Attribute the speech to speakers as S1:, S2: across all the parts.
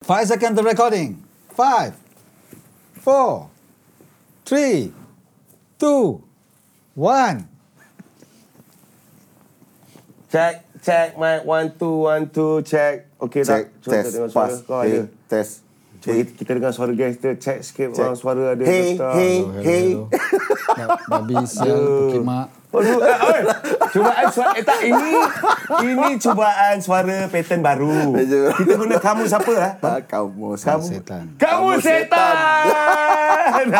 S1: Five seconds recording. Five, four, three, two, one.
S2: Check, check, mic one, two, one, two, check. Okey tak?
S3: Check,
S2: Cuba
S3: test,
S2: kita dengar
S3: pass,
S2: suara kau ada.
S3: hey, test.
S2: Cuba kita, kita dengar suara gangster, check sikit
S3: Check.
S2: orang suara ada.
S3: Hey,
S2: letak.
S3: hey, hey.
S1: Ba- Babi sial Pukit Mak.
S2: Aduh, eh, oi. cubaan suara, eh tak, ini ini cubaan suara pattern baru.
S3: Betul.
S2: Kita guna kamu siapa lah?
S3: Ah, kamu,
S2: Kamu
S1: setan.
S2: Kamu setan.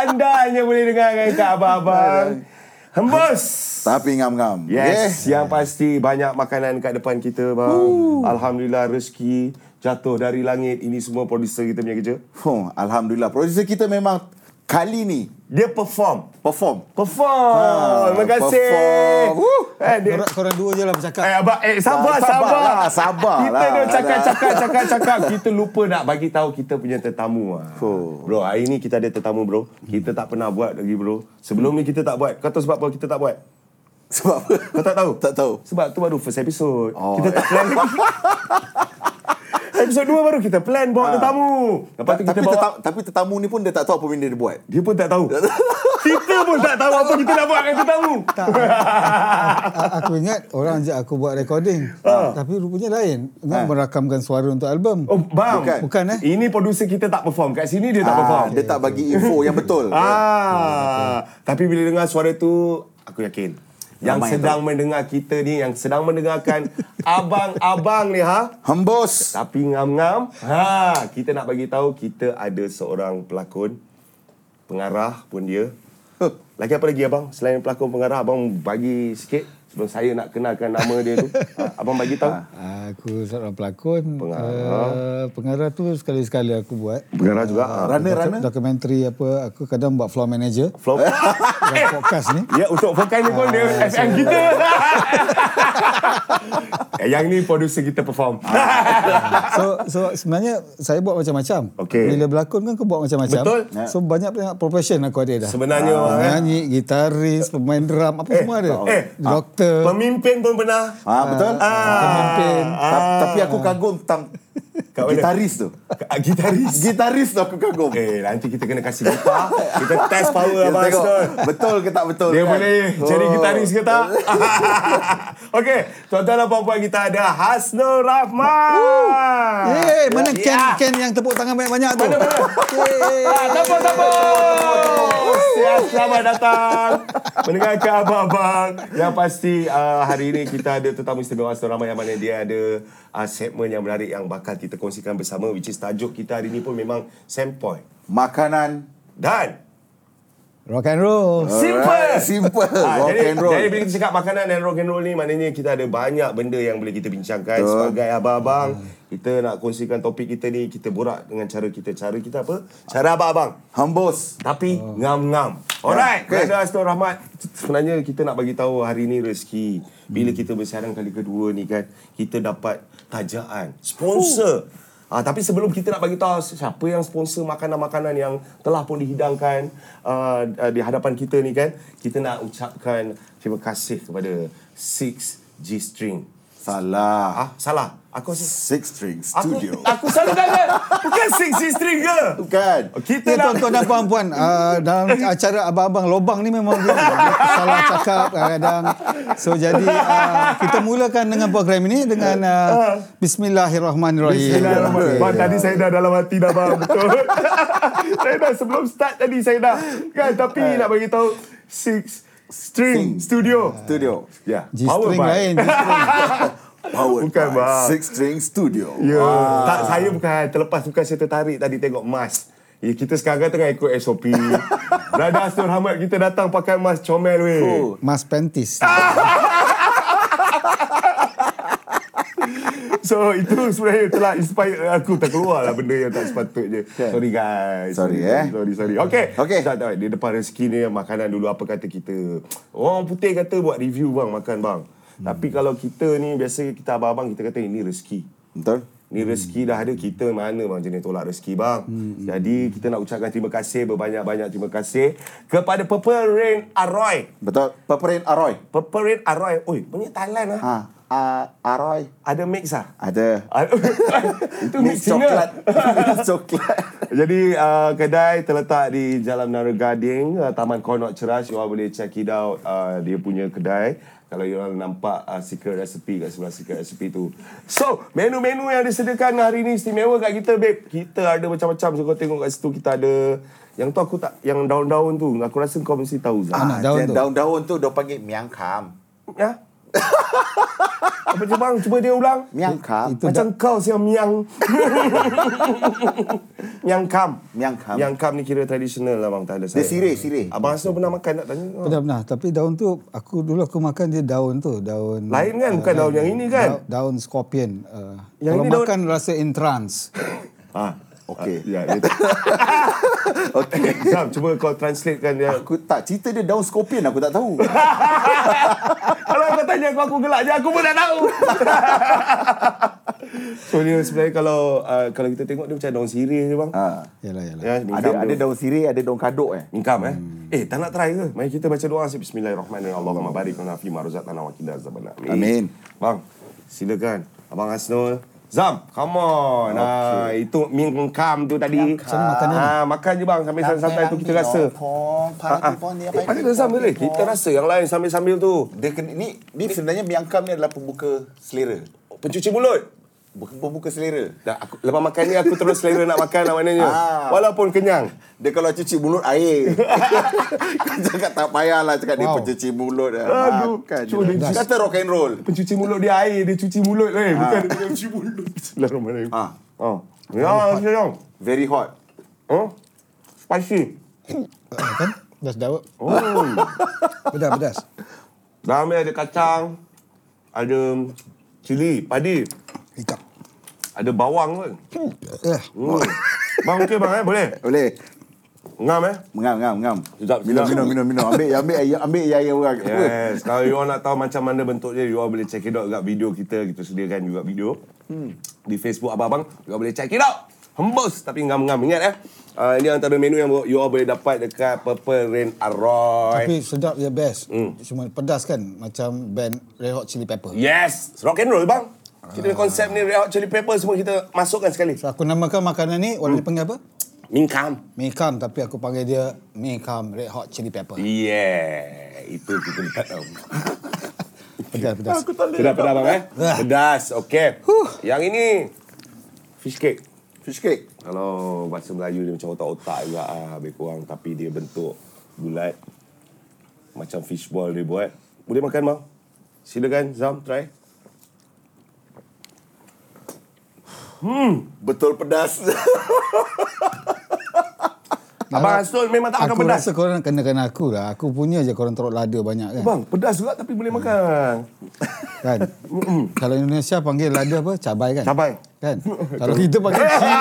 S2: Anda hanya boleh dengarkan kat abang-abang. Hembus.
S3: Tapi ngam-ngam. Eh,
S2: Yes, yang pasti banyak makanan kat depan kita bang. Alhamdulillah rezeki jatuh dari langit. Ini semua producer kita punya kerja.
S3: Yeah. Huh, Alhamdulillah. Producer kita memang kali ni
S2: Dia perform.
S3: perform.
S2: Perform.
S3: Ah,
S2: Terima kasih.
S3: perform. Woo.
S2: Eh, dia,
S1: Korang, korang dua je lah
S2: Eh,
S1: bercakap.
S2: abang, eh, sabar,
S3: Sabar
S2: sabar.
S3: lah, sabar
S2: kita
S3: lah.
S2: dah cakap, cakap, cakap, cakap. Kita lupa nak bagi tahu kita punya tetamu. Ah.
S3: Oh.
S2: Bro, hari ni kita ada tetamu, bro. Kita tak pernah buat lagi, bro. Sebelum ni kita tak buat. Kau tahu sebab apa kita tak buat?
S3: Sebab apa?
S2: Kau tak tahu?
S3: Tak tahu.
S2: Sebab tu baru first episode.
S3: Oh.
S2: Kita tak plan lagi. episode 2 baru kita plan bawa tetamu. Lepas tu kita
S3: Ah. tapi,
S2: bawa...
S3: tetamu, tapi tetamu ni pun dia tak tahu apa benda dia buat.
S2: Dia pun tak tahu. kita pun tak tahu apa kita nak buat dengan tetamu.
S1: A- Aku ingat orang ajak aku buat recording. Ah, Tapi rupanya lain. Nak merakamkan suara untuk album.
S2: Oh, bang.
S3: Bukan.
S1: Bukan, eh?
S2: Ini producer kita tak perform. Kat sini dia tak perform.
S3: Ah, dia tak bagi info yang betul.
S2: Ah, tapi bila dengar suara tu, aku yakin yang
S3: Ramai
S2: sedang mendengar kita ni, yang sedang mendengarkan abang-abang ni ha.
S3: Hembus.
S2: Tapi ngam-ngam, ha, kita nak bagi tahu kita ada seorang pelakon pengarah pun dia.
S3: Huh.
S2: Lagi apa lagi abang? Selain pelakon pengarah, abang bagi sikit sebelum saya nak kenalkan nama dia tu. Ha, abang bagi tahu.
S1: Aku seorang pelakon.
S2: Pengarah.
S1: Uh, pengarah tu sekali-sekali aku buat.
S2: Pengarah juga. Ha.
S3: Rana,
S1: Doku-
S3: Rana.
S1: Dokumentari apa. Aku kadang buat floor manager.
S2: Flop.
S1: Dalam podcast ni.
S2: Ya, untuk fokus ni pun dia FM kita. Eh, Yang ni producer kita perform.
S1: Ah. So, so sebenarnya saya buat macam-macam.
S2: Okey.
S1: Bila berlakon kan kau buat macam-macam.
S2: Betul.
S1: So banyak banyak profession aku ada dah.
S2: Sebenarnya,
S1: Ah,
S2: eh.
S1: Penyanyi, gitaris, pemain drum, apa semua ada.
S2: eh,
S1: Doktor.
S2: Pemimpin pun pernah.
S3: Ah, betul?
S1: Pemimpin.
S3: Ta- Tapi aku kagum tentang
S2: Ah. Kat mana?
S3: gitaris tu.
S2: K- Gitaris.
S3: Gitaris tu aku kagum.
S2: Eh, nanti kita kena kasih gitar. Kita test power
S3: Kita
S2: Abang
S3: tengok,
S2: Asnul.
S3: Betul ke tak betul
S2: Dia
S3: kan?
S2: boleh jadi
S3: Oh.
S2: gitaris ke tak? Okey, tuan-tuan dan puan-puan kita ada Hasnul Rahman.
S1: Yeay, Eh, mana
S2: Ya. Ah,
S1: Ken Ken yang tepuk tangan banyak-banyak tu? Eh, Yeay.
S2: Tepuk tepuk. Ya, selamat datang. Mendengarkan abang-abang. Yang pasti uh, hari ini kita ada tetamu istimewa Astro Ramai yang mana dia ada uh, segmen yang menarik yang bakal kita kongsikan bersama which is tajuk kita hari ini pun memang sempoi.
S3: Makanan
S2: Dan
S1: Rock and roll.
S2: Ah, simple.
S3: Alright, simple.
S2: Ah,
S3: Rock
S2: jadi,
S3: and roll.
S2: Jadi bila kita cakap makanan dan rock and roll ni maknanya kita ada banyak benda yang boleh kita bincangkan
S3: Betul. Hmm.
S2: sebagai abang-abang. Kita nak kongsikan topik kita ni, kita borak dengan cara kita. Cara kita apa? Cara abang-abang.
S3: Hembus
S2: Tapi
S1: Oh.
S2: ngam-ngam.
S1: Ya,
S2: Alright,
S1: kan?
S3: Okay.
S2: okay. Brother Asnur Rahmat. Sebenarnya kita nak bagi tahu hari ni rezeki.
S1: Hmm.
S2: Bila kita bersiaran kali kedua ni kan, kita dapat tajaan, sponsor.
S1: Oh.
S2: Ah, tapi sebelum kita nak bagi tahu siapa yang sponsor makanan-makanan yang telah pun dihidangkan uh, di hadapan kita ni kan, kita nak ucapkan terima kasih kepada 6G String.
S3: Salah
S2: Ah, salah. Aku
S3: Six String
S2: aku,
S3: Studio
S2: aku salah kan? Bukan 6G String ke?
S3: Bukan
S2: Kita
S1: Ya,
S2: nak
S1: tuan-tuan dan puan-puan, ah, dalam acara abang-abang lobang ni memang gini. Dia salah cakap kadang-kadang. So, jadi ah, kita mulakan dengan program ini dengan ah, Bismillahirrahmanirrahim.
S2: Bismillahirrahmanirrahim. Bang, tadi saya dah dalam hati dah bang. Betul. saya dah sebelum start tadi saya dah. Kan, tapi nak bagi tahu Six String Studio.
S3: Studio
S2: Ya. power
S1: G-string
S2: by-
S1: lain. G-string.
S3: Powered
S2: Bukan,
S3: by
S2: bang.
S3: Six String Studio
S2: Ya. Tak saya bukan terlepas bukan saya tertarik tadi tengok mas. Ya, kita sekarang tengah ikut SOP. Brother Astur Hamad kita datang pakai mas comel weh.
S3: Oh.
S1: Mas Pentis.
S2: Ah, So itu sebenarnya telah inspire aku terkeluar lah benda yang tak sepatutnya. Sorry guys.
S3: Kan. Sorry, eh.
S2: Sorry, sorry. Okay.
S3: Okay.
S2: Tak, tak, di depan rezeki ni makanan dulu apa kata kita. Orang putih kata buat review bang makan bang.
S3: Hmm.
S2: Tapi kalau kita ni biasa kita abang-abang kita kata ini rezeki.
S3: Betul
S2: Ni rezeki dah ada kita mana bang jenis tolak rezeki bang.
S3: Hmm,
S2: Jadi kita nak ucapkan terima kasih berbanyak-banyak terima kasih kepada Purple Rain Aroy.
S3: Betul Purple Rain Aroy
S2: Purple Rain Aroy. Oi, punya Thailand ah.
S3: Ha uh, Aroy?
S2: Ada mix lah.
S3: Ada.
S2: Ah, Itu mix
S3: Mix
S2: coklat.
S3: coklat.
S2: ah.
S3: Mix coklat.
S2: Jadi uh, kedai terletak di Jalan Menara Gading, uh, Taman Connaught Ceras. You all boleh check it out uh, dia punya kedai. Kalau you all nampak uh, secret recipe kat sebelah secret recipe tu. So, menu-menu yang disediakan hari ni istimewa kat kita, babe. Kita ada macam-macam. So, kau tengok kat situ kita ada... Yang tu aku tak... Yang daun-daun tu. Aku rasa kau mesti tahu, Zah.
S1: Ah, daun tu.
S3: Daun-daun tu dia panggil miang kam.
S2: Ya? Apa je bang? Cuba dia ulang.
S3: Miang kam.
S1: Itu
S2: Ah, Macam kau siang miang. miang kam.
S3: Miang kam.
S2: Miang kam ni kira tradisional lah bang. Tak ada saya.
S3: Dia sirih, sirih.
S2: Abang Hasnul pernah makan tak tanya? Oh.
S1: Pernah-pernah. Tapi daun tu, aku dulu aku makan dia daun tu. Daun...
S2: Lain kan? Bukan daun yang ini kan?
S1: Daun, daun scorpion. Uh,
S2: Yang
S1: kalau
S2: ini daun-
S1: makan rasa in trance.
S2: Ah.
S3: Okey.
S2: Ah, ya, dia-
S3: Okey.
S2: Sam, cuba kau translatekan dia.
S3: Aku tak cerita dia daun scorpion aku tak tahu.
S2: Kalau kau tanya aku, aku gelak je. Aku pun tak tahu. so, dia sebenarnya kalau uh, kalau kita tengok dia macam daun sirih je bang.
S3: ha.
S1: Yalah, yalah.
S2: Ya, mingkam
S3: Ada
S2: dia.
S3: ada daun sirih, ada daun kaduk eh.
S2: Income eh. Eh, tak nak try ke? Mari kita baca doa asyik. Bismillahirrahmanirrahim. Allahumma barik lana fi ma razaqtana wa qina azabannar.
S3: Amin.
S2: Bang, silakan. Abang Hasnul. Zam, come on. Okay. Ah, itu mingkam tu tadi.
S1: Macam mana makan dia?
S2: Ah, makan je bang sambil santai-santai tu kita rasa. Ah, ah. Eh, Pada sambil ni kita rasa yang lain sambil-sambil tu.
S3: Dia kena, ni ni sebenarnya miang kam ni adalah pembuka selera.
S2: Pencuci mulut.
S3: Bukan pembuka selera.
S2: Dah, aku, lepas makan ni aku terus selera nak makan lah maknanya.
S3: Ah.
S2: Walaupun kenyang.
S3: Dia kalau cuci mulut air. Kau cakap tak payahlah cakap wow. dia
S1: Wow.
S3: pencuci mulut.
S2: Aduh,
S3: Makan je
S2: cuci-
S3: lah. Kata rock and roll.
S2: pencuci mulut dia air, dia cuci mulut lah. eh. Bukan dia cuci mulut. Bismillahirrahmanirrahim.
S3: Ah.
S2: Oh. Ya, sayang.
S3: Very hot.
S2: Oh. Spicy.
S1: Ah, kan? Dah sedap.
S2: Oh.
S1: Pedas-pedas.
S2: Dalam dia ada kacang, ada cili, padi,
S1: Hiccup.
S2: ada bawang pun.
S1: Eh,
S2: Hmm. Bang okey bang eh, boleh?
S3: Boleh.
S2: Ngam eh?
S3: Mengam, mengam, mengam.
S2: Sedap,
S3: Minum,
S2: sedap.
S3: minum, minum, minum. Ambil, ambil, air- ambil air air orang.
S2: Yes, kalau you all nak tahu macam mana bentuk dia, you all boleh check it out kat video kita. Kita sediakan juga video. Hmm. Di Facebook abang-abang, you all boleh check it out. Hembus tapi ngam-ngam. Ingat eh. Uh, ini antara menu yang you all boleh dapat dekat Purple Rain Aroy.
S1: tapi sedap dia best.
S2: Hmm.
S1: Cuma pedas kan? Macam band Red Hot Chili Pepper.
S2: Yes, rock and roll bang. Kita punya konsep ni Red Hot Chili Pepper semua kita masukkan sekali.
S1: So, aku namakan makanan ni, orang dia
S2: Hmm.
S1: panggil apa?
S2: Mingkam.
S1: Mekam tapi aku panggil dia Mekam Red Hot Chili Pepper.
S2: Yeah, itu kita tak tahu.
S1: Pedas-pedas.
S2: Pedas pedas bang eh?
S1: Ah.
S2: Pedas, okey. Yang ini fish cake.
S3: Fish cake.
S2: Kalau bahasa Melayu dia macam otak-otak juga ah, lebih kurang tapi dia bentuk bulat. Macam fish ball dia buat. Boleh makan bang? Silakan Zam try. Hmm,
S3: Betul pedas.
S2: Abang Hasnul memang tak makan
S1: aku
S2: pedas.
S1: rasa korang kenakan aku lah. Aku punya je korang teruk lada banyak kan.
S2: Bang, pedas juga tapi boleh makan.
S1: kan? Kalau Indonesia panggil lada apa? Cabai kan?
S2: Cabai. Eh,
S1: Kan? Kalau kita panggil cili.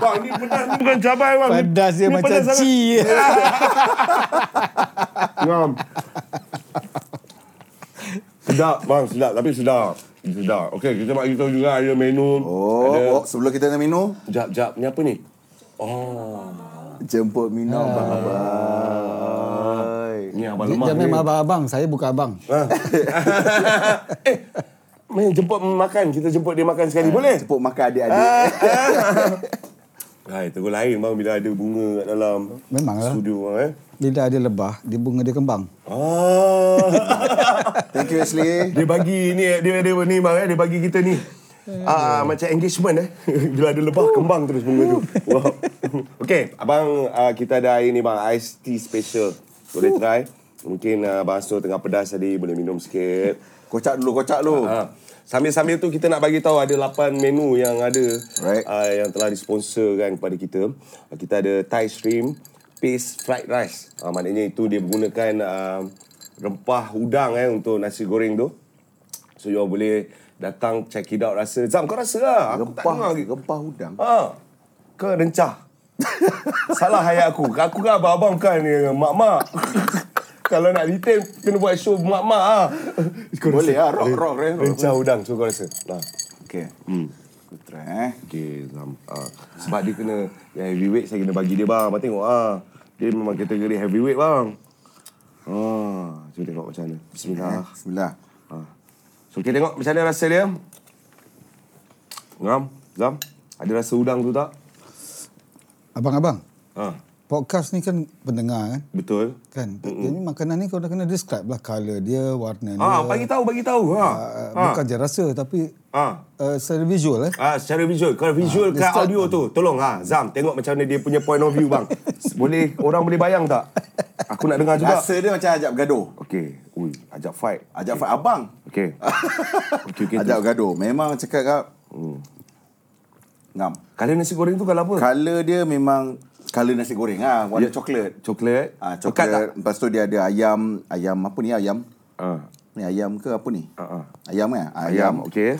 S2: bang, ni pedas ni bukan cabai bang. Ni-
S1: Pedas dia
S2: ni
S1: macam
S2: sangat.
S1: cili.
S2: Ngam. Sedap bang, sedap. Tapi sedap. Sedap. Okey, kita nak beritahu juga ada menu.
S3: Oh,
S2: Ada...
S3: oh sebelum kita nak minum,
S2: Jap, jap. Ni apa ni?
S3: jemput minum
S2: Ah.
S3: bang abai.
S2: Ni abang lemak
S1: Dia
S2: ni.
S1: memang abang-abang. Saya bukan abang.
S2: Ha. eh, main jemput makan. Kita jemput dia makan sekali. Boleh? Ah.
S3: Eh, Jemput makan adik-adik.
S2: Hai, terus lain bang bila ada bunga kat dalam
S1: Memang lah.
S2: studio bang eh.
S1: Bila ada lebah, dia bunga dia kembang.
S2: Ah.
S3: Thank you Ashley.
S2: Dia bagi ni eh, dia ada ni bang eh, dia bagi kita ni. Ah macam engagement eh. Bila ada lebah kembang terus bunga tu. Wow. Okey, abang ah, kita ada air ni bang, iced tea special. Boleh try. Mungkin uh, Abang Astor tengah pedas tadi boleh minum sikit.
S3: Kocak dulu, kocak dulu.
S2: Ha. Sambil-sambil tu kita nak bagi tahu ada 8 menu yang ada
S3: Right.
S2: uh, yang telah disponsorkan kepada kita. Uh, kita ada Thai shrimp, paste fried rice. Uh, maknanya itu dia menggunakan uh, rempah udang eh untuk nasi goreng tu. So you all boleh datang check it out rasa. Zam kau rasa lah. Aku tak dengar
S3: Gempah,
S2: lagi.
S3: gempah udang.
S2: Ha. Ke rencah. Salah hayat aku. Aku kan abang-abang kan eh, mak-mak. Kalau nak retain, kena buat show mak-mak ah. Kau
S3: Boleh
S2: rasa?
S3: lah, rock, rock, rock, rock.
S2: Rencah udang, so kau rasa. Nah.
S3: Okay. Hmm. Aku try eh.
S2: Okay, Zam. Ah. Sebab dia kena yang heavyweight, saya kena bagi dia bang. Abang tengok ah. Dia memang kategori heavyweight bang. Ah, cuba tengok macam mana. Bismillah.
S3: Bismillah.
S2: So kita tengok macam mana rasa dia. Ngam, Zam, ada rasa udang tu tak?
S1: Abang-abang,
S2: Ha,
S1: podcast ni kan pendengar kan?
S2: betul.
S1: Kan? Jadi makanan ni kau dah kena describe lah colour dia, warna dia.
S2: Ah, bagi tahu, bagi tahu. Ha.
S1: Uh,
S2: ha.
S1: Bukan je rasa tapi
S2: Ha.
S1: uh, secara visual eh.
S2: Ah, secara visual, kalau visual
S1: dia
S2: ke
S1: start-
S2: audio tu, tolong ha, Zam tengok macam mana dia punya point of view bang. boleh orang boleh bayang tak? Aku nak dengar juga.
S3: Rasa dia macam ajak bergaduh.
S2: Okey, ui, ajak fight.
S3: Ajak okay. abang.
S2: Okey. Okey, okey. Hmm.
S3: ajak bergaduh. Memang cakap kak. Ngam.
S2: Kali nasi goreng tu kalau apa?
S3: Color dia memang color nasi goreng ah,
S2: Ya.
S3: warna coklat.
S2: Coklat. Pekat tak?
S3: Ah, coklat. Lepas tu dia ada ayam, ayam apa ni ayam?
S2: Ah,
S3: Ni ayam ke apa ni?
S2: ah, ah.
S3: Ayam eh? Ah,
S2: Ayam, okey.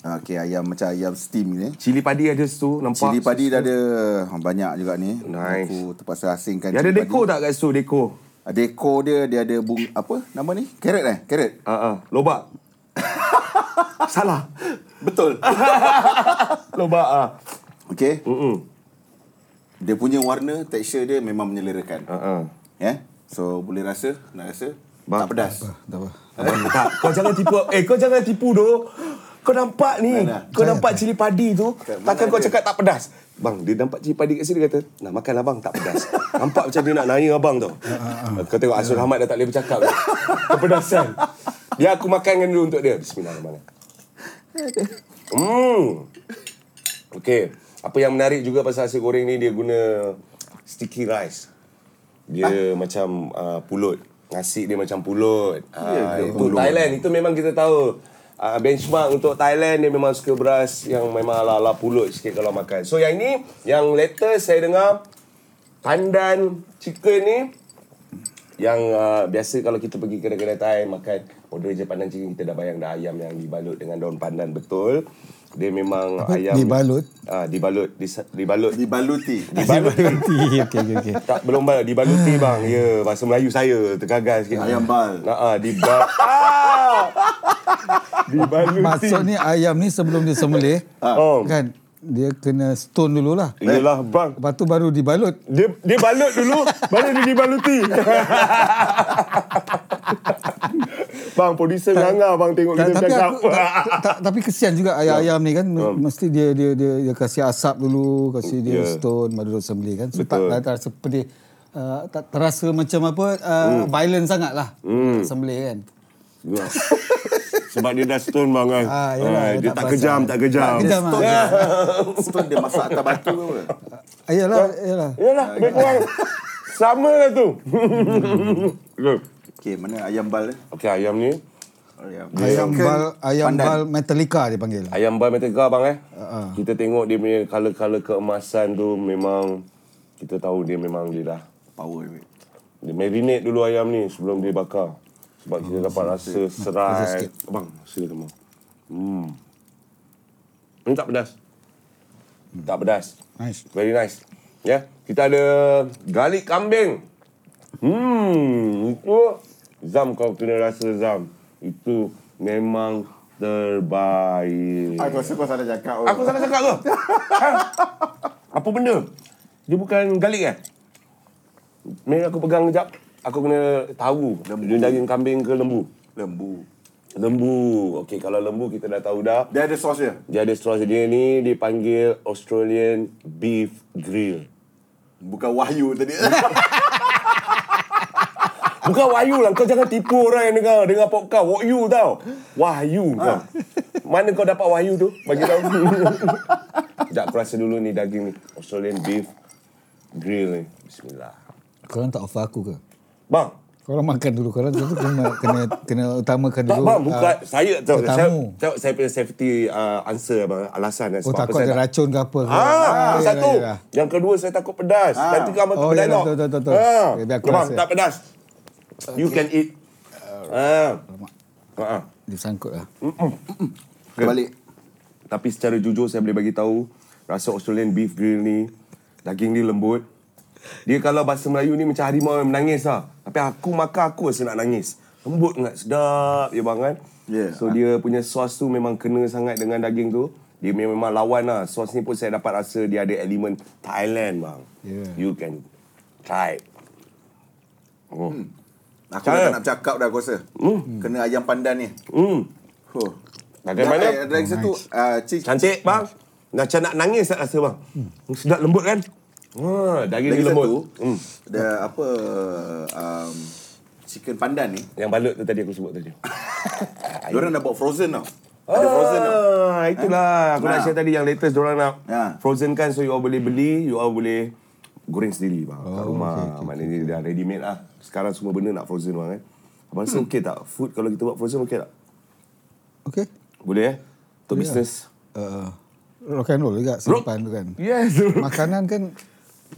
S3: Ah, Okey, ayam macam ayam steam ni.
S2: Cili padi ada situ, nampak.
S3: Cili padi dah ada ha, banyak juga ni.
S2: Nice.
S3: Aku terpaksa asingkan
S2: Dia Ya, ada
S3: cili
S2: deko tak kat situ, deko?
S3: padi. Deko dia, dia ada bung, apa nama ni? Carrot eh? Carrot.
S2: Ah, ah. Lobak. Salah.
S3: Betul.
S2: Lobak ah.
S3: Okey.
S2: Mm-mm.
S3: Dia punya warna, texture dia memang menyelerakan.
S2: Ah, ah.
S3: Eh? So, boleh rasa? Nak rasa?
S2: Ba-
S3: tak pedas.
S1: Ah, tak apa.
S2: Abang, tak, kau jangan tipu. Eh, kau jangan tipu doh. Kau nampak ni.
S3: Mana?
S2: Kau nampak cili padi tu.
S3: Kat mana
S2: Takkan kau
S3: ada?
S2: cakap tak pedas. Bang, dia nampak cili padi kat sini dia kata, "Nak makan abang tak pedas." nampak macam dia nak nanya abang
S3: Ah,
S2: tau. kau tengok Azrul Ahmad dah tak boleh bercakap. dah. Kepedasan. Biar aku makan dulu untuk dia. Bismillahirrahmanirrahim. Hmm. Okey. Apa yang menarik juga pasal nasi goreng ni dia guna sticky rice. Dia macam uh, pulut. Nasi dia macam pulut. Ah, itu Thailand itu memang kita tahu. Uh, benchmark untuk Thailand dia memang suka beras yang memang ala-ala pulut sikit kalau makan. So yang ini yang latest saya dengar pandan chicken ni yang uh, biasa kalau kita pergi kedai-kedai Thai makan order je pandan chicken kita dah bayang dah ayam yang dibalut dengan daun pandan betul. Dia memang
S1: Apa?
S2: ayam
S1: Dibalut?
S2: Ah dibalut disa- dibalut
S3: Dibaluti.
S2: dibalut
S1: Okey okey okey.
S2: tak belum bal dibaluti
S1: Ah.
S2: bang. Ya, bahasa Melayu saya tergagal sikit.
S3: Ayam bal.
S2: Ha ah, dibal. ah! Dibaluti.
S1: Maksudnya ayam ni sebelum dia sembelih
S2: Oh.
S1: kan dia kena stone dululah.
S2: Yelah bang.
S1: Lepas tu baru dibalut.
S2: Dia dia balut dulu, baru dia dibaluti. bang, producer nganga bang tengok
S1: Ta-
S2: kita
S1: tapi
S2: bercakap.
S1: aku, ta, ta, tapi kesian juga ayam-ayam
S2: Ya.
S1: ni kan me- mesti dia dia dia, dia kasih asap dulu, kasih dia
S2: Ya.
S1: stone baru dia sembelih kan. So
S2: Betul.
S1: tak, tak terasa pedih. Uh, tak terasa macam apa uh,
S2: Hmm.
S1: violent sangat lah sembelih kan.
S2: Sebab dia dah stone bang kan.
S1: Ah, yelah,
S2: Ah,
S1: dia
S2: dia
S1: tak
S2: tak
S1: perasan.
S2: kejam, tak kejam.
S1: Tak kejam, ah.
S3: Stone, dia- stone dia masak atas batu ke apa?
S1: Uh, Ayolah, ayolah.
S2: Yalah, lebih kurang sama lah tu.
S3: Okey, mana ayam bal eh?
S2: Okey, ayam ni.
S3: Ayam,
S1: Ayam
S3: Chicken
S1: bal ayam
S3: pandan.
S1: bal Metallica dia panggil.
S2: Ayam bar Metallica bang eh.
S1: Ah,
S2: Uh-huh. Kita tengok dia punya color-color keemasan tu memang kita tahu dia memang dia dah
S3: Power. weh.
S2: dia marinate dulu ayam ni sebelum dia bakar. Sebab kita dapat rasa serai.
S1: Ah, sikit.
S2: Bang, silakan bang. Hmm. Ini tak pedas.
S1: Hmm.
S2: Tak pedas.
S1: Nice.
S2: Very nice. Ya, yeah. kita ada garlic kambing. Hmm, itu Zam kau kena rasa Zam. Itu memang terbaik.
S3: Aku rasa Ah, kau salah cakap. oh.
S2: Aku salah cakap ke? ha? Apa benda? Dia bukan garlic eh? Mari aku pegang kejap. Aku kena tahu dia daging kambing ke lembu.
S3: Lembu.
S2: Lembu. Okey, kalau lembu kita dah tahu dah.
S3: Dia ada sos dia.
S2: Dia ada straw dia ni dipanggil Australian Beef Grill.
S3: Bukan Wahyu tadi.
S2: Bukan Wahyu lah. Kau jangan tipu orang yang dengar dengar podcast. Wahyu tau. Wahyu ha. Mana kau dapat Wahyu tu? Bagi tahu. Sekejap aku rasa dulu ni daging ni. Australian beef grill ni. Bismillah.
S1: Korang tak offer aku ke?
S2: Bang.
S1: Korang makan dulu. Korang tu kena, kena, kena utamakan
S2: Tak
S1: dulu.
S2: bang, bukan
S1: ah,
S2: saya tahu.
S1: tetamu.
S2: Saya, tahu saya punya safety uh, answer bang, alasan dan
S1: Oh takut ada
S2: saya tak-
S1: racun ke apa ke.
S2: Ah,
S1: yelah,
S2: satu.
S1: yelah.
S2: Yang kedua saya takut pedas.
S3: Ah.
S2: Nanti kamu
S1: ya, Oh,
S2: pedas
S1: yelah,
S2: tau.
S1: betul, betul, betul.
S2: Ah.
S1: Okay, biar aku
S2: Abang,
S1: rasa.
S2: tak pedas. You can eat. Ah. Ah.
S1: Dia sangkut lah.
S3: Balik.
S2: Tapi secara jujur saya boleh bagi tahu rasa Australian beef grill ni daging dia lembut. Dia kalau bahasa Melayu ni macam harimau yang menangis lah. Tapi aku makan aku rasa nak nangis. Lembut sangat sedap ya bang kan.
S3: Yeah.
S2: So dia punya sos tu memang kena sangat dengan daging tu. Dia memang lawan lah. Sos ni pun saya dapat rasa dia ada elemen Thailand bang.
S1: Yeah.
S2: You can try. Oh.
S3: Aku dah tak nak bercakap dah aku rasa. Kena ayam pandan ni.
S2: Hmm.
S3: Oh.
S2: Dari mana?
S3: Dari, dari satu uh, cik
S2: Cantik bang. Macam nak nangis tak rasa bang. Hmm. Sedap lembut kan? Ha, daging
S3: lagi
S2: lagi lembut.
S3: satu.
S2: Hmm.
S3: Ada apa um, chicken pandan ni.
S2: Yang balut tu tadi aku sebut tadi.
S3: Diorang dah buat frozen tau. Ada frozen tau.
S2: Ah, itulah. Aku nak
S3: Ha.
S2: share tadi yang latest diorang nak
S3: Ha.
S2: frozen kan so you all boleh beli, you all boleh goreng sendiri bang kat rumah. Ah, Maknanya dah ready made lah. Sekarang semua benda nak frozen bang kan. Abang rasa
S3: Hmm.
S2: okey tak? Food kalau kita buat frozen okey tak?
S1: Okay.
S2: Boleh eh? Untuk bisnes.
S1: Uh, rock and roll juga simpan tu kan.
S2: Yes.
S1: Makanan kan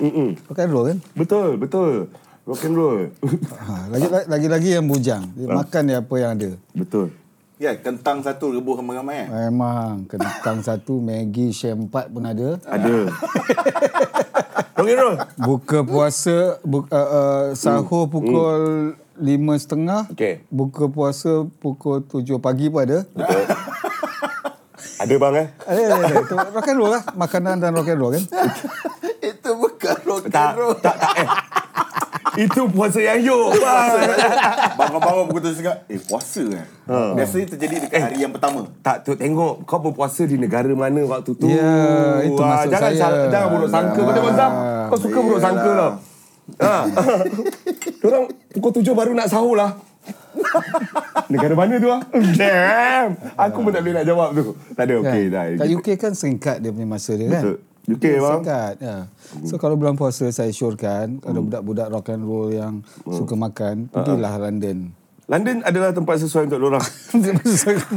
S2: Mm-mm.
S1: rock and roll kan.
S2: Betul, betul. Rock and roll.
S1: Ha, lagi lagi lagi yang bujang. Dia makan dia apa yang ada.
S2: betul.
S3: Ya, kentang satu rebus ramai-ramai eh.
S1: Memang kentang satu, Maggi share empat pun ada.
S2: Ada. rock and roll.
S1: Buka puasa bu, uh, uh, sahur pukul lima setengah.
S2: Okey.
S1: Buka puasa pukul tujuh pagi pun ada.
S2: Ada bang eh?
S1: Ada, ada, ada. Itu Rock and roll lah. Makanan dan rock and roll kan.
S3: Itu bukan rock
S2: Tak,
S3: and roll.
S2: tak, tak eh. Itu puasa yang yuk bang.
S3: Bangun-bangun pukul tu cakap, eh puasa eh. Biasanya terjadi dekat hari yang pertama.
S2: Tak tu tengok kau berpuasa di negara mana waktu tu.
S1: Ya, itu
S2: Ah,
S1: maksud
S2: jangan
S1: saya. Ah.
S2: sa- jangan buruk sangka kau tengok Zam. Kau suka buruk
S3: Yelah.
S2: sangka lah. Ha. Orang pukul tujuh baru nak sahur lah. negara mana tu ah? Damn. Aku pun tak boleh nak jawab tu. Tak ada okey dah.
S1: kan? Kat UK kan singkat dia punya masa dia kan.
S2: Betul. UK, bang.
S1: Singkat. Ya. So kalau bulan puasa saya syorkan kalau
S2: Hmm.
S1: budak-budak rock and roll yang suka makan pergilah London.
S2: London adalah tempat sesuai untuk orang.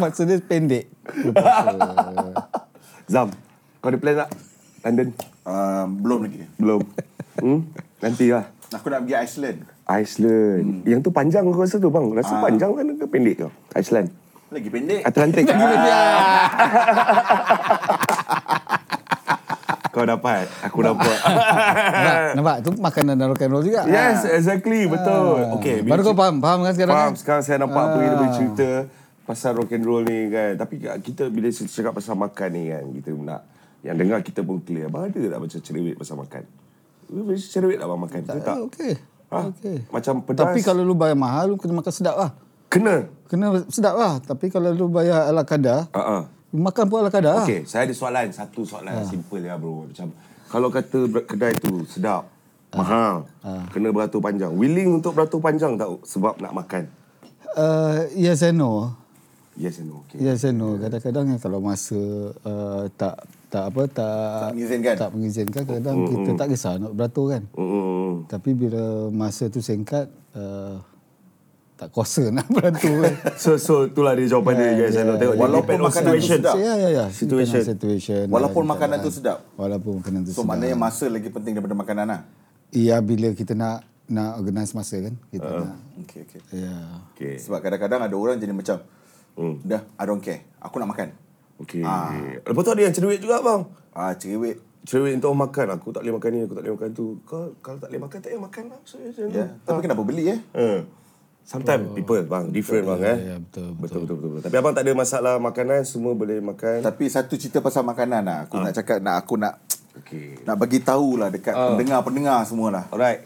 S1: Masa dia pendek. Dia puasa.
S2: Zam, kau ada plan tak? London?
S3: Uh, belum lagi.
S2: Belum. Hmm? Nanti lah.
S3: Aku nak pergi Iceland.
S1: Hmm.
S2: Iceland. Yang tu panjang kau rasa tu bang. Rasa
S1: Ah.
S2: panjang kan ke pendek kau? Iceland.
S3: Lagi pendek.
S2: Atlantik. kau dapat. Aku dapat.
S1: nampak, nampak tu makanan dan rock and roll juga.
S2: yes, exactly. Betul. Okay.
S1: Baru kau faham, faham kan sekarang?
S2: Ah. Faham. Ah.
S1: kan?
S2: Sekarang saya nampak apa yang dia boleh cerita pasal rock and roll ni kan. Tapi kita bila cakap pasal makan ni kan, kita nak yang dengar kita pun clear. Abang ada tak macam cerewet pasal makan? Lu boleh cerewet tak abang makan? Tak. tak.
S1: Ah, Okey.
S2: Ha?
S1: Okey.
S2: Macam pedas.
S1: Tapi kalau lu bayar mahal, lu kena makan sedap lah.
S2: Kena.
S1: Kena sedap lah. Tapi kalau lu bayar ala kadar,
S2: Uh-uh.
S1: lu makan pun ala kadar lah.
S2: Okay, saya ada soalan. Satu soalan simple ya bro. Macam, kalau kata ber- kedai tu sedap, mahal, kena beratur panjang. Willing untuk beratur panjang tak sebab nak makan?
S1: Uh, yes and no.
S2: Yes and no. Okay.
S1: Yes and no. Kadang-kadang kan kalau masa uh, tak tak apa tak
S3: Tak mengizinkan.
S1: tak mengizinkan kadang kita tak kisah nak beratur kan.
S2: Mm-mm.
S1: Tapi bila masa tu singkat uh, tak kuasa nak beratur. kan.
S2: So, so itulah dia jawapan dia. Yes and no. Tengok, dia
S3: Walaupun
S2: depend on
S3: makanan tu
S2: situation.
S3: Kan sedap.
S1: Ya, ya, ya.
S2: Situation.
S1: Tengok Situation.
S3: Walaupun
S1: dalam
S3: makanan tu
S1: keadaan.
S3: sedap.
S1: Walaupun makanan tu
S3: So
S1: sedap.
S3: maknanya masa lagi penting daripada makanan lah.
S1: Ya, bila kita nak nak organise masa kan. Kita nak.
S3: Okay, okay.
S1: Ya.
S2: Okay.
S3: Sebab kadang-kadang ada orang jadi macam, dah, I don't care. Aku nak makan.
S2: okay. Lepas tu ada yang cerewet juga bang.
S3: Ah, cerewet.
S2: Cerewet untuk makan. Aku tak boleh makan ni, aku tak boleh makan tu. Kau kalau tak boleh makan, tak payah makan lah. So, yes and no.
S3: Ya. Tapi kenapa beli eh?
S2: Uh. Sometimes people bang different bang eh.
S1: ya, betul,
S2: betul, betul, betul, betul. Tapi abang tak ada masalah makanan, semua boleh makan.
S3: Tapi satu cerita pasal makanan lah. Aku nak cakap, nak aku nak
S2: Okey.
S3: nak bagi tahu lah dekat pendengar-pendengar semua lah.
S2: Ah. Alright.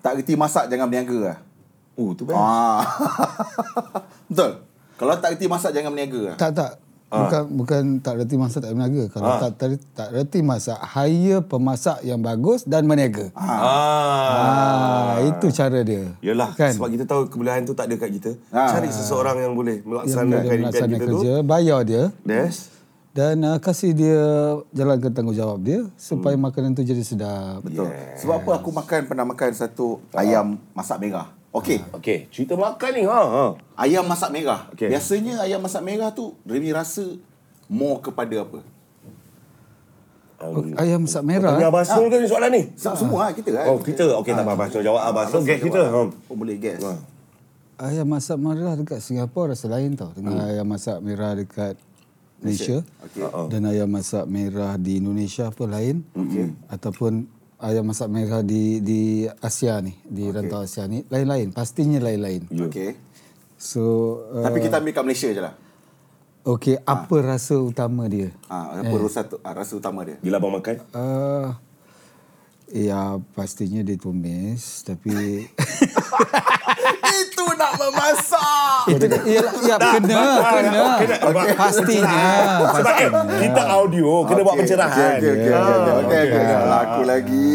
S3: Tak kerti masak jangan berniaga lah.
S2: Oh, tu best.
S3: Ah. Betul. Kalau tak kerti masak jangan berniaga lah.
S1: Tak, tak. Bukan bukan tak reti masak tak berniaga. Kalau tak tak, tak reti masak, hire pemasak yang bagus dan berniaga.
S2: Ah. ah.
S1: Ah, itu cara dia.
S2: Yelah,
S1: kan?
S2: sebab kita tahu kebolehan tu tak ada kat kita.
S3: Ah.
S2: Cari seseorang yang boleh melaksanakan
S1: yang dia
S2: impian
S1: melaksanakan
S2: kita
S1: kerja,
S2: tu.
S1: bayar dia
S2: Yes.
S1: dan uh, kasih dia jalankan tanggungjawab dia supaya makanan tu jadi sedap.
S3: Betul. Sebab apa aku makan pernah makan satu ayam masak merah. Okey.
S2: Okey, cerita makan ni ha. ha.
S3: Ayam masak merah.
S2: Okey.
S3: Biasanya ayam masak merah tu dia punya rasa more kepada apa?
S1: Ok, Ayam masak merah.
S2: Tanya Abang Asrul ke ni soalan ni?
S3: Sa- Semua lah kita kan.
S2: Ah. Oh, kita. Okey, tak apa-apa. Asrul jawab. Abang Asrul, okay, kita. Ha.
S3: Oh boleh guess.
S1: Ayam masak merah dekat Singapura rasa lain tau dengan hmm. ayam masak merah dekat Malaysia.
S3: Okey.
S2: Oh.
S1: Dan ayam masak merah di Indonesia apa lain okay. ataupun ayam masak merah di di Asia ni, di okay. rantau Asia ni lain-lain, pastinya lain-lain.
S2: ya.
S3: Okey.
S1: So uh,
S2: Ah.
S3: Tapi kita ambil kat Malaysia je lah.
S1: okey, apa rasa utama dia?
S2: Eh.
S3: Ah, apa rasa tu, ah, rasa utama dia?
S2: Bila abang makan?
S1: Uh, Ya pastinya ditumis tapi
S3: Itu nak memasak.
S1: itu ya, ya kena kena pastinya
S2: Sebab eh, kita audio, kena buat pencerahan. Ah.
S3: Okey, okey, okey, okey. Okey, okey. Salah aku lagi.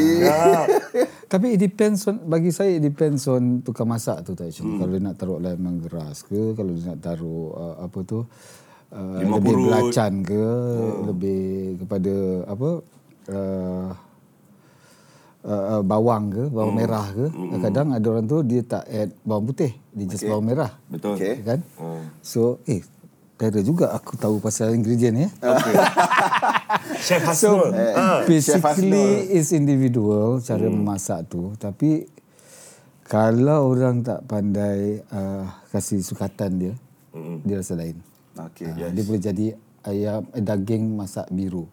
S1: Tapi it depends on bagi saya it depends on tukang masak tu tak actually. Hmm. Kalau dia nak taruh lemon grass ke, kalau dia nak taruh uh, apa tu uh,
S2: Limau
S1: lebih
S2: purut.
S1: belacan ke, lebih kepada apa uh, uh, uh, bawang ke, bawang merah ke. Kadang ada orang tu dia tak add bawang putih, dia just bawang merah.
S2: Betul.
S3: Okey.
S1: Kan?
S2: Hmm.
S1: So, eh Kira juga aku tahu pasal ingredient ya.
S2: Ah, Chef
S1: So eh.
S2: Hasnul. Ah,
S3: Chef Hasnul.
S1: basically is individual cara
S2: Hmm.
S1: memasak tu tapi kalau orang tak pandai uh, kasih sukatan dia
S2: Hmm.
S1: dia rasa lain.
S3: Okey.
S1: Ah, Dia boleh jadi ayam eh, daging masak biru.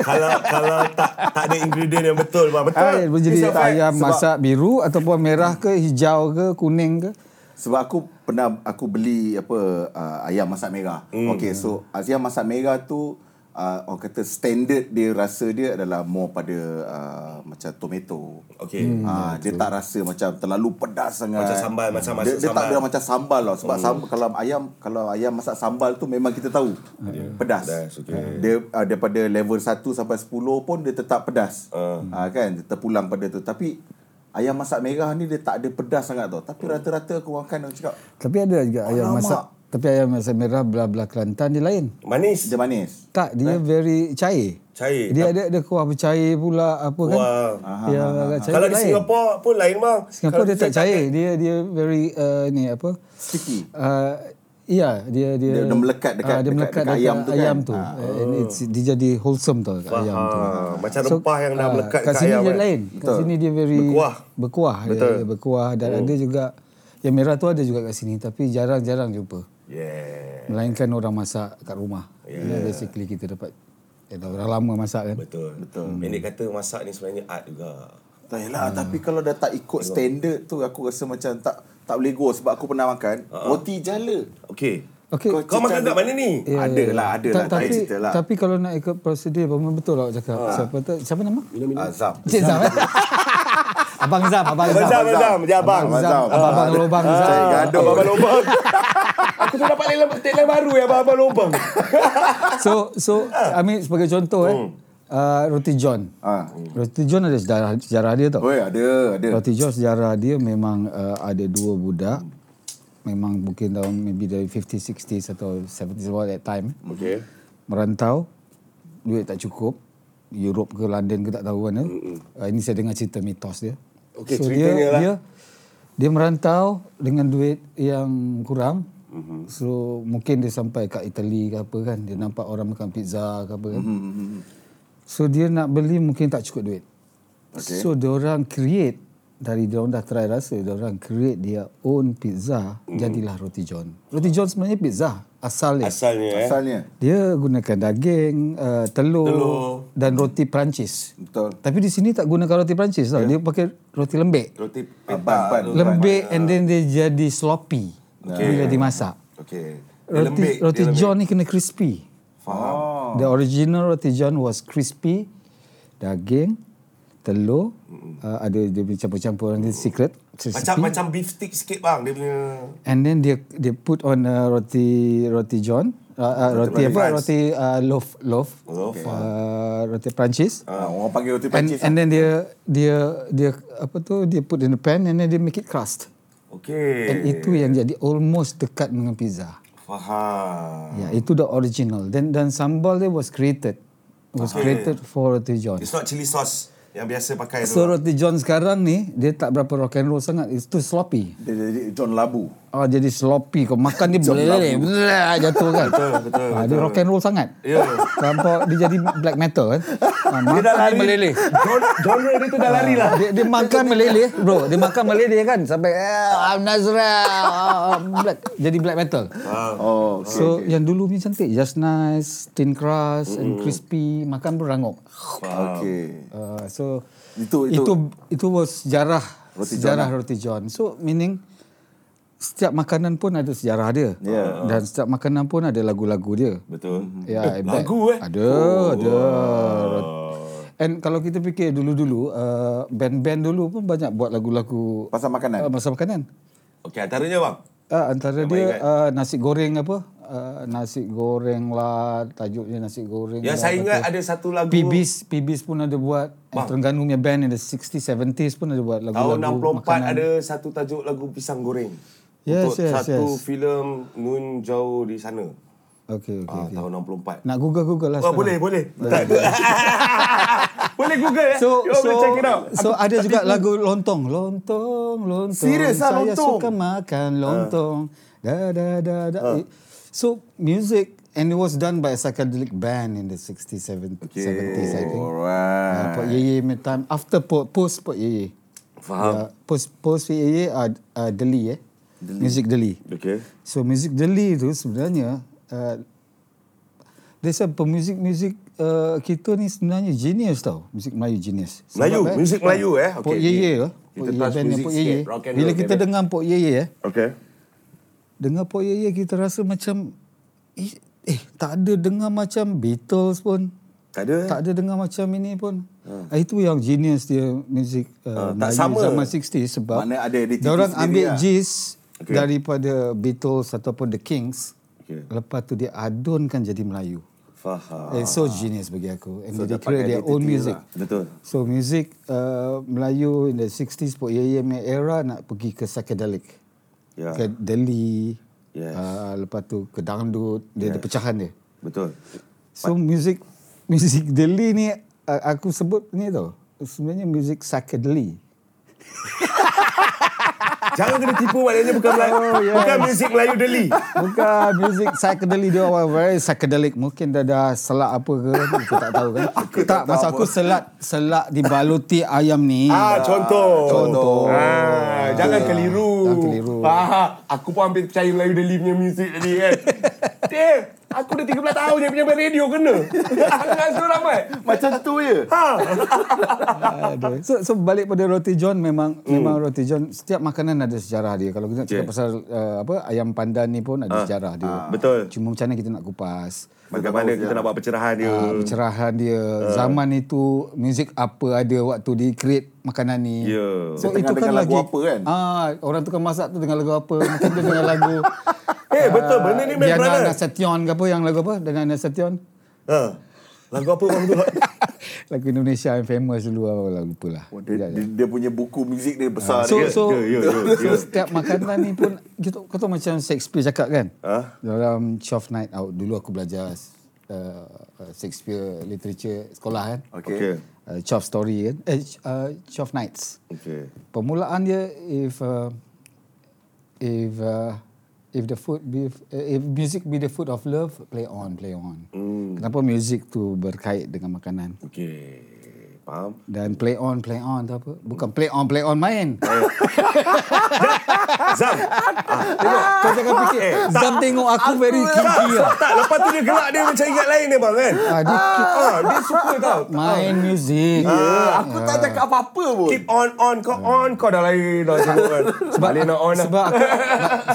S2: kalau kalau tak tak ada ingredient yang betul, bang. Betul.
S1: Ah, dia boleh
S2: It's
S1: jadi
S2: a fact.
S1: ayam masak biru ataupun merah ke hijau ke kuning ke.
S3: Sebab aku pernah aku beli apa uh, ayam masak merah.
S2: Hmm.
S3: Mm. Okay, so ayam masak merah tu uh, orang kata standard dia rasa dia adalah more pada uh, macam tomato.
S2: Okey.
S3: Hmm, uh, dia tak rasa macam terlalu pedas sangat.
S2: Macam sambal, macam
S3: dia,
S2: masuk
S3: dia tak
S2: sambal.
S3: ada macam sambal lah sebab sambal, kalau ayam kalau ayam masak sambal tu memang kita tahu pedas.
S2: Pedas, okey.
S3: Dia uh, daripada level 1 sampai 10 pun dia tetap pedas.
S2: Ah.
S3: Ah, kan dia terpulang pada tu tapi ayam masak merah ni dia tak ada pedas sangat tau. Tapi rata-rata aku makan aku cakap
S1: Tapi ada
S2: Oh,
S1: juga ayam
S3: Alamak.
S1: masak tapi ayam masak merah belah-belah Kelantan dia lain.
S2: Manis.
S3: dia manis.
S1: Tak, dia
S2: Eh?
S1: very cair.
S2: Cair.
S1: Dia ada ada kuah bercair pula apa kan.
S2: Eh, Wah.
S1: Ya, agak cair
S2: Kalau di
S1: lain.
S2: Singapura pun lain, bang.
S1: Singapura
S2: Kalau
S1: dia tak cair. Dia dia very uh, ni apa?
S3: Sticky.
S1: Uh, ya, dia dia
S3: Dia- dia melekat dekat-
S1: Ah, dia
S3: dekat-
S1: melekat
S3: dekat
S1: dekat,
S3: ayam tu kan?
S1: ayam tu. Uh, and it's, dia jadi wholesome tau dekat ayam tu.
S2: Faham. Ah, Macam rempah yang dah
S1: ah,
S2: melekat
S1: kat
S2: kat
S1: sini
S2: ayam
S1: dia
S2: kan?
S1: lain. Kat
S3: Betul.
S1: sini dia very
S2: Berkuah.
S1: Berkuah. Betul. Dia, dia berkuah dan ada juga yang merah tu ada juga kat sini tapi jarang-jarang jumpa.
S2: Yeah.
S1: Melainkan orang masak kat rumah. Yeah. Basically kita dapat eh, dah orang lama masak kan.
S2: Betul. Betul. Nenek kata masak ni sebenarnya art juga.
S3: Tak yalah tapi kalau dah tak ikut standard tu aku rasa macam tak tak boleh go sebab aku pernah makan roti jala.
S2: Okey.
S1: Okey.
S2: Kau makan kat mana ni?
S1: Ya,
S3: Yeah. Ada lah, ada lah. Tak
S1: tapi,
S3: payah cerita lah. Ah.
S1: Tapi kalau nak ikut prosedur, memang betul lah awak cakap. Siapa tu? Siapa nama?
S3: Azam.
S1: Cik Zam eh? Abang Zam, Abang Zam.
S2: Abang Zam, Abang Zam. Ya, abang.
S1: Abang Zam. Ya,
S3: Abang Zam.
S1: Abang Lobang
S3: Ah.
S1: Zam.
S3: Gaduh.
S2: Abang lobang. Aku tu dapat lelang telan baru ya abang-abang lobang.
S1: So, so Amir sebagai contoh eh.
S3: Hmm.
S1: Uh, Roti John.
S3: Ah.
S1: Roti John ada sejarah, sejarah dia tau.
S3: Oi, ada, ada.
S1: Roti John sejarah dia memang uh, ada dua budak. Memang mungkin tahun maybe dari 50s, 60s atau 70s about that time.
S3: Mhm.
S2: Okey.
S1: merantau duit tak cukup Europe ke London ke tak tahu mana uh, ini saya dengar cerita mitos dia
S2: Okey, ceritanya
S1: dia,
S2: lah.
S1: dia dia merantau dengan duit yang kurang
S2: Mm-hmm.
S1: so mungkin dia sampai kat Itali ke apa kan dia nampak orang makan pizza ke apa kan
S2: Mm-hmm,
S1: so dia nak beli mungkin tak cukup duit okay. so dia orang create dari dia orang dah try rasa dia orang create dia own pizza
S2: Mm-hmm.
S1: jadilah roti john roti john sebenarnya pizza asal dia
S2: Asalnya eh.
S3: Asalnya.
S1: dia gunakan daging, uh, telur, telur dan roti Perancis.
S3: Betul.
S1: Tapi di sini tak gunakan roti Perancis tau. Yeah. Dia pakai roti lembek.
S3: Roti pan pan.
S1: Lembek and then dia jadi sloppy okay. bila dimasak.
S3: Okey.
S1: Roti roti john ni kena crispy.
S3: Faham.
S1: The original roti john was crispy, daging, telur, uh, ada dia punya campur-campur nanti secret.
S2: Macam macam beef stick sikit bang dia punya.
S1: And then dia dia put on uh, roti roti john, uh, uh, roti apa?
S2: Perancis.
S1: Roti uh, loaf loaf.
S2: Loaf.
S1: Uh, roti Perancis.
S3: Ah, orang panggil roti
S1: And,
S3: Perancis.
S1: and then dia dia dia apa tu dia put in the pan and then dia make it crust. And
S2: Okey.
S1: itu yang jadi almost dekat dengan pizza.
S2: Faham.
S1: Ya, itu the original. Then dan sambal dia was created. Was created for roti john.
S2: It's not chili sauce yang biasa pakai
S1: So
S2: tu.
S1: roti john sekarang ni dia tak berapa rock and roll sangat. Itu sloppy.
S3: Dia jadi John Labu.
S1: Ah jadi sloppy kau makan dia boleh jatuh kan. Betul betul. Ah, dia rock and roll sangat.
S2: Ya.
S1: Sampai dia jadi black metal kan. Ah, makan
S2: Dia dah
S1: dia
S2: lari.
S1: meleleh.
S2: Gen- Genre dia tu dah lari lah.
S1: Dia, dia makan meleleh bro. Dia makan meleleh kan sampai eh, I'm Nazra. Ah, black jadi black metal.
S2: Ah.
S3: Oh, okey.
S1: So yang dulu punya cantik just nice, thin crust and crispy, makan pun rangup.
S3: Ah, Okey.
S1: Uh, so
S3: Itu-
S1: itu
S3: itu-
S1: itu itu was sejarah
S3: Roti
S1: roti sejarah John. roti John. So meaning setiap makanan pun ada sejarah dia.
S3: Yeah.
S1: Dan setiap makanan pun Ya, ada lagu-lagu dia.
S2: Eh, Betul.
S1: Ya, I bet.
S2: lagu, eh?
S1: Ada, ada. And kalau kita fikir dulu-dulu, uh, band-band dulu pun banyak buat lagu-lagu
S3: Pasal makanan.
S1: uh, masa makanan.
S2: Okey, antaranya bang.
S1: Uh, antara dia uh, nasi goreng apa? Uh, nasi goreng lah, tajuknya nasi goreng. lah,
S2: Yang Ya, saya ingat
S1: betul.
S2: ada satu lagu
S1: PBs, PBs pun ada buat. Bang. Terengganu punya band in the 60s, 70s pun ada buat lagu-lagu
S2: tahun 64 ada satu tajuk lagu pisang goreng.
S1: Yes,
S2: untuk
S1: yes,
S2: satu
S1: yes.
S2: filem Nun Jauh di sana.
S1: Okay, okay.
S2: Ah, tahun 64.
S1: Nak google-google lah. sekarang.
S2: Oh, boleh, boleh. Tak- boleh Google eh.
S1: So,
S2: You all
S1: so,
S2: boleh check it out.
S1: so ada juga lagu lontong. Lontong, lontong.
S2: Serious lah,
S1: Saya
S2: lontong? Ah.
S1: suka makan lontong. Da, da, da, da. So, music and it was done by a psychedelic band in the 60s, 70s, 70s I think.
S3: Alright.
S1: Uh, Pok Yeye punya time. After po, post Pok Yeye. Uh,
S2: Faham.
S1: post post Pok Yeye, uh, uh, Deli eh. Music Deli.
S2: Okey.
S1: So music Deli tu sebenarnya uh, dia sebab pemuzik-muzik uh, kita ni sebenarnya genius tau. Muzik Melayu genius.
S2: Melayu, muzik Melayu,
S1: Okay,
S2: eh? Okey,
S1: Pok
S2: okey.
S1: Yeye lah.
S2: Kita
S1: Pok Yeye,
S2: touch
S1: bandnya
S2: muzik
S1: Pok
S2: sikit,
S1: Yeye.
S2: rock and
S1: Bila
S2: roll,
S1: kita
S2: okay,
S1: dengar Pok Yeye eh,
S2: Okey.
S1: dengar Pok Yeye kita rasa macam eh, eh tak ada dengar macam Beatles pun.
S2: Tak ada. eh?
S1: Tak ada dengar macam ini pun. Ha. Itu yang genius dia muzik
S2: Hmm.
S1: uh,
S2: Ah, tak
S1: Melayu zaman
S2: sama.
S1: 60 sebab
S3: Makna ada identiti
S1: orang
S3: sendiri
S1: ambil
S3: lah.
S1: jis
S2: Okay.
S1: daripada Beatles ataupun The Kings.
S2: Okay. Ah.
S1: Lepas tu dia adunkan jadi Melayu.
S2: Faham.
S1: It's so genius bagi aku. And so they
S3: dapat
S1: create their own
S3: identiti
S1: music.
S3: lah.
S2: Betul.
S1: So music uh, Melayu in the 60s, Pok Yeye ya, punya era nak pergi ke psychedelic.
S2: Ya.
S1: Ke Delhi.
S2: Yes.
S1: Uh, lepas tu ke dangdut. Dia ada pecahan dia.
S2: Betul.
S1: So music music Delhi ni uh, aku sebut ni tau. Sebenarnya music psychedelic.
S2: Jangan kena tipu maknanya bukan Melayu.
S1: Oh,
S2: Bukan muzik Melayu Deli.
S1: Bukan music psychedelic dia orang very psychedelic. Mungkin dia dah selak apa ke kita tak tahu kan. Aku tak, tak masa aku selat selat dibaluti ayam ni.
S2: Ah, contoh.
S1: Contoh.
S2: Ah, jangan keliru.
S1: Jangan keliru.
S2: Ah, aku pun hampir percaya Melayu Deli punya muzik tadi kan. Dave, aku dah 13 tahun dia punya main radio kena. Aku rasa ramai. Ha.
S3: Macam tu je.
S1: Aduh. So, so balik pada roti john memang mm. memang roti john setiap makanan ada sejarah dia. Kalau kita nak cakap
S2: Yeah.
S1: pasal uh, apa ayam pandan ni pun ada sejarah dia.
S2: betul.
S1: Cuma macam mana kita nak kupas.
S2: Bagaimana kita nak buat pencerahan dia. Ah.
S1: Ah, pencerahan dia zaman itu muzik apa ada waktu di create makanan ni
S2: Ya.
S1: so
S3: Dia
S1: itu kan
S3: tengah dengar lagu
S1: lagi
S3: apa kan?
S1: ah orang tu kan masak tu dengar lagu apa mungkin dia dengar lagu Ah,
S2: Eh, betul. Benda ni main
S1: Diana
S2: brother.
S1: Nasution ke apa yang lagu apa dengan Nasution
S2: Ha. Lagu apa bang tu?
S1: lagu Indonesia yang famous dulu apa lah lupa lah
S3: Oh, dia, dia, dia punya buku muzik dia besar
S1: So,
S3: Ah, dia.
S1: Ah. so,
S2: ya, ya, ya,
S1: so setiap makanan ni pun kita kau tahu macam Shakespeare cakap kan?
S3: Ha?
S2: Ah.
S1: Dalam Twelfth Night Out dulu aku belajar uh, uh, Shakespeare literature sekolah kan.
S3: Okay.
S2: Okey.
S1: Uh, Twelve story kan. Eh uh, Twelve Nights.
S2: Okey.
S1: Permulaan dia if uh, if uh, if the food be uh, if music be the food of love play on play on.
S3: Hmm.
S1: Mm. Kenapa music tu berkait dengan makanan?
S2: Okey. Faham?
S1: Dan play on play on tu apa? Bukan play on play on main.
S2: Zam.
S1: Kau jangan fikir Zam tengok aku very
S2: Eh, Tak,
S1: kinky lah
S2: tak. Lepas tu dia gelak dia macam ingat lain dia bang kan.
S1: Ah, dia
S2: Ah, dia suka tau.
S1: Main muzik
S3: Aku tak
S1: ah.
S3: cakap apa-apa pun.
S2: Keep on on kau on kau dah lain dah semua kan. Sebab dia nak on lah.
S1: sebab aku,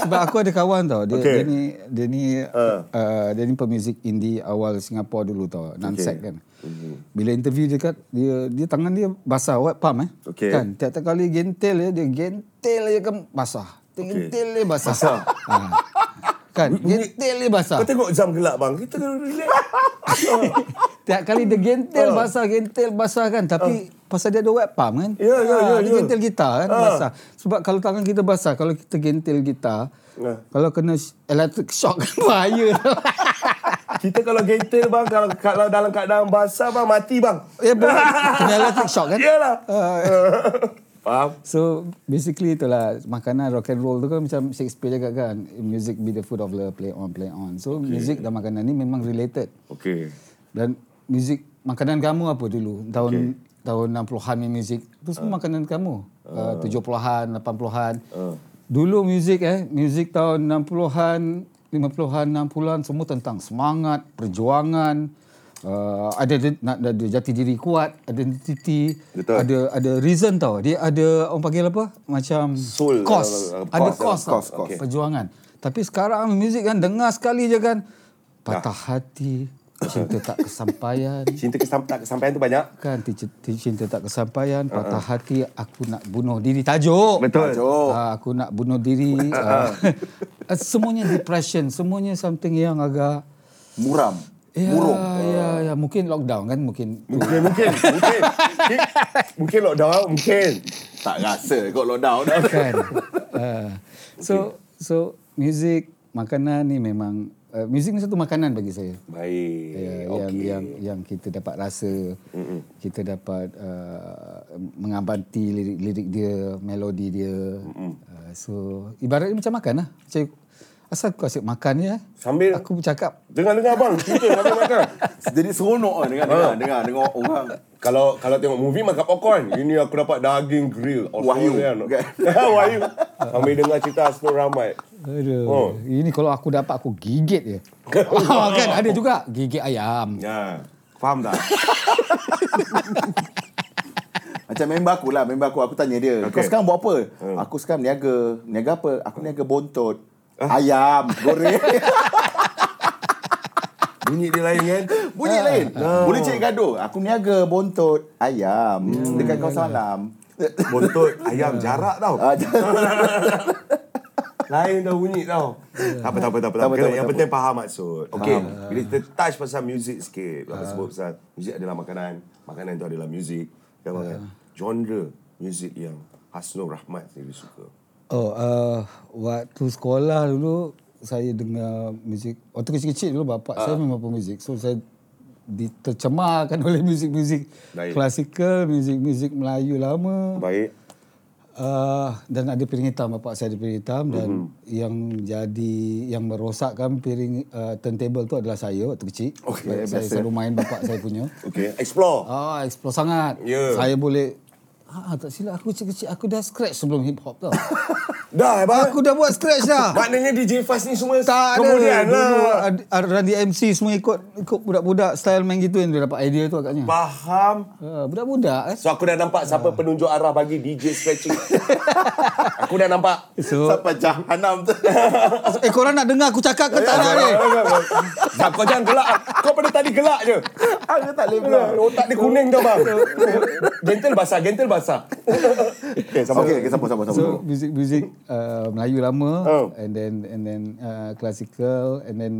S1: sebab aku ada kawan tau dia,
S2: Okay. Ah.
S1: dia ni dia ni uh. Uh, dia ni pemuzik indie awal Singapura dulu tau Namsec kan
S2: Mm-hmm.
S1: bila interview dia kat dia dia tangan dia basah wet palm eh
S2: Okay.
S1: kan tiap-tiap kali gentel dia dia gentel je kan basah gentel dia basah,
S2: Basah.
S1: ha. kan gentel dia basah
S2: Kau tengok jam gelap bang. Kita kena relax. Ha.
S1: Tiap kali dia
S2: Ah.
S1: gentel basah, gentel basah kan. Tapi pasal dia ada wet palm kan.
S2: Ya, ya,
S1: Ah,
S2: ya,
S1: Dia
S2: ya.
S1: gentel gitar kan, basah. Sebab kalau tangan kita basah, kalau kita gentel gitar,
S2: Ah.
S1: kalau kena sh- electric shock kan bahaya.
S2: Kita kalau gentle bang kalau kalau dalam keadaan basah bang mati bang.
S1: ya, boleh. Kena electric shock kan.
S2: Iyalah.
S1: Ah,
S2: Faham?
S1: So basically itulah makanan rock and roll tu kan macam Shakespeare cakap kan music be the food of love play on play on. So okay. music dan makanan ni memang related.
S2: Okey.
S1: Dan muzik makanan kamu apa dulu? Tahun okay. tahun 60-an ni muzik tu
S2: Ah.
S1: semua uh. makanan kamu. Uh, 70-an, 80-an. Uh. Dulu muzik eh, muzik tahun 60-an, 50-an, 60-an semua tentang semangat, perjuangan, uh, ada, ada nak ada jati diri kuat, ada identiti,
S2: Betul.
S1: ada ada reason tau. Dia ada orang panggil apa? Macam
S2: Soul.
S1: cost.
S2: Uh,
S1: ada
S2: cost,
S1: cost,
S2: cost,
S1: tau.
S2: okay.
S1: perjuangan. Tapi sekarang muzik kan dengar sekali je kan patah hati, cinta tak kesampaian
S2: Cinta kesam, tak kesampaian tu banyak.
S1: kan cinta, cinta tak kesampaian patah hati aku nak bunuh diri tajuk
S2: Betul.
S1: Ah, aku nak bunuh diri. Ah. Ah, semuanya depression, semuanya something yang agak
S3: Muram.
S1: ya,
S3: Murung.
S1: Ya, ya, mungkin lockdown kan mungkin.
S2: Mungkin, mungkin, mungkin. Mungkin lockdown, mungkin.
S3: Tak rasa kot lockdown dah.
S1: kan. Ah. so so music, makanan ni memang uh, music ni satu makanan bagi saya.
S2: Baik.
S1: Ya, yang
S2: Okey.
S1: yang yang kita dapat rasa, Mm-mm. kita dapat uh, mengamati lirik-lirik dia, melodi dia. Uh, so ibaratnya macam makan lah. Macam, asal aku asyik makan je.
S2: Sambil-
S1: aku bercakap.
S2: Dengar-dengar abang, cerita makan-makan.
S3: Jadi seronok lah dengar,
S2: Ah.
S3: dengar, dengar, dengar orang.
S2: Kalau kalau tengok movie makan popcorn. Ini aku dapat daging grill.
S3: Wahyu.
S2: Australian. Wahyu. Sambil dengar cerita Asnur Rahmat.
S1: Aduh.
S2: Oh.
S1: Ini kalau aku dapat aku gigit je. Ah, kan ada juga gigit ayam.
S2: Ya. Faham tak?
S3: Macam member aku lah, member aku. Aku tanya dia, okay. kau
S2: Okay. Hmm.
S3: sekarang buat apa? Aku sekarang niaga. Niaga apa? Aku niaga bontot.
S2: Ah.
S3: Ayam, goreng.
S2: Bunyi dia lain Hmm. kan? ah.
S3: Bunyi lain. Ah. Boleh cik gaduh. Aku niaga bontot, ayam.
S2: Hmm.
S3: Dekat kawasan alam.
S2: Bontot ayam jarak tau.
S3: Ah, jangan-
S2: Lain dah bunyi tau. Tak apa, tak apa, tak apa. Tak
S3: Tak
S2: apa
S3: apa, tak apa,
S2: Yang
S3: tak
S2: penting faham maksud. Ah. Okay. Bila kita touch pasal music sikit. Apa sebut pasal music adalah makanan. Makanan itu adalah music. Kan makan. Genre music yang Hasnul Rahmat sendiri suka.
S1: Oh, uh, waktu sekolah dulu saya dengar muzik. Waktu kecil-kecil dulu bapak
S2: Ah.
S1: uh. saya memang pemuzik. So saya ditercemarkan oleh muzik-muzik
S2: Baik.
S1: klasikal, muzik-muzik Melayu lama.
S2: Baik.
S1: Uh, dan ada piring hitam bapak saya ada piring hitam dan
S2: Mhm.
S1: yang jadi yang merosakkan piring uh, turntable tu adalah saya waktu kecil. saya
S2: Okey,
S3: biasa.
S1: selalu main bapak saya punya.
S2: Okay. Explore.
S1: Ah, explore sangat.
S2: Ya.
S1: Saya boleh Ah, tak silap aku kecil-kecil aku dah scratch sebelum hip hop tau.
S2: Dah, hebat.
S1: aku dah buat scratch dah.
S2: Maknanya DJ Fast ni semua
S1: tak ada.
S2: kemudian lah.
S1: Dulu ad- ad- Randy MC semua ikut ikut budak-budak style main gitu yang dia dapat idea tu agaknya.
S2: Faham.
S1: Ah, budak-budak eh.
S2: So aku dah nampak siapa penunjuk arah bagi DJ scratching. aku dah nampak.
S1: So,
S3: Sampai jahanam tu.
S1: eh korang nak dengar aku cakap
S2: Ya,
S1: ke tak nak eh? ni?
S2: Tak, kau jangan gelak. Kau pada tadi gelak je.
S3: Aku tak boleh bilang.
S2: Gelak. Otak dia kuning dah bang. gentle basah, gentle basah. okay, sama.
S3: Okay, okay, sambung, sambung, sambung.
S1: So music music uh, Melayu lama
S2: Oh.
S1: and then and then uh, classical and then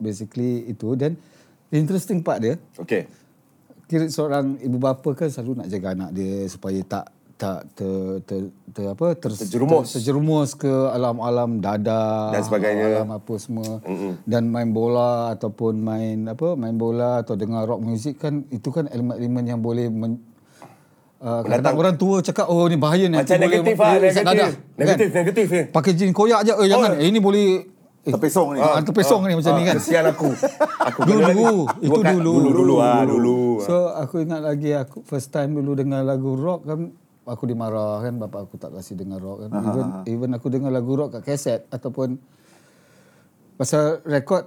S1: basically itu dan interesting part dia
S2: Okay.
S1: kira seorang ibu bapa kan selalu nak jaga anak dia supaya tak tak ter, ter, ter apa ter,
S2: Terjerumus.
S1: ter, terjerumus ke alam-alam dada
S2: Dan sebagainya.
S1: alam apa semua Mm-mm. dan main bola ataupun main apa main bola atau dengar rock music kan itu kan elemen-elemen yang boleh men, uh, kadang orang tua cakap oh ni bahaya ni
S2: Macam
S1: Nanti boleh-
S2: negatif lah,
S1: boleh isak
S2: negatif.
S1: dadah.
S2: Negatif, Oh.
S1: kan?
S2: negatif ni.
S1: pakai jin koyak je eh jangan eh, ini boleh eh,
S3: Terpesong ni.
S1: ah, terpesong ni macam ni kan
S2: Kesian aku. aku
S1: Dulu,
S2: kena-
S1: itu
S2: Bukan,
S1: dulu.
S2: Dulu, dulu, ah, dulu.
S1: So aku ingat lagi aku first time dulu dengar lagu rock kan aku dimarah kan bapa aku tak kasi dengar rock kan. Even even aku dengar lagu rock kat kaset ataupun pasal rekod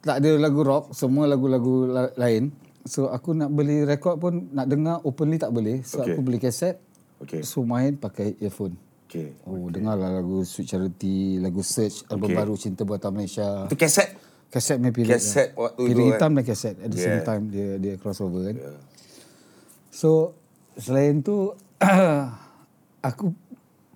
S1: tak ada lagu rock, semua lagu-lagu la- lain. So aku nak beli rekod pun nak dengar openly tak boleh. So okay.
S2: Okay.
S1: aku beli kaset.
S2: Okay.
S1: So main pakai earphone.
S2: Okay.
S1: Oh, dengarlah lagu Sweet Charity, lagu Search, album baru Cinta Buatan Malaysia.
S2: Itu kaset.
S1: Kaset punya period.
S2: Kaset waktu
S1: Period
S2: tu,
S1: hitam dan kaset. At the same
S2: Yeah.
S1: time dia dia crossover kan. So selain tu aku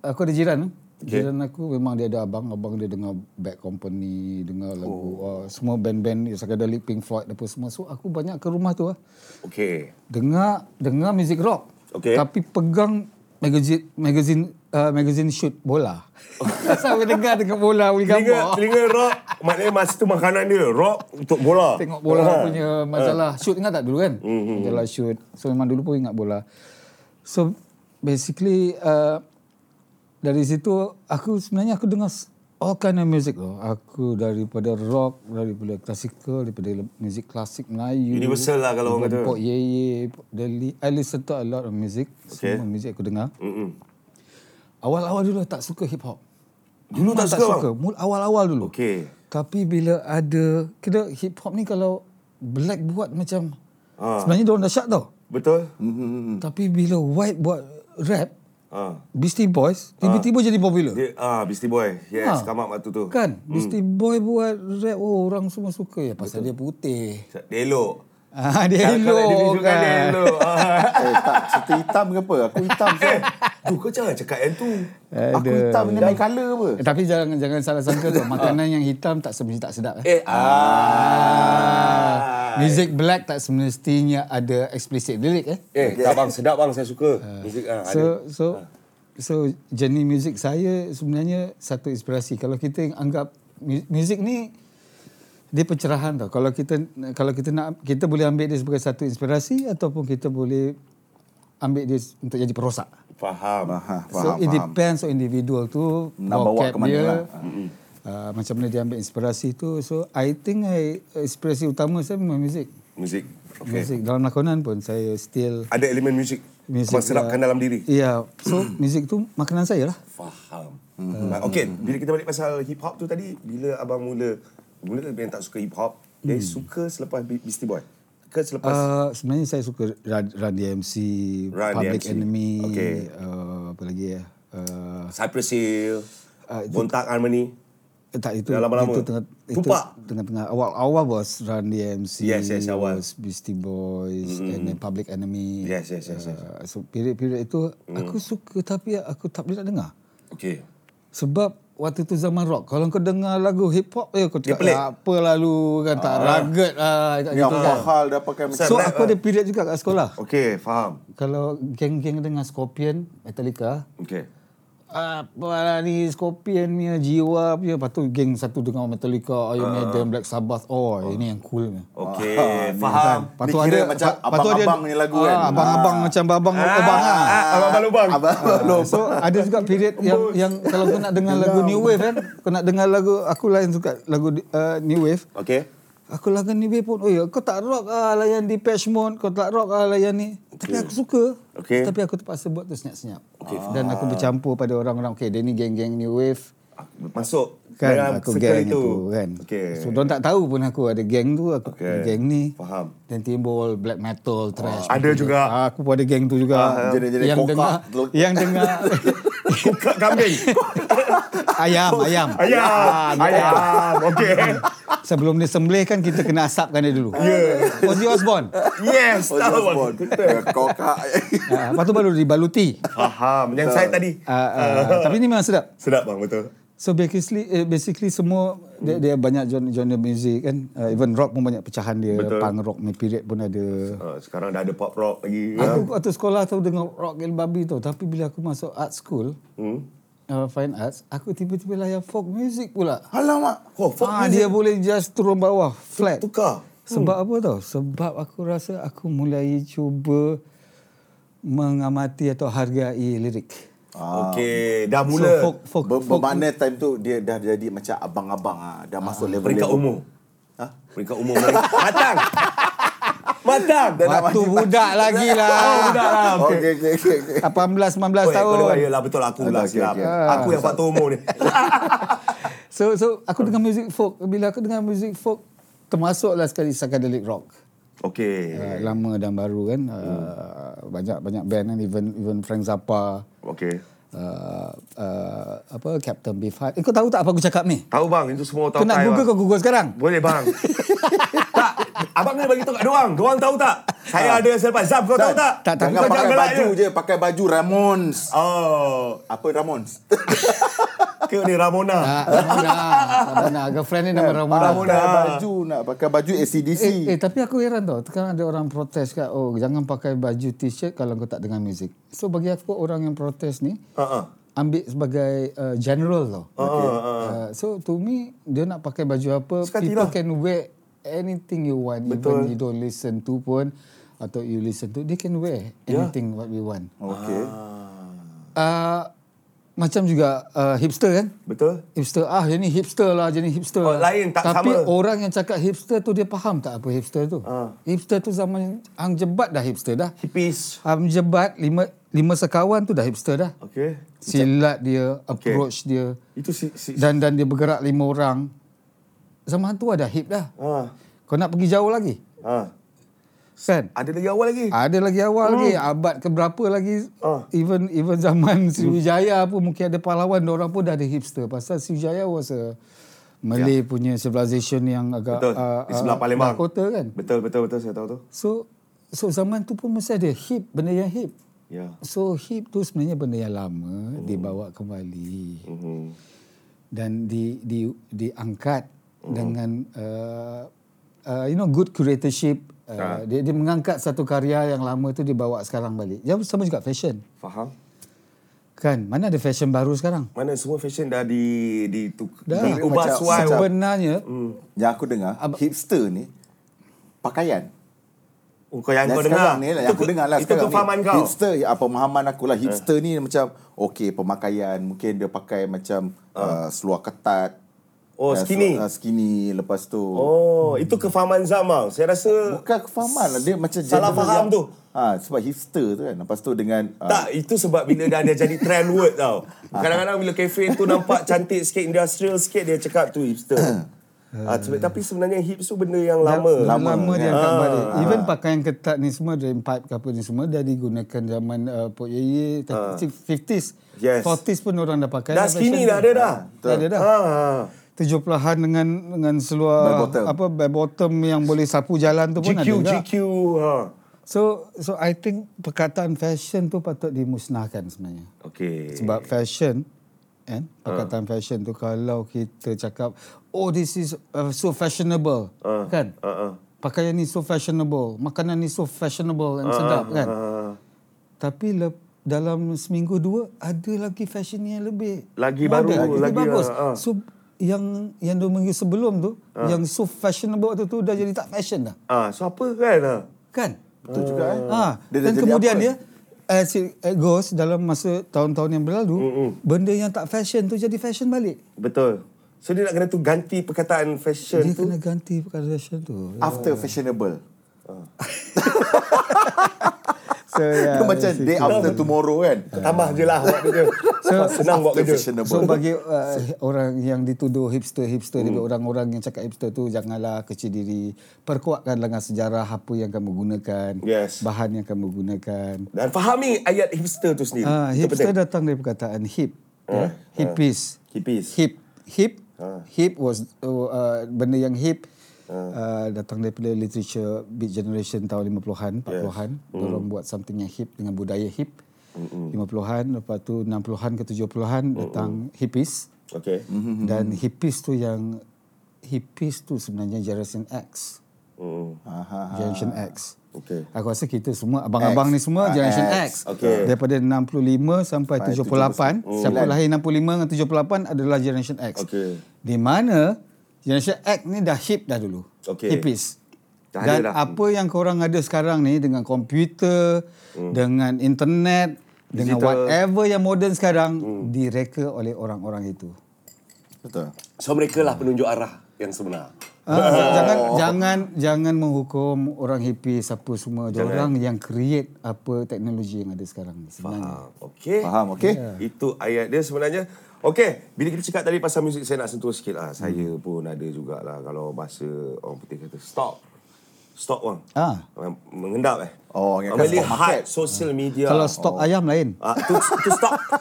S1: aku ada jiran tu. Jiran aku memang dia ada abang, abang dia dengar Bad Company, dengar lagu
S2: Oh.
S1: uh, semua band-band psychedelic Pink Floyd apa semua. So aku banyak ke rumah tu lah.
S2: Okay.
S1: Dengar dengar music rock.
S2: Okay.
S1: Tapi pegang magazine magazine uh, magazine shoot bola.
S2: Oh.
S1: Saya dengar dengan bola boleh
S2: Telinga,
S1: gambar.
S2: telinga rock Maknanya masa tu makanan dia Rock untuk bola
S1: Tengok bola
S2: Ah.
S1: punya masalah. Shoot ingat tak dulu kan? Mm-hmm. Masalah shoot. So memang dulu pun ingat bola. So basically uh, dari situ aku sebenarnya aku dengar s- all kind of music tu. Aku daripada rock, daripada klasikal, daripada le- music klasik Melayu.
S2: Universal lah kalau orang kata.
S1: Pop Ye Ye, Pop Deli. I listen to a lot of music.
S2: Okay.
S1: Semua music aku dengar.
S2: Mm-mm.
S1: Awal-awal dulu tak suka hip hop.
S2: Dulu tak
S1: Memang
S2: suka, bang?
S1: Mul- Awal-awal dulu.
S2: Okey.
S1: Tapi bila ada kira hip hop ni kalau black buat macam
S2: Ah. Hmm.
S1: ha. sebenarnya dia orang dahsyat tau.
S2: Betul
S1: Tapi bila white buat rap
S2: Ah.
S1: Beastie Boys tiba-tiba jadi popular.
S2: Dia ah Beastie Boy. Yes, ha. come up waktu tu.
S1: Kan? Beastie Boy buat rap oh, orang semua suka ya pasal dia putih.
S2: Dia elok.
S1: Ah dia
S2: Kalau dia
S1: elok
S2: visual kan dia
S1: kan.
S2: elok. Ah.
S3: Eh, tak, cerita hitam ke apa? Aku hitam
S2: Eh.
S3: saya.
S2: Tu kau jangan cakap yang tu.
S3: Aku hitam ni main colour apa?
S1: Eh, tapi jangan jangan salah sangka
S2: Ah.
S1: tu makanan yang hitam tak semestinya tak sedap. Eh.
S2: Eh ah.
S1: Music black tak semestinya ada explicit lirik eh.
S2: Eh, tak bang, sedap bang saya suka. Muzik ah,
S3: Ha,
S2: ada.
S1: So so so jenis muzik saya sebenarnya satu inspirasi. Kalau kita anggap mu- muzik ni dia pencerahan tau. Kalau kita kalau kita nak kita boleh ambil dia sebagai satu inspirasi ataupun kita boleh ambil dia untuk jadi perosak.
S2: Faham.
S3: Faham,
S1: so
S3: faham,
S1: it
S3: faham.
S1: depends on individual tu
S3: Nak bawa
S1: vocab
S3: ke mana
S1: dia,
S3: lah.
S1: Uh, macam mana dia ambil inspirasi tu. So I think I inspirasi utama saya memang muzik.
S2: Muzik.
S1: Okay. Muzik dalam lakonan pun saya still
S2: Ada elemen muzik.
S1: Muzik,
S2: Abang serapkan dalam diri.
S1: Ya, so muzik tu makanan saya lah.
S2: Faham.
S1: Mm.
S2: Hmm. Okay, bila kita balik pasal hip hop tu tadi, bila abang mula mula dia tak suka hip hop,
S1: Mm.
S2: dia suka selepas Be- Beastie Boy. Ke selepas
S1: Uh, sebenarnya saya suka Run, Run DMC,
S2: Run
S1: Public
S2: DMC.
S1: Enemy,
S2: Okey.
S1: uh, apa lagi ya? Uh,
S2: Cypress Hill,
S1: Ah, itu-
S2: Bontak Harmony.
S1: eh, tak itu
S2: Dah lama-lama.
S1: itu tengah itu
S2: Tupac.
S1: tengah-tengah awal-awal was Run DMC,
S2: Yes, yes, awal.
S1: was Beastie Boys mm. and then Public Enemy.
S2: Yes, yes, yes, Mm. yes.
S1: Uh, so period-period itu aku suka tapi aku tak boleh nak dengar.
S2: Okay.
S1: Sebab waktu tu zaman rock. Kalau kau dengar lagu hip hop eh kau cakap
S2: Dia pelik. Ah. Ya
S1: "Ah, apa lalu kan tak rugged lah cakap
S3: Ni
S1: gitu
S3: apa
S1: kan.
S3: hal dia pakai macam
S1: So aku
S2: lah.
S1: ada period juga kat sekolah.
S2: Okay, faham.
S1: Kalau geng-geng dengar Scorpion, Metallica,
S2: Okay.
S1: apa lah ni Scorpion punya jiwa punya. Lepas tu geng satu dengar Metallica,
S3: Ah.
S1: Iron Maiden, Black Sabbath. Oh, ini yang cool punya.
S2: Okay,
S3: Faham.
S2: Ah, faham.
S1: Lepas
S3: Ni
S1: tu
S3: kira
S1: ada-
S3: macam
S1: lepas tu ada-
S3: abang-abang ni lagu kan.
S1: Ah, abang-abang macam abang-abang abang ah.
S2: Ah, abang lubang.
S3: Abang belum.
S1: So Ah, ada juga period yang yang kalau kau nak dengar lagu new wave kan, kau nak dengar lagu aku lain suka lagu uh, new wave.
S2: Okay.
S1: Aku lagu new wave pun, oi kau tak rock ah layan Depeche Mode, kau tak rock ah layan ni. Tapi aku suka.
S2: Okey.
S1: Tapi aku terpaksa buat tu senyap-senyap. Okay, Dan aku bercampur pada orang-orang, okay dia ni geng-geng new wave.
S2: Masuk
S1: Kan
S2: dalam
S1: aku
S2: circle
S1: geng itu kan.
S2: Okay.
S1: So diorang tak tahu pun aku ada geng tu, aku
S2: Okey.
S1: okay. geng ni.
S2: Faham.
S1: Dan timbul black metal, thrash.
S2: ada
S1: macam tu.
S2: juga.
S1: Ah, Aku pun ada geng tu juga.
S3: jenis-jenis
S1: yang
S3: kokak
S1: dengar,
S3: tu.
S1: yang dengar
S2: Kukak kambing. Ya.
S1: ayam, ayam.
S2: Ayam. Ayam. Okay.
S1: Sebelum dia sembelih kan kita kena asapkan dia dulu. Ya. Yeah. Ozzy Osbourne.
S2: Yes.
S3: Oh,
S2: tahu
S3: James
S2: bang.
S3: Bond. Kau kak.
S1: Ah, lepas tu baru dibaluti.
S2: Faham. Yang saya tadi.
S1: Ah, ah, tapi ni memang sedap.
S2: Sedap bang, betul.
S1: So basically eh, basically semua dia, dia banyak genre, genre music kan. Uh, even rock pun banyak pecahan dia.
S2: Betul.
S1: Punk rock punya period pun ada.
S2: Ah, sekarang dah ada pop rock lagi.
S1: Aku waktu sekolah tu dengar rock and babi tau. Tapi bila aku masuk art school, hmm. uh, fine arts, aku tiba-tiba layan folk music pula.
S3: Alamak.
S2: Oh, folk
S1: ah,
S2: music.
S1: Dia boleh just turun bawah, flat.
S2: Tukar.
S1: Sebab apa tau? Sebab aku rasa aku mulai cuba mengamati atau hargai lirik.
S2: Okay. Dah mula.
S1: So folk, folk,
S3: Ah, Ber-
S1: folk
S3: Bermakna time tu dia dah jadi macam abang-abang ah, dah masuk level
S2: Peringkat umur. Ha? Peringkat umur mereka. Matang. Matang.
S1: Waktu budak lagi lah.
S2: Budak lah. Okay.
S3: Okey okey okey.
S1: 18 19
S2: Oh, eh,
S1: tahun.
S2: kau raya lah betul aku lah
S3: Okey,
S2: silap.
S3: okey.
S2: Aku yang patut umur ni.
S1: So so aku dengar music folk. Bila aku dengar music folk termasuklah sekali psychedelic rock.
S2: Okay. Hmm.
S1: Uh, lama dan baru kan uh, banyak banyak band kan even even Frank Zappa
S2: Okay.
S1: uh, uh, apa Captain Beefheart. Eh, kau tahu tak apa aku cakap ni?
S2: Tahu bang, itu semua
S1: Kau
S2: tahu.
S1: nak
S2: Thai,
S1: Google
S2: bang.
S1: kau Google sekarang.
S2: Boleh bang. tak, abang kena bagi tahu kat doang. Doang tahu tak? Saya
S3: Ah.
S2: ada selepas Zab, kau tahu tak?
S1: tak, tak.
S2: Kau
S3: Jangan
S2: jangan
S3: pakai
S2: gelak
S3: baju
S2: je.
S3: je, pakai baju Ramones.
S2: Oh,
S3: Apa Ramones?
S2: ke ni Ramona.
S1: Ah, Ramona, Ramona, girlfriend ni nama
S2: Eh,
S1: Ramona.
S3: Ramona baju nak pakai baju ACDC.
S1: Eh, eh, tapi aku heran tau. Sekarang ada orang protes kat, oh jangan pakai baju t-shirt kalau kau tak dengar muzik. So bagi aku orang yang protes ni,
S2: Ha ah.
S1: ambil sebagai uh, general tau.
S2: Ha ah.
S1: Uh, so to me, dia nak pakai baju apa,
S2: Suka
S1: people
S2: hati lah.
S1: can wear anything you want.
S2: Betul.
S1: Even you don't listen to pun, atau you listen to, they can wear anything what we want.
S3: Okey.
S1: Uh, macam juga uh, hipster kan?
S2: Betul?
S1: Hipster ah jadi hipster lah jadi hipster.
S2: Oh,
S1: lah.
S2: lain, tak
S1: Tapi
S2: sama. Ah.
S1: orang yang cakap hipster tu dia faham tak apa hipster tu? Ha. Hipster tu zaman hang jebat dah hipster dah.
S2: Hippies.
S1: Hang jebat lima lima sekawan tu dah hipster dah.
S2: Okay.
S1: Silat dia, approach dia
S2: Itu si... si
S1: dan dan dia bergerak lima orang. Zaman tu ada hip dah.
S2: ha.
S3: Ah.
S1: Kau nak pergi jauh lagi?
S2: Ha.
S1: Kan?
S2: Ada lagi awal lagi.
S1: Ada lagi awal lagi
S2: Hmm.
S1: abad ke berapa lagi
S2: Ah.
S1: even even zaman Sriwijaya pun mungkin ada pahlawan orang pun dah ada hipster pasal Sriwijaya was a Malay punya civilization yang agak
S2: Ya. Betul. Di sebelah Palembang.
S1: kota kan.
S2: Betul betul betul saya tahu tu.
S1: So so zaman tu pun mesti ada hip benda yang hip.
S2: Ya.
S1: So hip tu sebenarnya benda yang lama dibawa kembali
S2: Mhm.
S1: dan di di diangkat dengan uh, uh, you know good curatorship uh, dia, dia mengangkat satu karya yang lama tu dibawa sekarang balik. Ya sama juga fashion.
S2: Faham?
S1: Kan? Mana ada fashion baru sekarang?
S2: Mana semua fashion dah di di tu
S1: Dah.
S2: diubah
S3: Macam-
S2: suai.
S3: macam-
S1: Sebenarnya
S3: Yang aku dengar hipster ni pakaian.
S2: Oh, kau yang
S3: Yang
S2: kau dengar.
S3: sekarang ni lah, yang aku dengar lah
S2: Itu
S3: sekarang
S2: kefahaman
S3: ni.
S2: kau. Eh.
S3: Hipster, ya, apa, pemahaman aku lah. Hipster ni macam, okey pemakaian, mungkin dia pakai macam uh, seluar ketat.
S2: Ah. Oh,
S3: uh,
S2: skinny.
S3: seluar- uh, skinny, lepas tu.
S2: Oh, itu kefahaman Zamal. Saya rasa
S3: Bukan kefahaman lah. Dia macam
S2: Salah
S3: general
S2: faham
S3: yang-
S2: tu.
S3: Ha, sebab hipster tu kan. Lepas tu dengan... ah,
S2: Tak, itu sebab bila dah dia jadi trend word tau.
S1: Ah.
S2: Kadang-kadang bila cafe tu nampak cantik sikit, industrial sikit, dia cakap tu hipster. Ah, sebab, tapi sebenarnya hips tu benda yang lama.
S1: Dah lama dia angkat
S2: Ah.
S1: balik. Even pakaian ketat ni semua, drain pipe ke apa ni semua, dah digunakan zaman uh, Pok Yeye, uh. 50s.
S2: Ah. Yes.
S1: 40s pun orang dah pakai.
S2: Dah skinny dah ada dah.
S1: Dah ada dah.
S2: Ah.
S1: 70-an dengan dengan
S3: Bell
S1: seluar
S3: bottom.
S1: apa bell bottom yang boleh sapu jalan tu pun
S2: GQ,
S1: ada juga.
S2: GQ. Ha.
S1: So so I think perkataan fashion tu patut dimusnahkan sebenarnya.
S2: Okay.
S1: Sebab fashion kan
S2: Ah.
S1: perkataan fashion tu kalau kita cakap oh this is uh, so fashionable uh, kan
S2: ah, ah.
S1: pakaian ni so fashionable makanan ni so fashionable and sedap kan
S2: Ah.
S1: tapi lep, dalam seminggu dua ada lagi fashion yang lebih
S2: Lagi
S1: modern,
S2: baru,
S1: lebih
S2: lagi,
S1: bagus.
S2: ah, ah.
S1: So yang yang dua minggu sebelum tu yang so fashionable tu tu dah jadi tak fashion dah.
S2: Ah, so apa kan? ah?
S1: Kan?
S3: Betul juga eh.
S1: Ha,
S3: Dia dah
S1: dan
S3: jadi
S1: kemudian
S3: apa?
S1: dia as it goes dalam masa tahun-tahun yang berlalu benda yang tak fashion tu jadi fashion balik.
S2: Betul. So dia nak kena tu ganti perkataan fashion
S1: Dia
S2: tu. Ah,
S1: kena ganti perkara fashion tu.
S3: After fashionable.
S1: So yeah.
S3: dia macam day after tomorrow kan.
S2: Tambah je lah buat kerja.
S1: So-
S2: Senang buat
S3: After
S2: kerja.
S3: fashionable.
S1: So bagi uh, orang yang dituduh hipster-hipster hmm. orang-orang yang cakap hipster tu janganlah kecil diri. Perkuatkan dengan sejarah apa yang kamu gunakan,
S2: Yes.
S1: bahan yang kamu gunakan.
S2: Dan fahami ayat hipster tu sendiri.
S1: Ah,
S2: Itu
S1: hipster
S2: penting. Eh?
S1: datang dari perkataan hip, ya. Hippies.
S2: Hippies. Ah.
S1: Hip hip hip was oh, uh, benda yang hip uh, datang daripada literature beat generation tahun 50-an, 40-an.
S2: Hmm.
S1: Yes. Orang buat something yang hip dengan budaya hip. Mm-mm. 50-an lepas tu 60-an ke
S2: Hmm,
S1: 70-an datang hippies.
S2: Okay.
S1: Dan hippies tu yang hippies tu sebenarnya generation X.
S2: Mm.
S3: Aha.
S1: Generation X.
S2: Okay.
S1: Aku rasa kita semua abang-abang
S3: X.
S1: ni semua
S3: Ah,
S1: Generation
S3: X.
S1: X.
S2: Okey.
S1: Daripada 65 sampai 78, siapa lahir 65 dengan 78 adalah Generation X.
S2: Okey.
S1: Di mana Generation X ni dah hip dah dulu.
S2: Okey.
S1: Hippies.
S2: Dah
S1: Dan
S2: ada dah.
S1: apa yang korang ada sekarang ni dengan komputer, dengan internet, dengan
S2: Hmm. Digital. Hmm.
S1: whatever yang moden sekarang direka oleh orang-orang itu.
S3: Betul.
S2: So mereka lah penunjuk arah yang sebenar.
S1: Ah, jangan jangan jangan menghukum orang hippie siapa semua orang yang create apa teknologi yang ada sekarang ni sebenarnya.
S2: Hmm. Faham. Ah, Okey. Ya.
S3: Faham, okey?
S2: Yeah. Itu ayat dia sebenarnya. Okey, bila kita cakap tadi pasal muzik saya nak sentuh sikit lah. Saya pun ada jugalah kalau bahasa orang putih kata stop. Stop bang.
S1: Ah.
S2: Mem- Mengendap eh.
S3: Oh, ingatkan stock
S2: Melihat
S3: market.
S2: social media.
S1: Kalau stok ayam lain.
S2: Ah, tu, tu stop.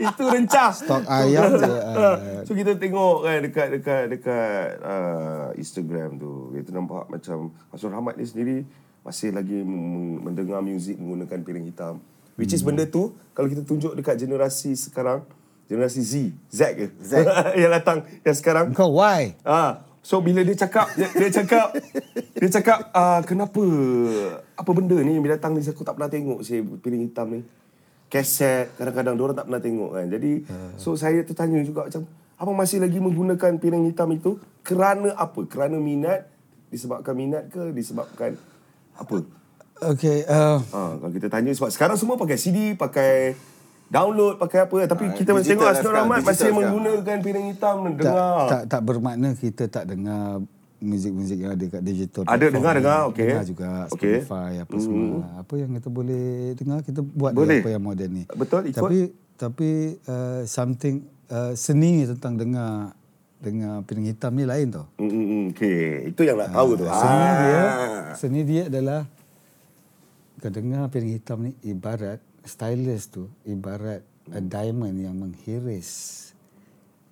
S2: Itu rencah.
S1: Stok ayam je. ah.
S2: so kita tengok kan dekat dekat dekat uh, Instagram tu kita nampak macam Azrul Rahmat ni sendiri masih lagi m- mendengar muzik menggunakan piring hitam which
S1: Hmm.
S2: is benda tu kalau kita tunjuk dekat generasi sekarang generasi Z Z ke Z yang datang yang sekarang
S1: Kau why?
S2: Ah, so bila dia cakap dia, dia cakap dia cakap ah kenapa apa benda ni bila datang ni aku tak pernah tengok si piring hitam ni. Kaset kadang-kadang orang tak pernah tengok kan. Jadi
S3: Ah.
S2: so saya tertanya juga macam abang masih lagi menggunakan piring hitam itu kerana apa? Kerana minat disebabkan minat ke disebabkan apa?
S1: Okay, uh,
S2: Ah, kalau kita tanya sebab sekarang semua pakai CD, pakai download, pakai apa tapi
S3: Ah,
S2: kita masih
S3: digital
S2: tengok
S3: lah
S2: Asnur
S3: sekarang,
S2: Rahmat
S3: digital
S2: masih
S3: sekarang.
S2: menggunakan piring hitam
S1: tak,
S2: dengar.
S1: tak tak bermakna kita tak dengar muzik-muzik yang ada kat digital.
S2: Ada,
S1: platform
S2: dengar,
S1: ni.
S2: dengar, okey.
S1: Dengar juga
S2: Okey.
S1: Spotify apa semua. Apa yang kita boleh dengar kita buat
S2: Boleh.
S1: dia apa yang moden ni.
S2: Betul, ikut.
S1: Tapi tapi uh, something uh, seni tentang dengar dengan piring hitam ni lain tau.
S2: Mm, mm, mm. Okay. Itu yang nak tahu tu.
S1: Seni
S2: Ah.
S1: dia, seni dia adalah kau dengar piring hitam ni ibarat stylus tu ibarat a
S2: Hmm.
S1: diamond yang menghiris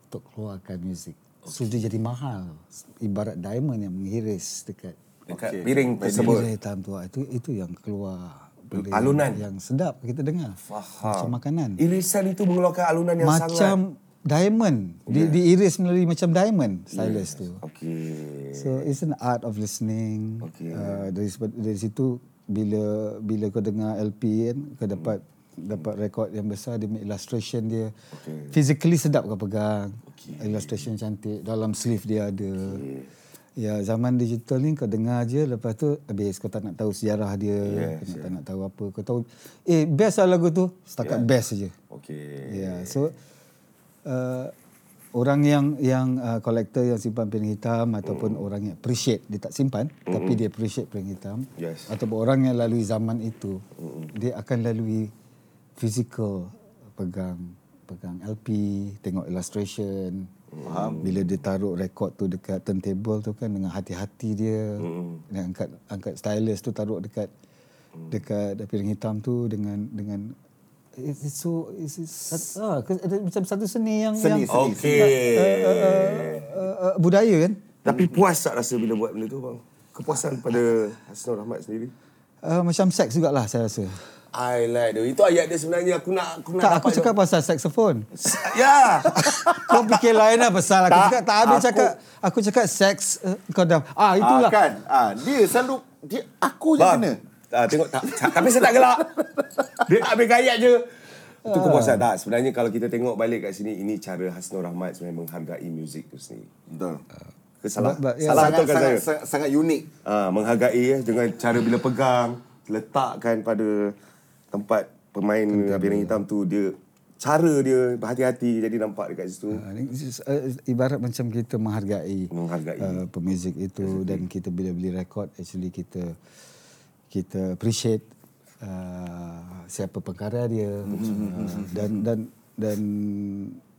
S1: untuk keluarkan muzik. So dia jadi mahal. Ibarat diamond yang menghiris dekat
S2: Dekat
S3: Okey.
S2: piring tersebut.
S1: piring hitam tu. Itu itu yang keluar benda
S2: Alunan.
S1: yang sedap kita dengar. Macam makanan.
S2: Irisan itu mengeluarkan alunan yang
S1: macam
S2: sangat.
S1: diamond. Di, diiris melalui macam diamond stylus tu.
S2: Okey.
S1: So it's an art of listening.
S2: Okay.
S1: Uh, dari sebe- dari situ bila bila kau dengar LP kan kau dapat dapat rekod yang besar dia punya illustration dia. Okay. Physically sedap kau pegang. Okay. Illustration cantik dalam sleeve dia ada. Okay. Ya zaman digital ni kau dengar je lepas tu habis kau tak nak tahu sejarah dia, yes, kau yes. tak nak tahu apa. Kau tahu eh best lah lagu tu setakat yeah. best je.
S2: Okey.
S1: Ya, yeah, so uh, orang yang yang uh, kolektor yang simpan piring hitam ataupun orang yang appreciate dia tak simpan mm. tapi dia appreciate piring hitam
S2: Yes.
S1: ataupun orang yang lalui zaman itu mm. dia akan lalui physical pegang pegang LP, tengok illustration. Faham. Bila dia taruh rekod tu dekat turntable tu kan dengan hati-hati dia. Mm. Dia angkat angkat stylus tu taruh dekat dekat piring hitam tu dengan dengan it's, it's so it's, it's ah, ke- ada macam satu seni yang yang
S3: Seni, seni.
S2: Okey.
S1: uh, uh, budaya kan.
S2: Tapi puas tak rasa bila buat benda tu bang? Kepuasan pada Hasnul Rahmat sendiri?
S1: Uh, macam seks jugalah saya rasa.
S2: I like dia. Itu ayat dia sebenarnya aku nak aku nak
S1: Tak, aku
S2: dapat
S1: cakap pasal saxophone.
S2: jawapan. Ya.
S1: Kau fikir lain lah pasal aku
S3: Tak,
S1: cakap tak habis
S3: aku-
S1: cakap aku cakap seks uh, kau dah ah itulah
S3: Ah, kan? Ah, dia selalu dia aku je
S2: Bang.
S3: kena.
S2: Ah, tengok tak, tak- tapi saya tak gelak. Dia tak ambil gayat je. Itu kepuasan tak. Sebenarnya kalau kita tengok balik kat sini ini cara Hasnul Rahmat sebenarnya menghargai muzik tu sendiri.
S3: Betul.
S2: Kesalah.
S1: Sebab- ya.
S2: Salah
S3: sangat,
S2: betulkan
S3: sangat,
S2: saya.
S3: sangat, sangat unik.
S2: Ah, menghargai ya, dengan cara bila pegang, letakkan pada tempat pemain piring hitam tu dia cara dia berhati-hati jadi nampak dekat situ.
S1: Ah, ni is- uh, ibarat macam kita menghargai
S2: Menghargai.
S1: uh, pemuzik itu dan kita bila beli rekod actually kita kita appreciate uh, siapa pengarah dia
S3: Mm-hmm.
S1: uh, dan dan dan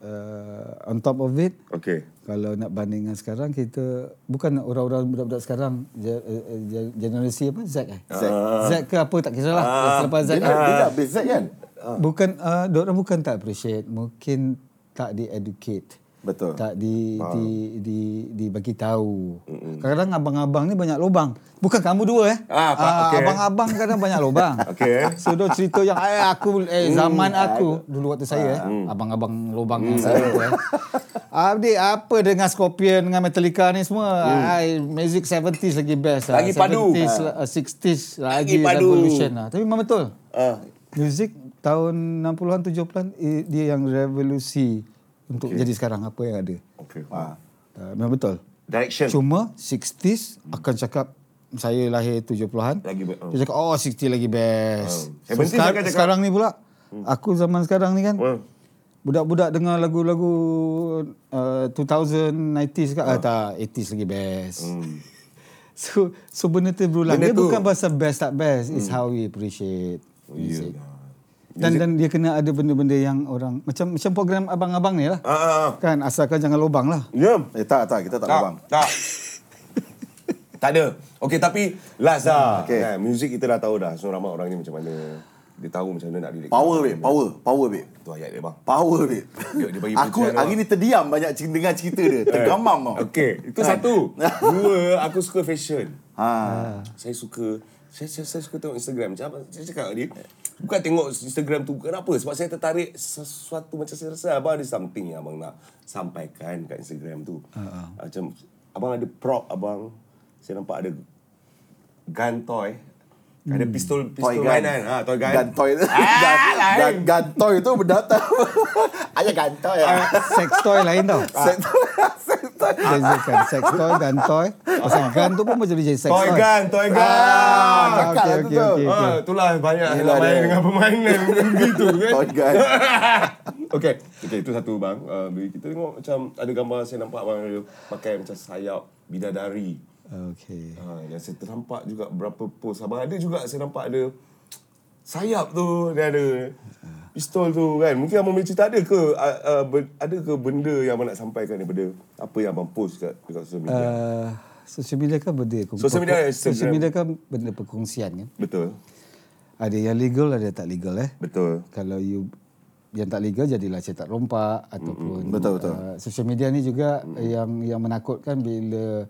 S1: uh, on top of it
S2: Okey.
S1: kalau nak bandingkan sekarang kita bukan orang-orang budak-budak sekarang je- eh, eh, je- generasi apa Z eh
S3: Ah.
S1: Z, Z ke apa tak kisahlah uh, selepas Z
S3: Dia,
S1: kan.
S3: dah-
S2: Ah.
S3: dia dah best kan?
S1: Bukan uh, orang bukan tak appreciate, mungkin tak di-educate.
S3: Betul.
S1: Tak di di di dibagi tahu. Kadang-kadang abang-abang ni banyak lubang. Bukan kamu dua eh.
S2: Ah, apa-
S1: Ah,
S2: okey.
S1: abang-abang kadang banyak lubang.
S2: Okey.
S1: So dia cerita yang eh aku
S2: Hmm.
S1: eh zaman
S2: Ah,
S1: aku dulu waktu saya eh. Abang-abang lubang
S2: Hmm.
S1: yang saya tu eh. Abdi apa dengan Scorpion dengan Metallica ni semua Ah, ai music 70s lagi best lah.
S2: Hmm. Lagi padu. Ah.
S1: 70s lah, uh, 60s lagi,
S2: Lagi padu.
S1: revolution lah. Tapi memang betul.
S2: Ah.
S1: Muzik tahun 60-an 70-an eh, dia yang revolusi untuk jadi sekarang apa yang ada.
S2: Okey.
S3: Ah.
S1: Uh, memang betul.
S2: Direction.
S1: Cuma 60s akan cakap saya lahir 70-an.
S2: Lagi be- oh.
S1: Dia cakap oh 60 lagi best. So,
S2: Oh. 70s
S1: sekar-
S2: akan cakap-
S1: sekarang ni pula aku zaman sekarang ni kan
S2: Hmm.
S1: budak-budak dengar lagu-lagu uh, 2090s kan
S2: Hmm.
S1: ah, tak 80s lagi best. So so benda tu berulang. dia
S2: Benda tu. Hmm. Oh,
S1: bukan pasal best tak best, it's how we appreciate
S2: ya.
S1: music. Dan dan dia kena ada benda-benda yang orang macam macam program abang-abang ni lah.
S2: Ah, ah, ah.
S1: Kan asalkan jangan lubang lah.
S2: Ya.
S3: Eh, tak, tak. Kita tak,
S2: Tak.
S3: faham.
S2: Tak. tak ada. Okey tapi last lah.
S3: Okey.
S2: Kan, muzik kita dah tahu dah. Hasnul Rahmat orang ni macam mana. Dia tahu macam mana nak relate.
S3: Power, babe. Power. Power, babe.
S2: Tu ayat dia bang.
S3: Power, babe.
S2: Dia- dia bagi
S3: aku
S2: pujian
S3: hari
S2: awak.
S3: ni terdiam banyak cer- dengar cerita dia. Tergamam tau.
S2: Kan?
S3: Kan?
S2: Okey, itu satu. Dua, aku suka fashion.
S3: Ha.
S2: Saya suka saya, saya, saya suka tengok Instagram Macam apa saya cakap tadi Bukan tengok Instagram tu Kenapa? Sebab saya tertarik Sesuatu macam saya rasa Abang ada something yang abang nak Sampaikan kat Instagram tu uh-huh. Macam Abang ada prop abang Saya nampak ada Gun toy Ada pistol
S3: Toy
S2: Pistol
S3: gun.
S2: mainan ha, Toy gun
S3: Gun toy. tu.
S2: Ah,
S3: Gun-
S2: lain.
S3: gun- Gun toy tu berdatang. Ayah gun toy ya.
S2: Ah,
S1: Sex toy lain tau.
S3: Set set toy.
S1: Bezakan sex toy dan toy. Pasal gun tu pun boleh jadi sex
S2: Toy
S1: toy.
S2: gun Toy gun
S3: Ah, cakap
S1: okey,
S3: lah tu
S1: okey,
S3: tu.
S1: okey.
S2: Ah, itulah banyak
S3: Yelah,
S2: yang main
S3: dia.
S2: dengan permainan gitu kan.
S3: Toy gun.
S2: okay. Okay, itu satu bang. Uh, bila kita tengok macam ada gambar saya nampak bang dia pakai macam sayap bidadari.
S1: Okey.
S2: Ha, yang saya ternampak juga berapa post. Abang ada juga saya nampak ada sayap tu dia ada. pistol tu kan. Mungkin abang punya cerita ada ke uh, uh, ben- ada ke benda yang abang nak sampaikan daripada apa yang abang post kat dekat social media? Uh,
S1: Uh, social media kan benda kong-
S2: Social media,
S1: pokok-
S2: Instagram.
S1: social media kan benda perkongsian kan.
S2: betul.
S1: Ada yang legal ada yang tak legal eh.
S2: Betul.
S1: Kalau you yang tak legal jadilah cetak rompak ataupun
S3: Betul, betul.
S1: Uh, social media ni juga mm. yang yang menakutkan bila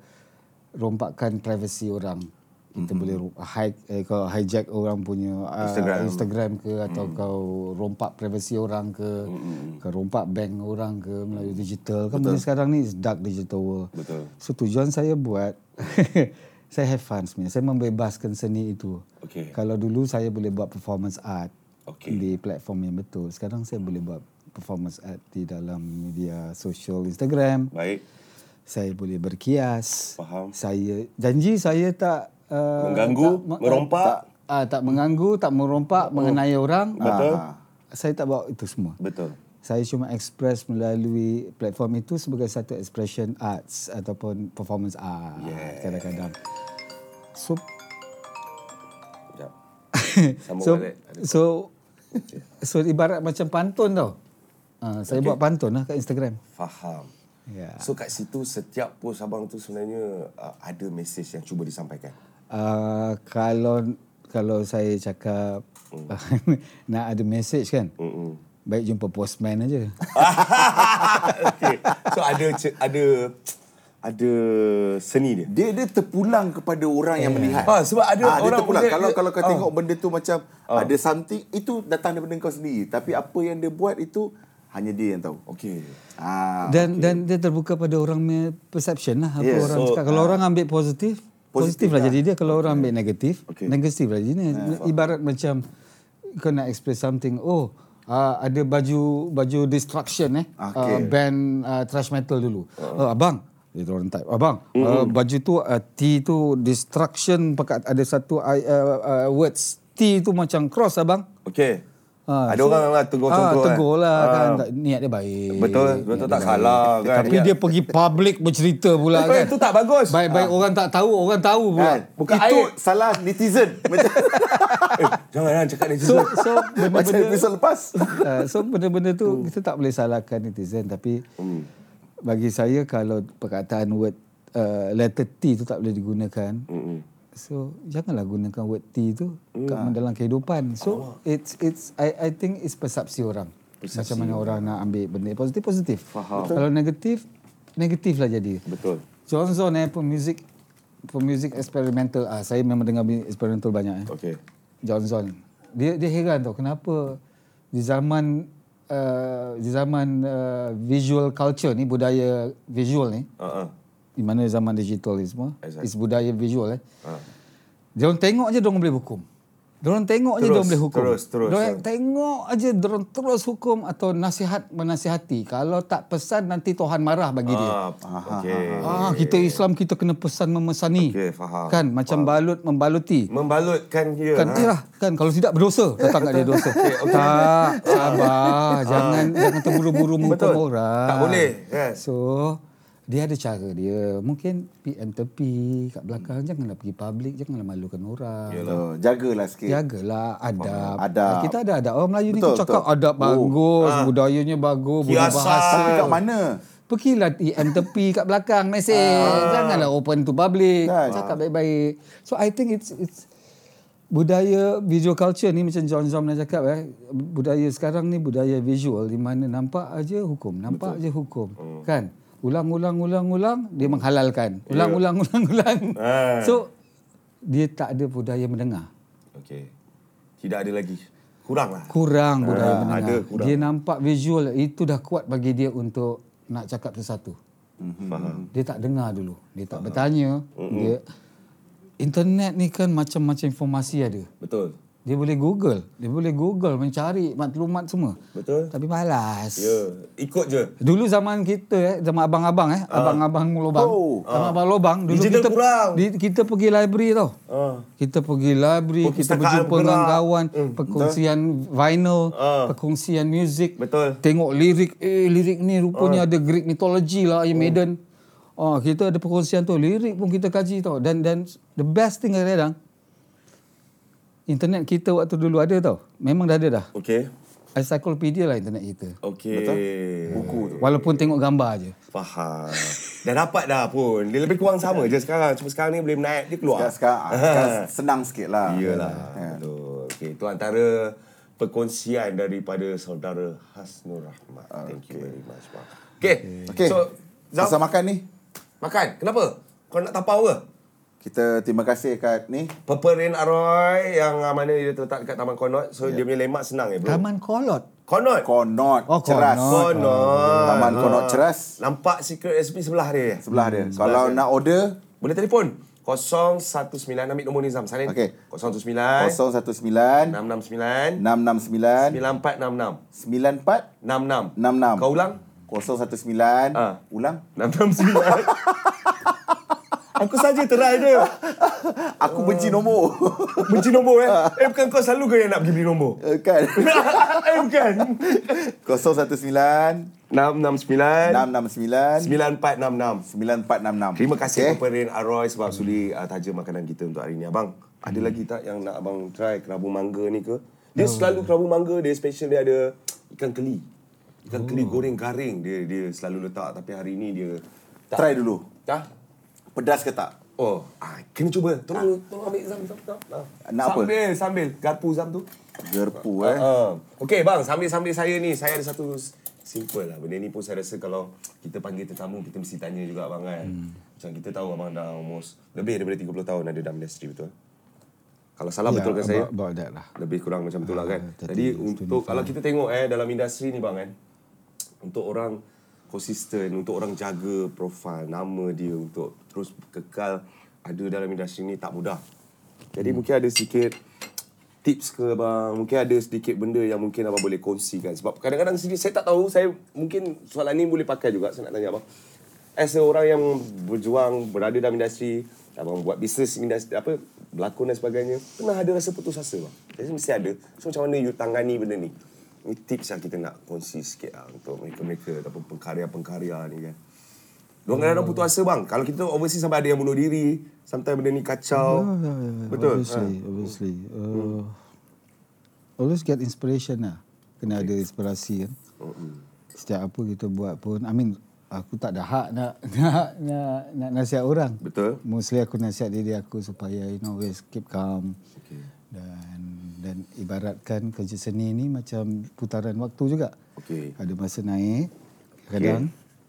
S1: rompakkan privasi orang. Kita boleh ro- hide eh, kau hijack orang punya uh,
S2: Instagram.
S1: Instagram. Instagram ke atau mm. kau rompak privasi orang ke, mm. kau rompak bank orang ke melalui digital. Kan benda sekarang ni is dark digital world.
S2: Betul.
S1: So tujuan saya buat saya have fun sebenarnya. Saya membebaskan seni itu.
S2: Okey.
S1: Kalau dulu saya boleh buat performance art
S2: Okey.
S1: di platform yang betul. Sekarang saya boleh buat performance art di dalam media social Instagram.
S2: Baik.
S1: Saya boleh berkias.
S2: Faham.
S1: Saya janji saya tak uh,
S2: Mengganggu,
S1: me-
S2: merompak. Oh.
S1: tak, ah, tak mengganggu, tak merompak, mengenai orang.
S2: Betul.
S1: Ah, saya tak bawa itu semua.
S2: Betul.
S1: Saya cuma express melalui platform itu sebagai satu expression arts ataupun performance art yeah. kadang-kadang. So
S2: Sekejap. Sambung
S1: so
S2: balik.
S1: so so ibarat macam pantun tau. Uh, saya buat pantun lah kat Instagram.
S2: Faham.
S1: Ya.
S2: So kat situ setiap post abang tu sebenarnya uh, ada mesej yang cuba disampaikan.
S1: Uh, kalau kalau saya cakap nak ada message kan.
S2: Mm-mm.
S1: Baik jumpa postman aja.
S2: okay. So ada ce- ada ada seni
S1: Eh,
S2: dia.
S3: Dia dia terpulang kepada orang yang melihat.
S2: Ah, sebab ada
S3: Ah,
S2: orang-
S3: dia terpulang.
S2: dia-
S3: kalau
S2: dia-
S3: kalau kau
S2: ah.
S3: tengok benda tu macam ada something itu datang daripada kau sendiri, tapi apa yang dia buat itu hanya dia yang tahu.
S2: Okey.
S3: Ah,
S1: Dan dan dia terbuka pada orang punya perception lah apa
S3: Yes.
S1: orang
S2: So, ah.
S1: cakap. Kalau orang ambil positif, positif, lah jadi dia. Kalau orang ambil negatif,
S2: Okay. Ah,
S1: negatif lah jadi dia. Ibarat macam kau nak express something, oh Uh, ada baju baju destruction eh
S3: Okay.
S1: uh, band uh, thrash metal dulu
S2: Ah.
S1: uh. Uh, abang dia orang type abang uh, baju tu uh, T tu destruction pakai ada satu I- uh, uh, words T tu macam cross abang
S2: Okey. Ha, ada orang memang tegur
S1: ah,
S2: contoh
S1: tegur lah
S2: Ah,
S1: kan tak, niat dia baik
S2: Betul,
S1: Niat
S2: betul
S1: dia
S2: tak salah kan.
S1: eh, tapi dia pergi public bercerita pula
S2: Betul,
S1: kan.
S2: itu tak bagus.
S1: Baik-baik orang tak tahu, orang tahu pula.
S3: kan? Bukan itu salah netizen. macam
S2: eh, jangan jangan cakap netizen.
S1: So so
S3: macam
S1: benda-benda
S3: episod lepas.
S1: uh, so benda-benda tu kita tak boleh salahkan netizen tapi bagi saya kalau perkataan word uh, letter T tu tak boleh digunakan. So janganlah gunakan word T tu kat dalam kehidupan. So it's it's I I think it's persepsi orang. Macam mana orang nak ambil benda positif positif. Faham. Kalau negatif negatif lah jadi.
S2: Betul.
S1: Johnson eh pemuzik pemuzik experimental ah saya memang dengar mu- experimental banyak eh.
S2: Okey.
S1: Johnson. Dia dia heran tau kenapa di zaman uh, di zaman uh, visual culture ni budaya visual ni
S2: Ha ah.
S1: di mana zaman digital ni semua
S2: Exactly.
S1: is budaya visual eh.
S2: Ha.
S1: Dia orang tengok je dia orang boleh hukum. Dia orang tengok je
S2: Terus,
S1: dia orang boleh hukum.
S2: terus, terus.
S1: Dia orang tengok aje dia orang terus hukum atau nasihat menasihati. Kalau tak pesan nanti Tuhan marah bagi dia.
S2: Ah, okey.
S1: Ah, kita Islam kita kena pesan memesani.
S2: Okey, faham.
S1: Kan macam balut membaluti.
S2: Membalutkan dia.
S1: Kan
S2: ha?
S1: ialah kan kalau tidak berdosa datang kat dia dosa. Tak sabar jangan jangan terburu-buru menghukum
S2: Ah. Betul.
S1: orang.
S2: Tak boleh, kan?
S1: So dia ada cara dia. Mungkin PM tepi kat belakang janganlah pergi public janganlah malukan orang.
S2: Ya,
S3: So, jagalah sikit.
S1: Jagalah adab.
S3: Adab.
S1: Kita ada adab. Orang Melayu ni
S3: Betul,
S1: cakap
S3: betul.
S1: adab
S3: Oh.
S1: bagus,
S2: Ah.
S1: budayanya bagus, budaya
S2: Kiasan.
S1: bahasa.
S3: Tapi kat mana?
S1: Pergilah EM tepi kat belakang mesej. Ah. Janganlah open to public.
S3: Kan.
S1: Cakap baik-baik. So I think it's it's budaya visual culture ni macam John Zom nak cakap eh. Budaya sekarang ni budaya visual di mana nampak aja hukum, nampak aja hukum.
S2: Hmm.
S1: Kan? Ulang-ulang ulang-ulang dia menghalalkan. Ulang-ulang ulang-ulang.
S2: Ya. Ah.
S1: So dia tak ada budaya mendengar.
S2: Okey. Tidak ada lagi. Kurang lah.
S1: Kurang budaya
S2: Ah,
S1: mendengar.
S2: ada kurang.
S1: Dia nampak visual itu dah kuat bagi dia untuk nak cakap sesuatu.
S2: Faham.
S1: Dia tak dengar dulu. Dia
S2: Ah.
S1: tak bertanya. Dia internet ni kan macam-macam informasi ada.
S2: Betul.
S1: Dia boleh Google, dia boleh Google mencari maklumat semua.
S2: Betul.
S1: Tapi malas.
S2: Ya, ikut je.
S1: Dulu zaman kita eh, zaman abang-abang eh, abang-abang lobang.
S3: Oh,
S1: Zaman abang lobang dulu
S2: Ah. Digital
S1: kita
S2: kurang.
S1: Di, kita pergi library tau.
S2: Ah.
S1: Kita pergi library, kita
S2: Perpustakaan
S1: berjumpa
S2: bergerak.
S1: dengan kawan, perkongsian vinyl,
S2: Hmm, Ah.
S1: perkongsian muzik.
S2: Betul. Ah.
S1: Tengok lirik, eh lirik ni rupanya ada Greek mythology lah
S2: Hmm.
S1: Iron Maiden. Ah, kita ada perkongsian tu, lirik pun kita kaji tau. Dan dan the best thing kadang-kadang internet kita waktu dulu ada tau. Memang dah ada dah.
S2: Okey.
S1: encyclopedia lah internet kita.
S2: Okey.
S3: Buku tu.
S1: Walaupun tengok gambar je.
S2: Faham. dah dapat dah pun. Dia lebih kurang sama je sekarang. Cuma sekarang ni boleh naik dia keluar. Ah,
S3: Sekarang, sekarang, ah, sekarang senang sikit lah.
S2: Iyalah. Betul. Okey, itu antara perkongsian daripada saudara Hasnur Rahmat. Thank you very much, Bang. Okey.
S3: Okay.
S2: So, Zam,
S3: Pasal makan ni,
S2: makan. Kenapa? Kau nak tapau ke?
S3: kita terima kasih kat ni.
S2: Purple Rain Aroy yang ah, mana dia terletak dekat Taman Connaught. So, dia punya lemak senang je, bro. Ya. Taman
S1: Taman Kolot.
S2: Connaught.
S3: Konot
S1: Oh,
S3: Ceras.
S1: Connaught.
S2: Connaught.
S3: Taman Konot
S2: Ah.
S3: Ceras.
S2: Nampak secret recipe sebelah dia.
S3: Hmm, Sebelah dia. Kalau nak order,
S2: Boleh telefon 019 ambil nomor Nizam Salim.
S3: Okey.
S2: 019
S3: 019
S2: 669
S3: 669
S2: 9466 66.
S3: 94 66.
S2: Kau ulang?
S3: 019
S2: Ah.
S3: ulang.
S2: 669. Aku saja terai je.
S3: Aku benci nombor.
S2: Benci nombor eh. Eh bukan kau selalu kau yang nak pergi beli nombor.
S3: kan.
S2: eh bukan.
S3: 019
S2: 669
S3: 669
S2: 9466.
S3: 9466.
S2: Terima kasih okay.
S3: Okay.
S2: Perin Aroy sebab sudi uh, taja makanan kita untuk hari ni abang.
S3: Hmm.
S2: Ada lagi tak yang nak abang try kerabu mangga ni ke? Dia selalu kerabu mangga dia special dia ada ikan keli. Ikan keli
S3: Hmm.
S2: goreng garing dia dia selalu letak tapi hari ni dia tak.
S3: Try dulu.
S2: Dah?
S3: Pedas ke tak?
S2: Oh, ah, kena cuba. Tolong tolong ambil zam zam zam. Ah.
S3: Nak apa?
S2: sambil, Sambil garpu zam tu.
S3: Gerpu
S2: Eh?
S3: eh.
S2: Uh, okay bang, sambil-sambil saya ni, saya ada satu s- simple lah. Benda ni pun saya rasa kalau kita panggil tetamu, kita mesti tanya juga abang kan. Hmm. Macam kita tahu abang dah almost lebih daripada 30 tahun ada dalam industri betul? Kalau salah yeah,
S1: Ya,
S2: betulkan
S1: about,
S2: saya?
S1: About that lah.
S2: Lebih kurang macam tu lah kan.
S1: Ah, 30,
S2: Jadi untuk kalau kita tengok eh dalam industri ni bang kan. Untuk orang konsisten, untuk orang jaga profil, nama dia untuk terus kekal ada dalam industri ni tak mudah. Jadi
S1: Hmm.
S2: mungkin ada sedikit tips ke bang, mungkin ada sedikit benda yang mungkin abang boleh kongsikan sebab kadang-kadang sedikit saya tak tahu, saya mungkin soalan ni boleh pakai juga saya nak tanya abang. As a orang yang berjuang, berada dalam industri, abang buat bisnes industri apa berlakon dan sebagainya, pernah ada rasa putus asa bang? Jadi mesti ada. So macam mana you tangani benda ni? Ini tips yang kita nak kongsi sikit lah untuk mereka-mereka ataupun pengkarya-pengkarya ni kan. Diorang kadang-kadang putus asa bang. Kalau kita overseas sampai ada yang bunuh diri, sometimes benda ni kacau.
S1: Oh, Yeah, yeah, yeah.
S2: Oh, Betul? Ah. Hmm.
S1: Obviously, obviously. Uh, Always get inspiration lah. Kena ada inspirasi kan. Setiap apa kita buat pun, I mean, aku tak ada hak nak nak nak, nak nasihat orang.
S2: Betul.
S1: Mostly aku nasihat diri aku supaya you know always keep calm. Okay. Dan dan ibaratkan kerja seni ni macam putaran waktu juga.
S2: Okey.
S1: Ada masa naik,
S2: Okay.
S1: kadang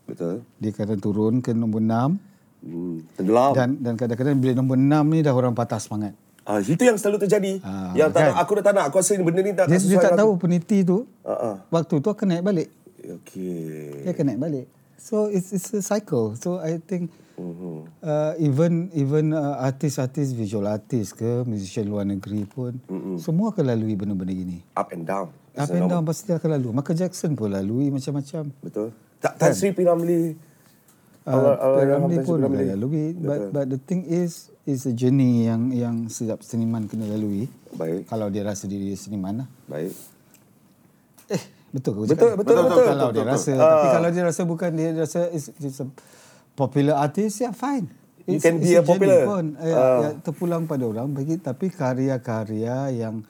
S2: Betul.
S1: dia kadang turun ke nombor 6
S2: Hmm. Tenggelam.
S1: dan dan kadang-kadang bila nombor 6 ni dah orang patah semangat.
S2: Ah, itu yang selalu terjadi.
S1: Ah,
S2: yang tak
S1: kan?
S2: nak, aku dah tak nak. Aku rasa benda ni
S1: Dia,
S2: tak, tak
S1: dia
S2: sesuai.
S1: tak
S2: dengan
S1: tahu peniti tu
S2: Aku. Ah, Ya, ah.
S1: waktu tu akan naik balik.
S2: Okay.
S1: Dia akan naik balik. So it's it's a cycle. So I think
S2: Hmm,
S1: uh, even even uh, artis-artis visual artist ke musician luar negeri pun semua akan lalui benda-benda gini.
S2: Up and down. It's
S1: Up and
S2: normal.
S1: down pasti dia akan lalu. Michael Jackson pun lalui macam-macam.
S2: Betul. Tak,
S1: Kan?
S2: Tan Sri P. Ramlee. Allah- Allah
S1: Peter
S2: Rahmat
S1: Ramli
S2: Tan Sri
S1: pun
S2: P.
S1: dah lalui. But, but the thing is, it's a journey yang yang setiap seniman kena lalui.
S2: Baik.
S1: Kalau dia rasa diri dia seniman lah.
S2: Baik.
S1: Eh, betul ke?
S2: Betul, betul, betul,
S1: Kalau
S2: betul,
S1: dia
S2: betul.
S1: rasa, tapi kalau dia rasa bukan dia rasa is, is a popular artist, ya fine.
S2: You can be
S1: it's
S2: a popular. Ah.
S1: journey Pun. Ya, ya, terpulang pada orang bagi tapi karya-karya yang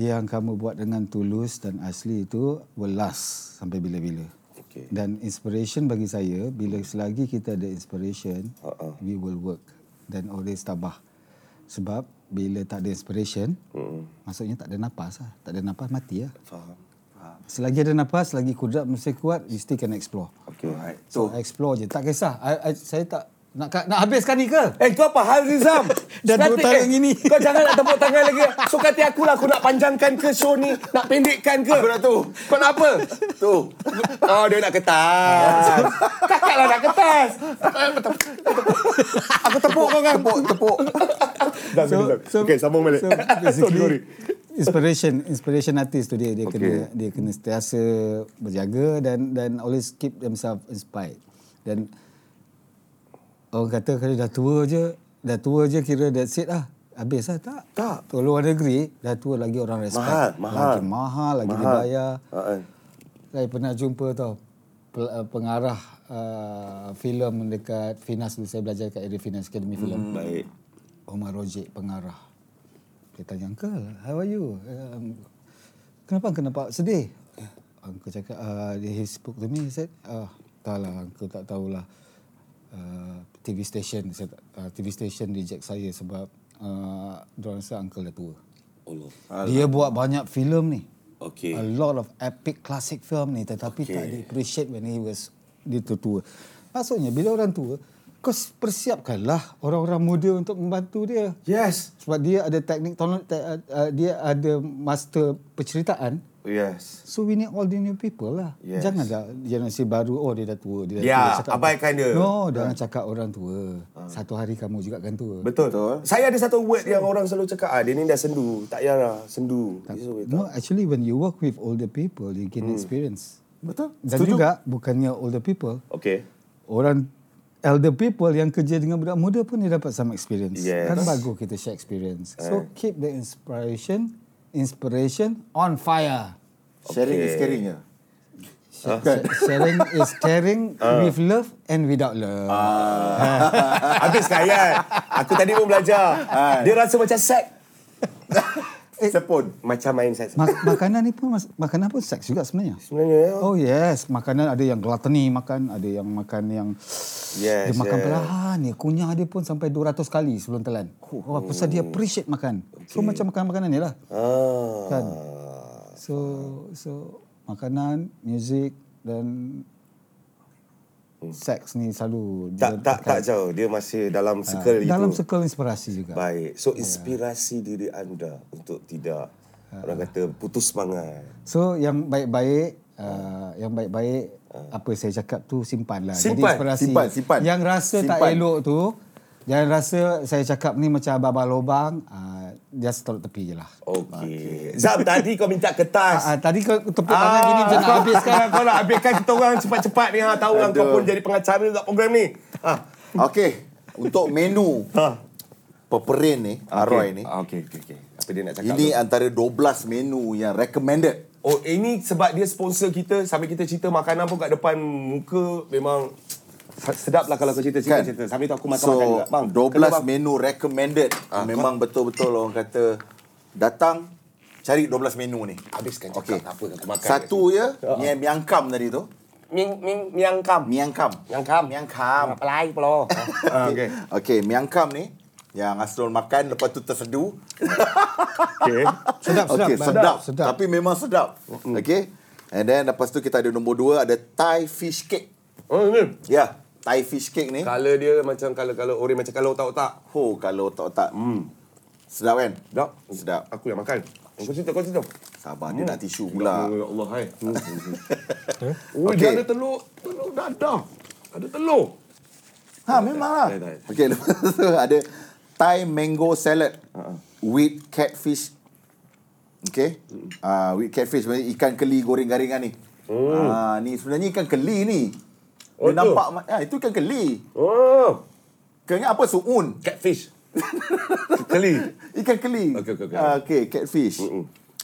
S1: yang kamu buat dengan tulus dan asli itu will last sampai bila-bila.
S2: Okay.
S1: Dan inspiration bagi saya bila selagi kita ada inspiration,
S2: Ah,
S1: uh-uh. we will work dan always tabah. Sebab bila tak ada inspiration, uh-uh. maksudnya tak ada napas lah. Tak ada napas mati lah.
S2: Hmm. Faham.
S1: Selagi ada nafas, selagi kudrat mesti kuat, you still can explore.
S2: Okay.
S3: Alright.
S1: So,
S3: So,
S1: explore je. Tak kisah. I, I, saya tak nak nak habiskan ni ke?
S2: Eh kau apa hal Rizam?
S1: Dah dua
S2: Statik,
S1: tahun
S2: eh.
S1: yang ini.
S2: Kau jangan nak tepuk tangan lagi. So kata aku lah aku nak panjangkan ke show ni, nak pendekkan ke? Aku dah tu. Kau nak apa?
S3: tu.
S2: Oh dia nak ketas. Kakak lah nak ketas.
S3: Aku tepuk kau kan? Tepuk, tepuk.
S2: Dah so, Okay sambung balik.
S1: So
S2: Sorry, sorry.
S1: basically, inspiration inspiration artist tu dia dia okay. kena dia kena sentiasa berjaga dan dan always keep themselves inspired. Dan orang kata kalau dah tua je, dah tua je kira that's it lah. Habis lah tak?
S2: Tak.
S1: Kalau luar negeri, dah tua lagi orang respect.
S2: Mahal, mahal.
S1: Lagi mahal, lagi mahal.
S2: Mahal.
S1: dibayar.
S2: Ah, ah.
S3: Uh-uh.
S1: Saya pernah jumpa tau pel- uh, pengarah uh, filem dekat Finas dulu saya belajar dekat area Finas Academy Film.
S2: Baik.
S1: Omar Rojek pengarah. Dia tanya, Uncle, how are you? Um, kenapa kau nampak sedih? Uncle cakap, uh, he spoke to me, he said, ah, tak lah, uncle tak tahulah. Uh, TV station, saya, tak- uh, TV station reject saya sebab uh, diorang rasa uncle dah tua.
S2: Allah.
S1: Dia buat banyak filem ni.
S2: Okay.
S1: A lot of epic classic film ni tetapi okay. tak
S2: Okay.
S1: di appreciate when he was dia tu tua. Maksudnya bila orang tua, kau s- persiapkanlah orang-orang muda untuk membantu dia.
S2: Yes.
S1: Sebab dia ada teknik tolong te, uh, uh, dia ada master penceritaan.
S2: Yes.
S1: So we need all the new people lah.
S2: Yes.
S1: Janganlah generasi baru oh dia dah tua, dia dah
S2: Ya,
S1: tua cakap-
S2: abaikan dia. Ha.
S1: No, jangan cakap orang tua. Satu hari kamu juga akan tua.
S2: Betul.
S3: Betul.
S2: Saya ada satu word yang orang selalu cakap, ah, dia ni dah sendu. Tak payahlah, sendu. Itu
S1: No, actually when you work with older people, you
S2: Hmm.
S1: gain experience.
S3: Betul.
S1: Dan juga bukannya older people,
S2: Okay.
S1: orang elder people yang kerja dengan budak muda pun dia dapat some experience.
S2: Yes.
S1: Kan bagus kita share experience. So keep the inspiration, inspiration on
S2: Ah.
S1: fire.
S3: Sharing
S2: Okay.
S3: is caring ya.
S1: Sh- Sharing is caring
S2: Ah.
S1: with love and without love.
S2: Habis kaya. Aku tadi pun belajar. Dia rasa macam sek. Eh.
S3: Sepon.
S2: Macam main sek.
S1: Mak- makanan ni pun mas- makanan pun seks juga sebenarnya.
S2: Sebenarnya. ya.
S1: Oh yes, makanan ada yang gluttony makan, ada yang makan yang dia
S2: Yes,
S1: makan
S2: yes.
S1: perlahan ya. Kunyah dia pun sampai 200 kali sebelum telan. Oh, pasal dia appreciate makan. So macam makan makanan ni lah.
S2: Ah.
S1: Kan? So so makanan, muzik dan seks ni selalu
S2: Hmm. Tak
S1: dia
S2: tak
S1: tekan.
S2: tak jauh. Dia masih Ah, dalam circle Ah. itu.
S1: dalam circle inspirasi juga.
S2: Baik. So inspirasi diri anda untuk tidak orang kata putus semangat.
S1: So yang baik-baik Uh, yang baik-baik uh. apa saya cakap tu simpanlah.
S2: Hmm. Simpan,
S1: Jadi inspirasi.
S3: simpan, simpan.
S1: Yang rasa simpan. tak
S3: Simpan.
S1: elok tu, jangan rasa saya cakap ni macam abang lobang, uh, just taruh tepi je lah.
S2: Okey. Zab tadi kau minta kertas.
S1: Uh, tadi kau tepuk tangan gini macam
S2: Ah.
S1: nak habiskan.
S2: Kau nak habiskan kita orang cepat-cepat ni ha tahu kan kau
S3: Aduh.
S2: pun jadi pengacara dekat program ni. Ha.
S3: Okey. Untuk menu
S2: Ha.
S3: peperin ni, Aroy ni.
S2: Okey okey okey. Apa dia nak cakap?
S3: Ini antara 12 menu yang recommended.
S2: Oh ini sebab dia sponsor kita Sambil kita cerita makanan pun kat depan muka Memang sedap lah kalau kau cerita cerita,
S3: Kan?
S2: cerita. Sambil tu aku makan-makan
S3: So,
S2: juga Bang,
S3: 12
S2: kena, bang. Ah,
S3: menu recommended. Memang betul-betul orang kata datang cari 12 menu ni.
S2: Habiskan cakap
S3: Okey.
S2: tak apa aku makan Ah,
S3: Satu ya, yang miang kam tadi tu.
S2: Ming, ming, miang kam
S3: Miang kam.
S2: Miang kam
S3: Miang kam.
S2: Pelai pelo Ah,
S3: Okey. Okey, miang kam ni yang Asrul makan lepas tu terseduh.
S2: Okay
S1: Sedap, sedap.
S3: Okey,
S1: Bang.
S3: sedap.
S1: sedap.
S3: Tapi memang sedap. Okey. And then lepas tu kita ada nombor dua ada Thai fish cake.
S2: Oh ni
S3: Ya, yeah, Thai fish cake ni.
S2: Color dia macam color-color orange Macam color otak-otak
S3: Oh, kalau otak-otak. Hmm. Sedap kan?
S2: Sedap
S3: Sedap.
S2: Aku yang makan Eh, Kau cerita, kau cerita
S3: Sabar dia nak tisu pula.
S2: Ya Allah hai Oh
S3: Eh? Okey.
S2: dia ada telur Telur dadah Ada telur
S3: Ha, memanglah.
S2: Tak, tak, tak.
S3: Okey, lepas tu ada Thai mango salad with catfish. Okey. Ah, with catfish maksudnya ikan keli goreng garingan ni. Ah, ni sebenarnya ikan keli ni.
S2: Oh,
S3: Dia
S2: tu?
S3: nampak ma- ah, itu ikan keli.
S2: Oh
S3: Kena apa suun?
S2: Catfish Kali
S3: Ikan keli.
S2: Okey, okey, okey.
S3: Ah, okey, catfish.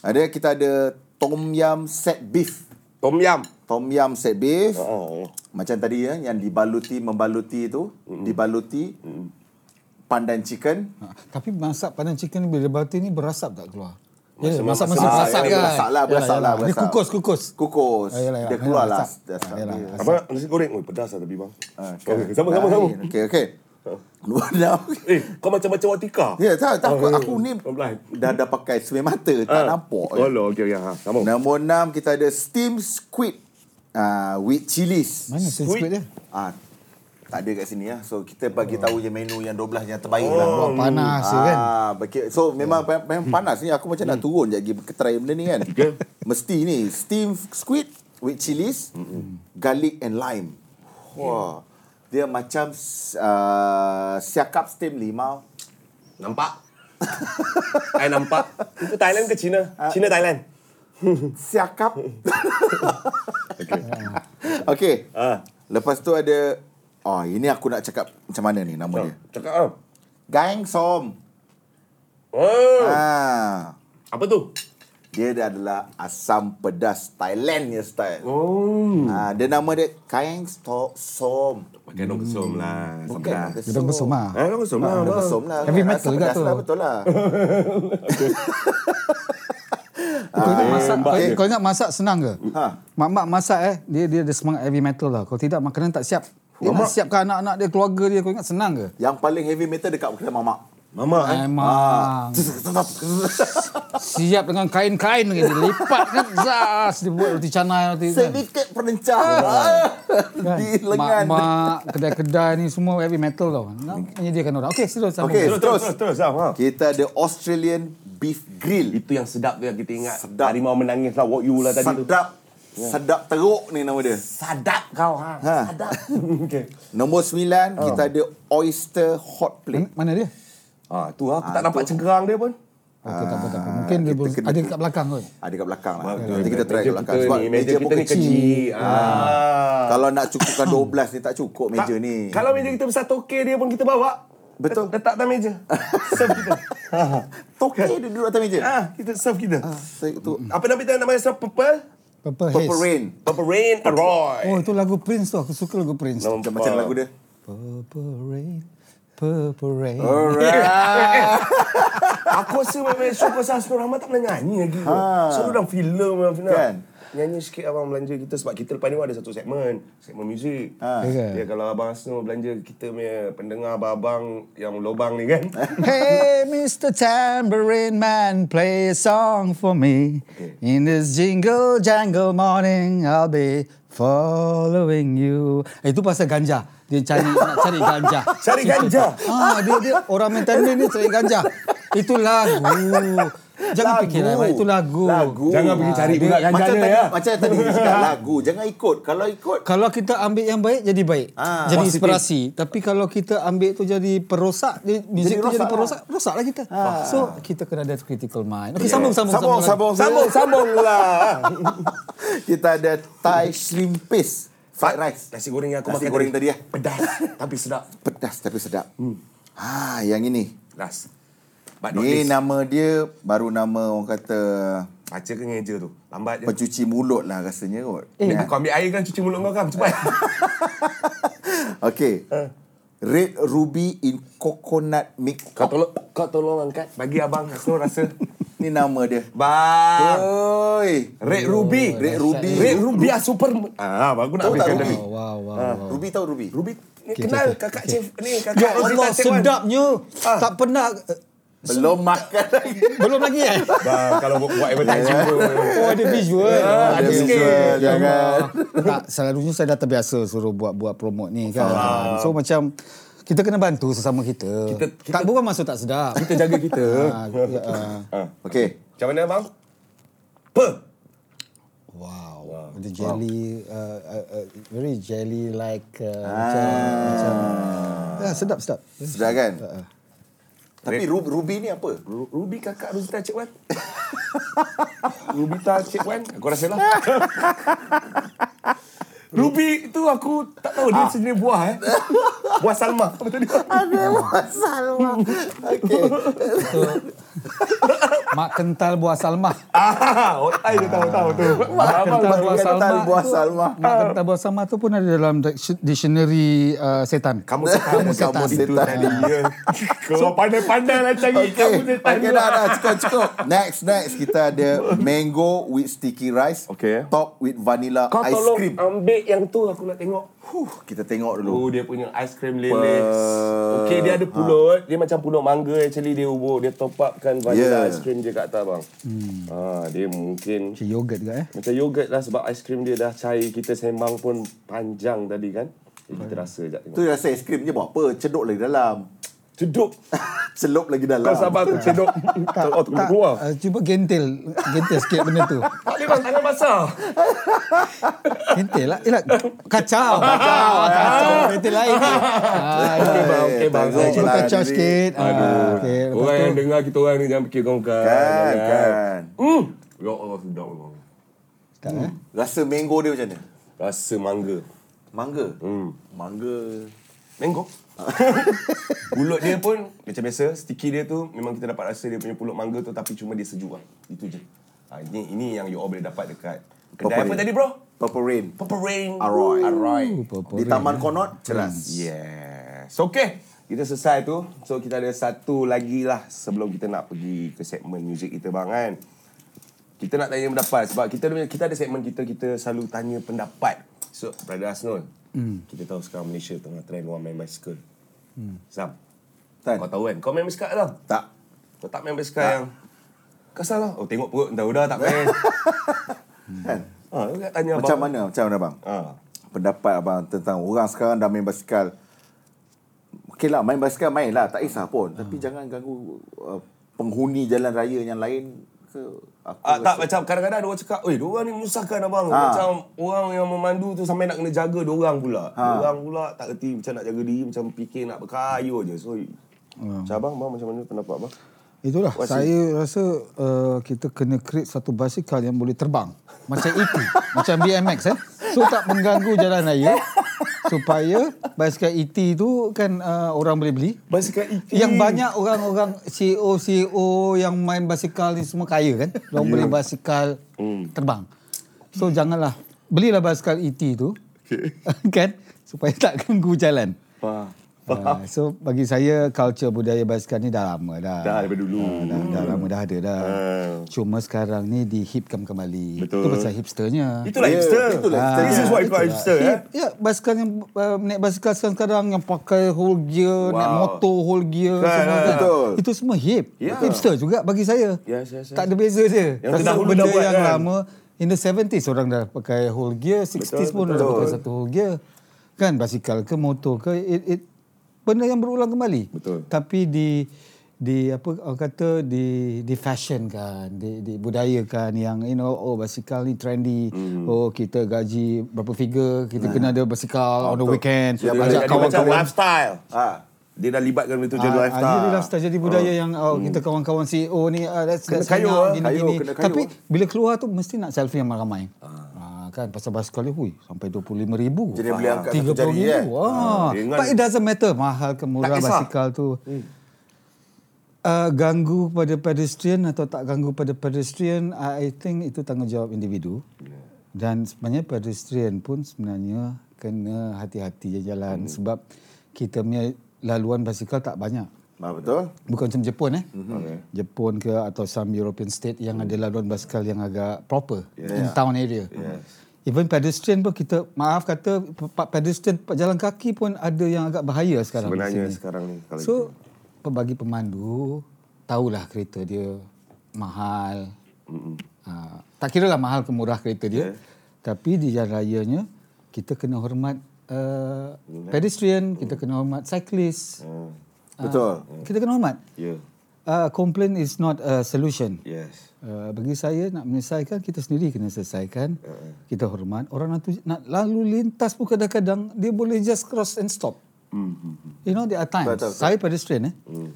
S3: Ada kita ada tom yam set beef.
S2: Tom yam
S3: Tom yam set beef.
S2: Oh
S3: Macam tadi ya, yang dibaluti membaluti tu, dibaluti pandan chicken.
S1: Ha, tapi masak pandan chicken ni bila batu ni berasap tak keluar? Ya,
S2: Masak-
S1: masak-masak
S2: masak-
S1: berasap
S3: ah,
S1: kan?
S3: berasak lah,
S1: Yalah,
S3: berasak lah,
S1: yalah. Dia
S3: berasak.
S1: kukus, kukus.
S3: Kukus.
S1: Ah, yalah, yalah.
S3: Dia keluar
S1: Yalah,
S3: lah.
S1: asap.
S3: Dia asap
S1: Ah, yalah,
S3: dia.
S2: Abang nasi goreng Oh pedas lah tapi bang
S3: Ah, lah.
S2: Okey, Sama sama Ah. sama
S3: Okey, okey. Luar dah.
S2: Eh kau macam-macam watika
S3: Ya, tak, tak. Aku, aku ni
S2: Oh, blind.
S3: dah dah pakai semi mata. Tak nampak.
S2: Oh loh okey okey ha sama
S3: Nombor enam, kita ada steam squid ah, with chilies.
S1: Mana
S2: Sweet.
S1: sweet dia?
S3: Ah, tak ada kat sini ya. So, kita bagi tahu je menu yang 12 yang terbaik lah.
S1: Buat panas je kan? Hmm.
S3: Ah, beki- so memang pa- memang panas ni aku macam nak turun je pergi ketry benda ni kan.
S2: Okay.
S3: Mesti ni steam squid with chilies,
S1: Hmm.
S3: garlic and lime. Wah. Dia macam uh, siakap steam limau.
S2: Nampak I nampak Itu Thailand ke China
S3: Ah.
S2: China Thailand
S3: Siakap.
S2: Okey
S3: Okey.
S2: Ah.
S3: Lepas tu ada Oh, ini aku nak cakap macam mana ni nama dia.
S2: Cakap ah
S3: Gang som.
S2: Oh
S3: Ah.
S2: apa tu
S3: Dia adalah asam pedas Thailand punya style.
S2: Oh
S3: Ah, dia nama dia Kaeng Stok Som.
S2: Pakai dong kesum lah
S3: Bukan Ah,
S2: Sampai dah.
S1: Dia besar mah.
S2: Eh dong kesum lah
S3: Dia
S2: bang.
S3: besum lah.
S1: Heavy
S3: Kan,
S1: metal
S3: asam
S1: juga
S3: pedas
S1: tu.
S3: Lah, betul lah.
S1: Itu Kau ingat masak,
S2: tembak
S1: kau,
S2: dia.
S1: kau ingat masak senang ke?
S3: Ha.
S1: Mak-mak masak eh, dia dia ada semangat heavy metal lah. Kalau tidak makanan tak siap. Dia nak siapkan anak-anak dia, keluarga dia. Kau ingat senang ke?
S3: Yang paling heavy metal dekat kedai mamak.
S2: Mama
S3: Ah.
S2: eh.
S1: Memang. Siap dengan kain-kain lagi. Dia lipat kan. Zas. Dia buat roti canai. Roti, kan.
S3: Sedikit perencanaan
S1: Kan?
S3: di lengan.
S1: Mak-mak, kedai-kedai ni semua heavy metal tau. Nak menyediakan orang. Okey, terus sambung.
S3: Okey.
S2: Terus, terus, terus, terus. Zam, ha.
S3: Kita ada Australian beef grill.
S2: Itu yang sedap tu yang kita ingat.
S3: Sedap.
S2: Harimau menangis lah, what you lah tadi tu. Ya.
S3: Sedap. Sedap teruk ni nama dia.
S2: Sadap kau ha.
S3: Ha.
S2: Sadap. okay.
S3: Nombor sembilan,
S2: Oh.
S3: kita ada oyster hot plate.
S1: Mana, mana dia?
S2: Ha, tu lah. Aku tak
S3: Ah,
S2: nampak
S3: tu.
S2: cengkerang dia pun.
S1: Okey, tak apa, tak apa. Mungkin dia
S3: Ah, kita
S1: ber-
S3: kena-
S1: ada kat belakang kot.
S3: Ada kat belakang lah.
S2: Betul.
S3: Nanti kita try kat
S2: Meja
S3: belakang.
S2: kita
S3: Sebab
S2: ni,
S3: meja pun
S2: kita ni
S3: kecil.
S2: kecil. Ah.
S3: Kalau nak cukupkan 12 ni tak cukup meja
S2: Tak-
S3: ni.
S2: Kalau meja kita besar tokeh dia pun kita bawa.
S3: Betul.
S2: Letak atas meja. serve kita. Ha.
S3: Tokeh dia duduk atas meja.
S2: Ah, kita serve kita.
S3: Saya tu
S2: Apa nama kita nama serve purple?
S1: Purple Haze.
S3: Purple Rain.
S2: Purple Rain Aroy.
S1: Oh, itu lagu Prince tu. Aku suka lagu Prince. tu.
S3: Macam
S2: Ah.
S3: macam lagu dia.
S1: Purple Rain, Purple Rain.
S3: Alright.
S2: Aku rasa memang show pasal Hasnur Rahman tak pernah nyanyi lagi. Ha. Selalu dalam filem dalam filem.
S3: Ah. Kan?
S2: Nyanyi sikit abang belanja kita sebab kita lepas ni pun ada satu segmen, segmen muzik.
S3: Ah.
S2: Ha.
S1: Ya ke?
S2: Ya kalau abang Hasnur belanja kita punya pendengar abang yang lobang ni kan.
S1: Hey, Mr. Tambourine Man, play a song for me. In this jingle jangle morning, I'll be following you. Eh, Itu pasal ganja. Dia cari nak cari ganja.
S2: Cari ganja.
S1: Ah, dia dia orang main tambourine ni cari ganja. Itu lagu. Jangan
S3: Lagu.
S1: fikir lah, itu lagu.
S3: Lagu.
S2: Jangan pergi cari
S3: Dia-
S2: pula ganjana
S3: macam tadi,
S2: ya.
S3: Macam tadi dia cakap lagu. Jangan ikut. Kalau ikut
S1: Kalau kita ambil yang baik jadi baik.
S3: Ah,
S1: jadi
S2: positif.
S1: inspirasi. Tapi kalau kita ambil tu jadi perosak, dia muzik tu
S3: Jadi
S1: jadi
S3: rosak
S1: perosak, rosaklah kita. So kita kena ada critical mind. Okey, sambung sambung
S3: Sambung,
S1: sambung.
S3: sambung.
S2: sambung sambung lah.
S3: kita ada Thai shrimp paste. Fried rice.
S2: Nasi goreng yang aku
S3: Nasi
S2: makan
S3: goreng
S2: tadi.
S3: tadi ya.
S2: Pedas tapi sedap.
S3: Pedas tapi sedap. Hmm. Ha, yang ini.
S2: Pedas. But not this.
S3: Ni nama dia baru nama orang kata
S2: Baca ke ngeja tu? Lambat je.
S3: pencuci mulut lah rasanya kot.
S1: Eh,
S2: Kau ambil air kan cuci mulut kau kan cepat.
S3: Okay.
S2: Eh.
S3: Red Ruby in Coconut Milk.
S2: kau tolong kau tolong angkat bagi abang Hasnul rasa.
S3: Ni nama dia.
S2: Bang.
S3: Oi.
S2: Red Ruby.
S3: Red Ruby.
S2: Red Ruby ah, super. Ah, abang aku nak
S3: Tahu tak
S2: ambilkan
S3: Ruby?
S2: tadi.
S1: Wow, Oh, wow, wow. wow.
S3: Ruby tahu Ruby?
S2: Ruby ni
S1: Okay,
S2: kenal
S1: okay, okay.
S2: kakak chef ni kakak
S1: Ya Allah,
S2: Rosita Chef Wan.
S1: sedapnya.
S3: Ah.
S1: Tak pernah eh,
S3: Belum makan lagi.
S1: belum lagi eh.
S2: Bang, kalau buat buat advertising pun.
S1: Oh ada visual
S2: ada visual,
S3: jangan.
S1: Tak selalunya saya dah terbiasa Suruh buat-buat promote ni kan So macam Kita kena bantu sesama kita,
S2: Kita- kita-
S1: Tak bukan masuk tak sedap
S2: Kita jaga kita.
S1: Ah, ya, ah.
S3: Okay.
S2: Macam mana abang? Apa?
S1: Wow, the jelly, uh, uh, uh, very jelly like uh, macam, macam, ya sedap sedap.
S3: Sudah kan?
S2: Eh,
S3: Tapi Ruby, Ruby ni apa?
S2: Ru- Ruby kakak Rosita Cik Wan. Rubita Cik Wan. Aku rasa lah. Ruby itu aku tak tahu dia sejenis buah eh. Buah Salma. Apa tadi?
S3: Ada pasal lah. Okay.
S1: Mak kental buah salmah.
S2: Ah, otai dia tahu tahu tu. Abang
S1: Kental buah
S3: Mak kental
S1: salmah.
S3: buah
S1: tu-
S3: salmah.
S1: Mak kental buah salmah tu pun ada dalam diction- dictionary uh, setan.
S2: Kamu setan, kamu setan.
S3: Kamu
S2: Itu
S3: setan.
S2: tadi ya. Kau pandai-pandai lah cari
S3: Okay,
S2: kamu setan.
S3: okay dah, dah, cukup, cukup. Next, next kita ada mango with sticky rice,
S2: Okay.
S3: top with vanilla
S2: Kau
S3: ice
S2: tolong
S3: cream.
S2: ambil yang tu aku nak tengok.
S3: Huh, kita tengok dulu.
S2: Oh, dia punya ice cream lele. Okay, dia ada pulut. Dia macam pulut mangga actually dia ubur. Dia top upkan vanilla
S3: Yeah.
S2: ice cream je kat atas bang. Hmm. Ah, dia mungkin
S1: Macam yogurt juga eh.
S2: macam yogurt lah sebab ice cream dia dah cair. Kita sembang pun panjang tadi kan. Jadi kita rasa sekejap tengok.
S3: Tu rasa es krim je buat apa? Cedok lagi dalam.
S2: Cedok.
S3: Celup lagi dalam.
S2: Kau sabar tu cedok. Tak, oh, tunggu keluar.
S1: uh, cuba gentil. Gentil sikit benda tu.
S2: Tak boleh bang, tangan basah.
S1: Gentil lah. Yelah, kacau. Kacau. kacau. Gentil lain. Ah,
S2: Okey bang,
S3: Eh,
S2: okey bang.
S3: tengok
S1: cuba
S3: lah
S1: kacau
S3: diri.
S1: sikit. Ah, okay.
S2: Orang yang dengar kita orang ni jangan fikir kau kan.
S3: Kan, kan.
S2: Hmm. Ya Allah sedap Allah.
S1: Tak, eh?
S3: Rasa mango dia macam mana?
S2: Rasa mangga.
S3: Mangga.
S2: Hmm.
S3: Mangga.
S2: Mango. pulut dia pun macam biasa, sticky dia tu memang kita dapat rasa dia punya pulut mangga tu tapi cuma dia sejuk lah. Itu je. Ha, ini ini yang you all boleh dapat dekat kedai apa
S3: Rain.
S2: tadi bro?
S3: Purple rain.
S2: Purple Rain.
S3: Aroy.
S2: Aroy.
S3: Di
S2: ya.
S3: Taman Konot, ceras.
S2: Hmm. Yes. Okay. Kita selesai tu. So kita ada satu lagi lah sebelum kita nak pergi ke segmen muzik kita bang kan. Kita nak tanya pendapat sebab kita ada- kita ada segmen kita kita selalu tanya pendapat. So, Brother Asnul, kita tahu sekarang Malaysia tengah trend orang main bicycle. Hmm. Sam,
S3: Tan.
S2: kau tahu kan? Kau main bicycle tau?
S3: Tak.
S2: Kau tak main bicycle yang Kasar lah. Oh, tengok perut. Dah udah tak main.
S3: Kan?
S2: ha, aku nak tanya
S3: Macam
S2: abang.
S3: mana? Macam mana abang?
S2: Ha.
S3: pendapat abang tentang orang sekarang dah main basikal. Okey lah, main basikal main lah. Tak kisah pun.
S2: Hmm.
S3: Tapi jangan ganggu uh, penghuni jalan raya yang lain ke. Aku
S2: Ah, tak
S3: rasa-
S2: macam kadang-kadang orang cakap, "Oi, diorang ni menyusahkan abang."
S3: Ha.
S2: Macam orang yang memandu tu sampai nak kena jaga diorang pula. Ha. Diorang pula tak reti macam nak jaga diri, macam fikir nak berkayuh je. So Macam abang, abang macam mana pendapat abang?
S1: Itulah
S2: What's
S1: saya rasa uh, kita kena create satu basikal yang boleh terbang. Macam itu, macam BMX eh. So tak mengganggu jalan raya supaya basikal ET tu kan uh, orang boleh beli.
S2: Basikal itu.
S1: Yang banyak orang-orang E CEO CEO yang main basikal ni semua kaya kan. Orang
S2: Ya.
S1: yeah. beli basikal
S2: Hmm.
S1: terbang. So janganlah belilah basikal ET tu. Okay. kan supaya tak ganggu jalan.
S2: Faham.
S1: Uh, so bagi saya culture budaya basikal ni dah lama dah.
S2: Dah daripada dulu.
S1: Ah, dah, dah lama dah ada dah.
S2: Ah.
S1: Cuma sekarang ni dihipkan kembali.
S2: Betul.
S1: Itu pasal hipsternya.
S2: Itulah
S3: Ya,
S2: hipster.
S3: itulah hipster.
S2: This is what you call
S1: Itulah.
S2: hipster eh.
S1: Hip, ya, basikal yang uh, naik basikal sekarang-sekarang yang pakai whole gear, wow. naik
S2: Wow.
S1: motor whole gear
S2: Kan,
S1: semua
S2: kan.
S1: kan.
S3: Betul.
S1: Itu semua hip.
S2: Ya.
S1: Hipster juga bagi saya.
S2: Yes, yes, yes.
S1: Tak ada beza dia.
S2: Yang
S1: Pasal
S2: terdahulu
S1: benda
S2: dah buat,
S1: yang
S2: kan?
S1: lama in the 70s orang dah pakai whole gear, 60s
S2: Betul,
S1: pun dah
S2: betul.
S1: pakai satu whole gear. Kan basikal ke motor ke it, it, benda yang berulang kembali.
S2: Betul.
S1: Tapi di di apa orang kata di di fashion kan di di budaya kan yang you know oh basikal ni trendy mm.
S2: Hmm.
S1: oh kita gaji berapa figure kita kena ada basikal on the weekend
S2: Dia dah jadi macam lifestyle.
S3: Ah.
S2: Dia dah libatkan benda tu
S1: Ah,
S2: jadi
S1: ah,
S2: lifestyle.
S1: Jadi lifestyle jadi budaya yang oh, kita kawan-kawan CEO ni ah, let's,
S2: Kena
S1: let's
S2: kayu, ah.
S1: hang out,
S3: Hmm. Kayu,
S1: gini-gini.
S3: kena kayu,
S1: Tapi
S3: ah.
S1: bila keluar tu mesti nak selfie yang ramai. Ah. kan pasal basikal ni hui sampai 25 ribu. Ah,
S3: Jadi boleh angkat satu
S1: ribu.
S3: jari, eh?
S1: Ah.
S2: Dengan-
S1: But it doesn't matter mahal ke
S2: Tak
S1: murah
S2: kisah. Hmm.
S1: basikal tu. Uh, ganggu pada pedestrian atau tak ganggu pada pedestrian I I think itu tanggungjawab individu. Dan sebenarnya pedestrian pun sebenarnya kena hati-hati je jalan
S2: Hmm.
S1: sebab kita punya laluan basikal tak banyak.
S3: Ah, betul?
S1: Bukan macam Jepun eh.
S2: Hmm.
S1: Mm-hmm. Jepun ke atau some European state yang ada laluan basikal yang agak proper in town area. Yes. Even pedestrian pun kita maaf kata pe- pedestrian jalan kaki pun ada yang agak bahaya sekarang. di
S2: Sebenarnya
S1: sini.
S2: sekarang ni kalau
S1: So bagi pemandu tahulah kereta dia mahal. Ha, tak kira lah mahal ke murah kereta dia. Tapi di jalan rayanya kita kena hormat uh, pedestrian, kita kena hormat cyclist.
S3: Betul.
S1: Kita kena hormat.
S2: Yeah.
S1: Uh, complain is not a solution.
S2: Ya. Yes.
S1: Uh, bagi saya nak menyelesaikan kita sendiri kena selesaikan. Uh-uh. Kita hormat orang nak, tu- nak lalu lintas pun kadang-kadang dia boleh just cross and stop. Mm-hmm. You know there are times.
S3: Betul, betul.
S1: Saya pedestrian eh.
S2: Hmm.
S1: Mm.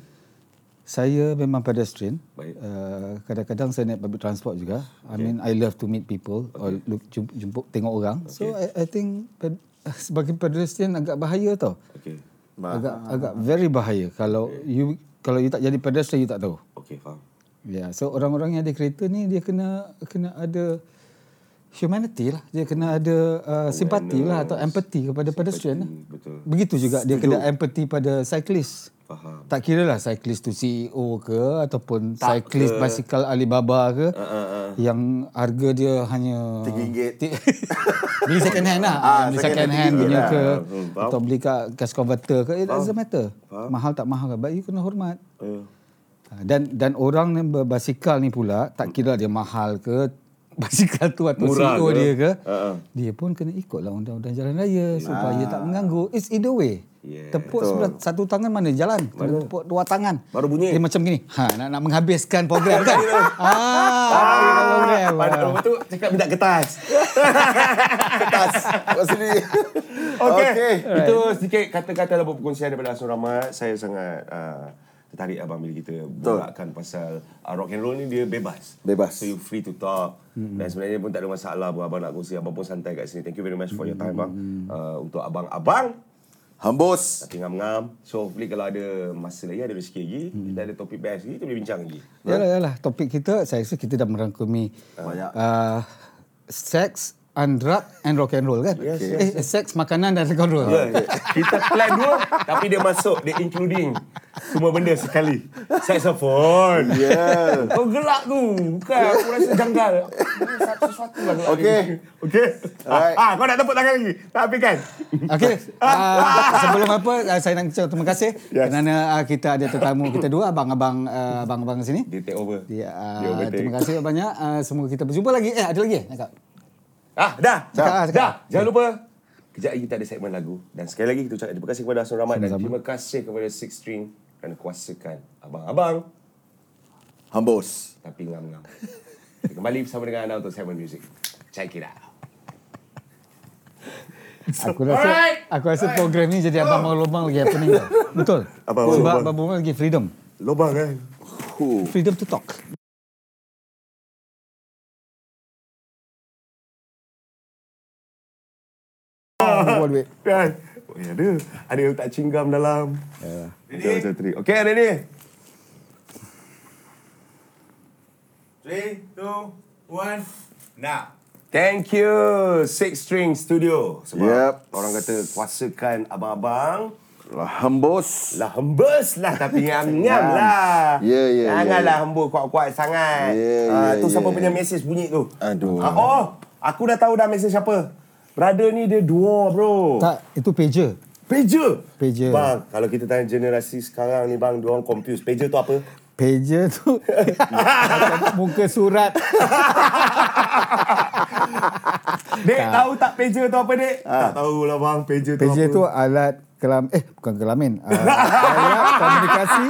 S1: Saya memang pedestrian.
S2: Baik.
S1: Uh, kadang-kadang saya naik public transport juga. Okay. I mean I love to meet people okay. or look jumpa, jumpa tengok orang. Okay. So I, I think ped, sebagai pedestrian agak bahaya tau.
S2: Okay.
S1: Agak agak very bahaya kalau you kalau you tak jadi pedestrian you tak tahu.
S2: Okay, faham.
S1: Ya, yeah, so orang-orang yang ada kereta ni dia kena kena ada humanity lah. Dia kena ada uh, simpati lah atau empathy kepada pedestrian lah.
S2: Betul.
S1: Begitu juga dia kena empathy pada cyclist.
S2: Faham.
S1: Tak kira lah cyclist tu CEO ke ataupun tak cyclist basikal Alibaba ke uh,
S3: Ah,
S1: uh, uh. yang harga dia hanya
S3: RM3.
S1: Ti- beli second hand lah.
S3: Ah,
S1: beli
S3: second
S1: second
S3: hand
S1: hand punya
S3: lah.
S1: ke atau beli kat cash converter ke it doesn't matter. Mahal tak mahal ke but you kena hormat.
S2: Yeah.
S1: Ha, Dan dan orang yang berbasikal ni pula tak kira dia mahal ke basikal tu atau
S2: Murah
S1: CEO
S2: ke?
S1: dia ke
S2: Ha-ha. Ah.
S1: dia pun kena ikutlah undang-undang jalan raya supaya tak mengganggu it's either way
S2: Yeah.
S1: tepuk sebelah satu tangan mana jalan kena tepuk dua tangan
S2: Baru bunyi.
S1: dia macam gini ha nak, nak menghabiskan program kan ah, ah program
S2: Pada rumah tu cakap minta kertas.
S3: Kertas. Kat sini.
S2: Okey.
S3: Okey.
S2: Itu sedikit kata-kata dalam perkongsian daripada Asnur Rahmat. Saya sangat uh, tertarik abang bila kita borakkan pasal uh, rock and roll ni dia bebas.
S3: Bebas.
S2: So you free to talk. Hmm. Dan sebenarnya pun tak ada masalah pun abang nak kongsi. Abang pun santai kat sini. Thank you very much for your time bang. Uh, untuk abang-abang
S3: Hambus.
S2: tapi ngam-ngam. So hopefully kalau ada masa lagi, ada rezeki lagi, kita ada topik best lagi, kita boleh bincang lagi.
S1: Yalah, yalah. Topik kita, saya rasa kita dah merangkumi
S3: Banyak.
S1: Uh, seks, and drug and rock and roll kan?
S2: Yes,
S1: eh, seks, makanan dan rock and roll.
S2: Ya, kita plan dua tapi dia masuk dia including semua benda sekali. Saxophone.
S3: Yeah.
S2: Kau gelak tu. Bukan aku rasa janggal. Sesuatu lah gelak
S3: Okey.
S2: ni. Okey.
S3: Alright.
S2: Ah, kau nak tepuk tangan lagi. Tak habis kan?
S1: Okey, uh, sebelum apa uh, saya nak ucap terima kasih
S2: Yes.
S1: yes. kerana uh, kita ada tetamu kita dua abang-abang uh, abang-abang sini.
S2: Dia take over.
S1: Ya,
S2: Dia
S1: uh,
S2: overtake.
S1: terima kasih banyak. Uh, semoga kita berjumpa lagi. Eh, ada lagi eh? Cakap.
S2: Ah, dah.
S1: Cakap
S2: dah.
S1: lah, cakap.
S2: dah. Jangan lupa Kejap lagi kita ada segmen lagu Dan sekali lagi kita ucapkan terima kasih kepada Hasan Rahmat Dan
S1: Sama-sama.
S2: terima kasih kepada Six String Kerana kuasakan abang-abang
S3: Hambos.
S2: Tapi ngam-ngam Kita Kembali bersama dengan anda untuk segmen music Check it out
S1: Aku rasa
S2: alright.
S1: aku rasa program ni jadi abang mau lubang lagi apa ni. tau. Betul.
S2: Abang mau
S1: Sebab
S2: lubang.
S1: abang mau lagi freedom.
S2: Lobang kan?
S3: Huh.
S1: Freedom to talk. Buat duit.
S2: Kan? Oh, ya ada. Ada yang tak cinggam dalam. Ya. Macam macam trik. Okey, ada ni.
S4: Three, two, one, now.
S2: Thank you Six String Studio sebab
S3: Yep.
S2: orang kata kuasakan abang-abang
S3: Hambos.
S2: lah hembus lah tapi ngam-ngam lah.
S3: Ya, ya,
S2: Janganlah hembus kuat-kuat sangat.
S3: Ya,
S2: Ah,
S3: ya,
S2: tu siapa
S3: ya.
S2: punya mesej bunyi tu?
S3: Aduh.
S2: Ah, oh, aku dah tahu dah mesej siapa. Brother ni dia dua bro.
S1: Tak, itu pager.
S2: Pager.
S1: Pager.
S2: Bang, kalau kita tanya generasi sekarang ni bang, diorang confused. Pager tu apa?
S1: Pager tu macam muka surat.
S2: Dek Ah, tak. tahu tak pager tu apa dek? Ha. Tak tahulah bang pager tu
S1: Pager
S2: apa.
S1: tu alat kelam eh bukan kelamin. Uh, alat komunikasi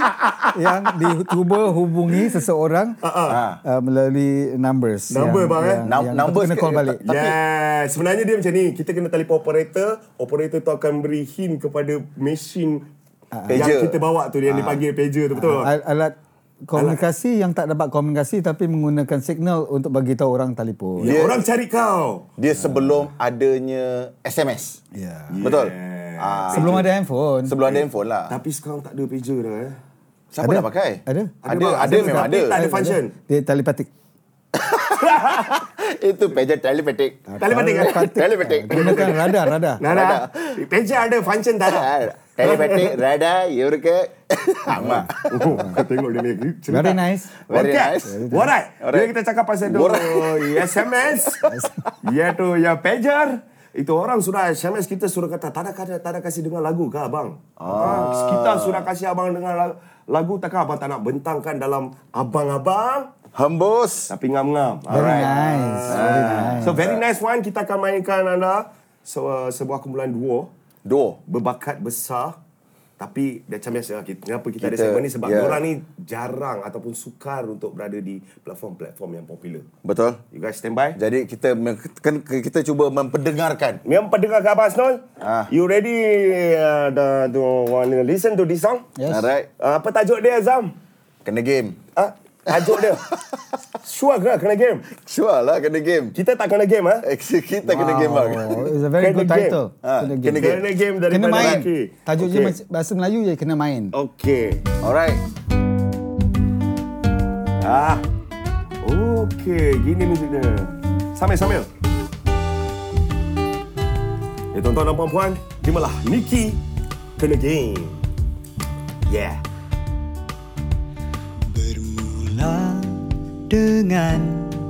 S1: yang dituba hubungi seseorang uh, melalui numbers.
S2: Ah, Number,
S1: yang,
S2: bang, eh?
S1: Yang,
S3: Num-
S1: yang
S3: numbers
S1: kena
S3: ke-
S1: call balik.
S2: Yes, yeah. sebenarnya dia macam ni. Kita kena telefon operator, operator tu akan beri hint kepada mesin Ah,
S3: Pager.
S2: yang kita bawa tu yang dipanggil pager tu betul.
S1: Al- alat komunikasi yang tak dapat komunikasi tapi menggunakan signal untuk bagi tahu orang telefon.
S2: Ya, orang cari kau.
S3: Dia sebelum adanya SMS.
S1: Yeah.
S3: Betul?
S2: Ya.
S3: Ah,
S1: Ya. Sebelum ada handphone.
S3: sebelum ada handphone lah.
S2: Tapi sekarang tak ada pager dah eh.
S3: Siapa
S1: Ada.
S3: nak pakai?
S1: Ada.
S3: Ada, ada,
S2: bang. Tapi
S3: memang ada.
S2: Tak ada function.
S1: Dia telepatik.
S3: Itu pager Ah, telepathic.
S2: Telepatik kan?
S3: Telepathic.
S1: Gunakan radar, radar.
S2: Nah, nah. Pager ada function tak ada.
S3: Ah, Telepathic, radar, இவருக்கு ஆமா
S2: Oh, kau tengok dia ni. cerita.
S1: Very nice.
S3: Very
S2: okay.
S3: nice.
S2: Alright. Bila
S3: Alright.
S2: kita cakap pasal tu SMS, ya tu ya pager, itu orang sudah SMS kita suruh kata tak ada kada tak ada kasih dengar lagu ke abang. Ah. Kita sudah kasih abang dengar la- lagu takkan abang tak nak bentangkan dalam abang-abang
S3: ஹம்போஸ்
S2: tapi ngam-ngam.
S1: Very
S2: Alright. Ah.
S1: nice. Very nice.
S2: So very nice one kita akan mainkan anda so, uh, sebuah kumpulan duo
S3: டோ
S2: berbakat besar tapi dia macam biasa lah, kita, kenapa kita, ada
S3: Kita-
S2: segmen ni sebab
S3: ya.
S2: yeah. orang ni jarang ataupun sukar untuk berada di platform-platform yang popular.
S3: betul
S2: You guys stand by.
S3: jadi kita me- kan kita cuba memperdengarkan
S2: Yang pendengar khabar Asnol,
S3: Ah.
S2: you ready uh, the, to wanna listen to this song?
S1: Yes.
S3: alright
S2: Uh, apa tajuk dia Azam?
S3: kena game
S2: Ah, tajuk dia. sure ke kena game?
S3: sure lah kena game
S2: Kita tak kena game ah.
S3: Eh, kita kena game lah. bang
S1: Oh, it's a very
S2: Kena
S1: good
S2: game.
S1: title.
S3: Ah, kena game.
S2: Kena game daripada
S1: Kena main.
S2: lelaki.
S1: Tajuk
S2: okay.
S1: dia macam- bahasa Melayu je kena main.
S2: Okay.
S3: alright
S2: Ah. Okey, gini muzik dia. Sambil sambil. Ya tuan-tuan dan puan-puan, terimalah Niki Kena Game. Yeah.
S5: Bermula dengan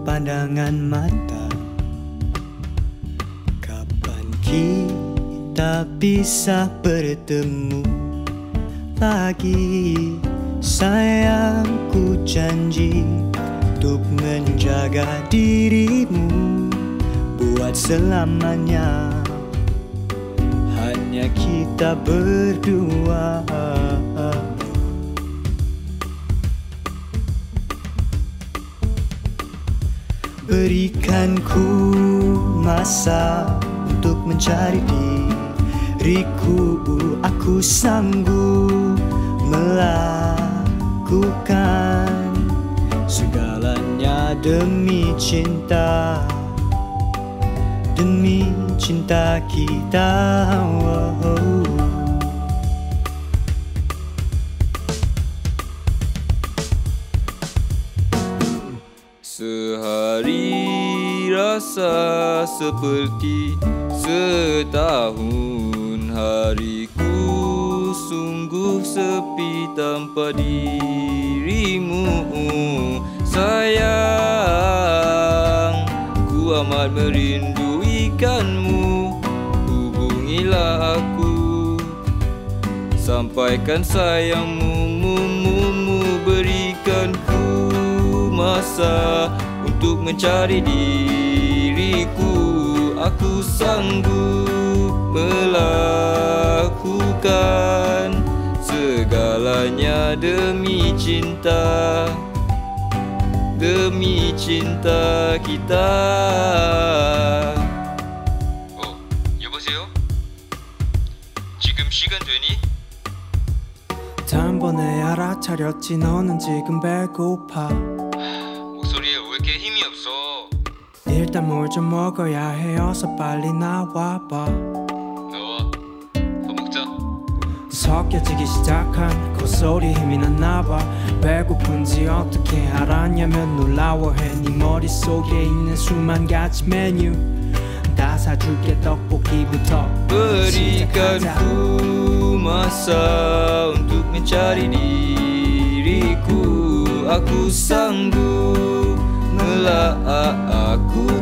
S5: pandangan mata Kapan kita bisa bertemu lagi Sayang ku janji Untuk menjaga dirimu Buat selamanya Hanya kita berdua Berikan ku masa untuk mencari diriku Aku sanggup melakukan segalanya demi cinta Demi cinta kita Oh, wow. Sehari rasa seperti setahun hariku sungguh sepi tanpa dirimu sayang ku amat merinduikanmu hubungilah aku Sampaikan sayangmu mu, mu, mu, Berikan ku masa Untuk mencari diriku Aku sanggup melakukan Segalanya demi cinta Demi cinta kita Oh, 여보세요? 지금 시간 되니?
S6: 단번에 알아차렸지 너는 지금 배고파
S5: 목소리에 왜 이렇게 힘이 없어?
S6: 일단 뭘 좀 먹어야 해 어서 빨리 나와봐
S5: 나와 더 먹자
S6: 섞여지기 시작한 그 콧소리 힘이 났나봐 배고픈지 어떻게 알았냐면 놀라워해 네 머릿속에 있는 수만 가지 메뉴 다 사줄게 떡볶이부터
S5: Berikan
S6: 시작하자.
S5: ku masa untuk mencari diriku Aku sanggup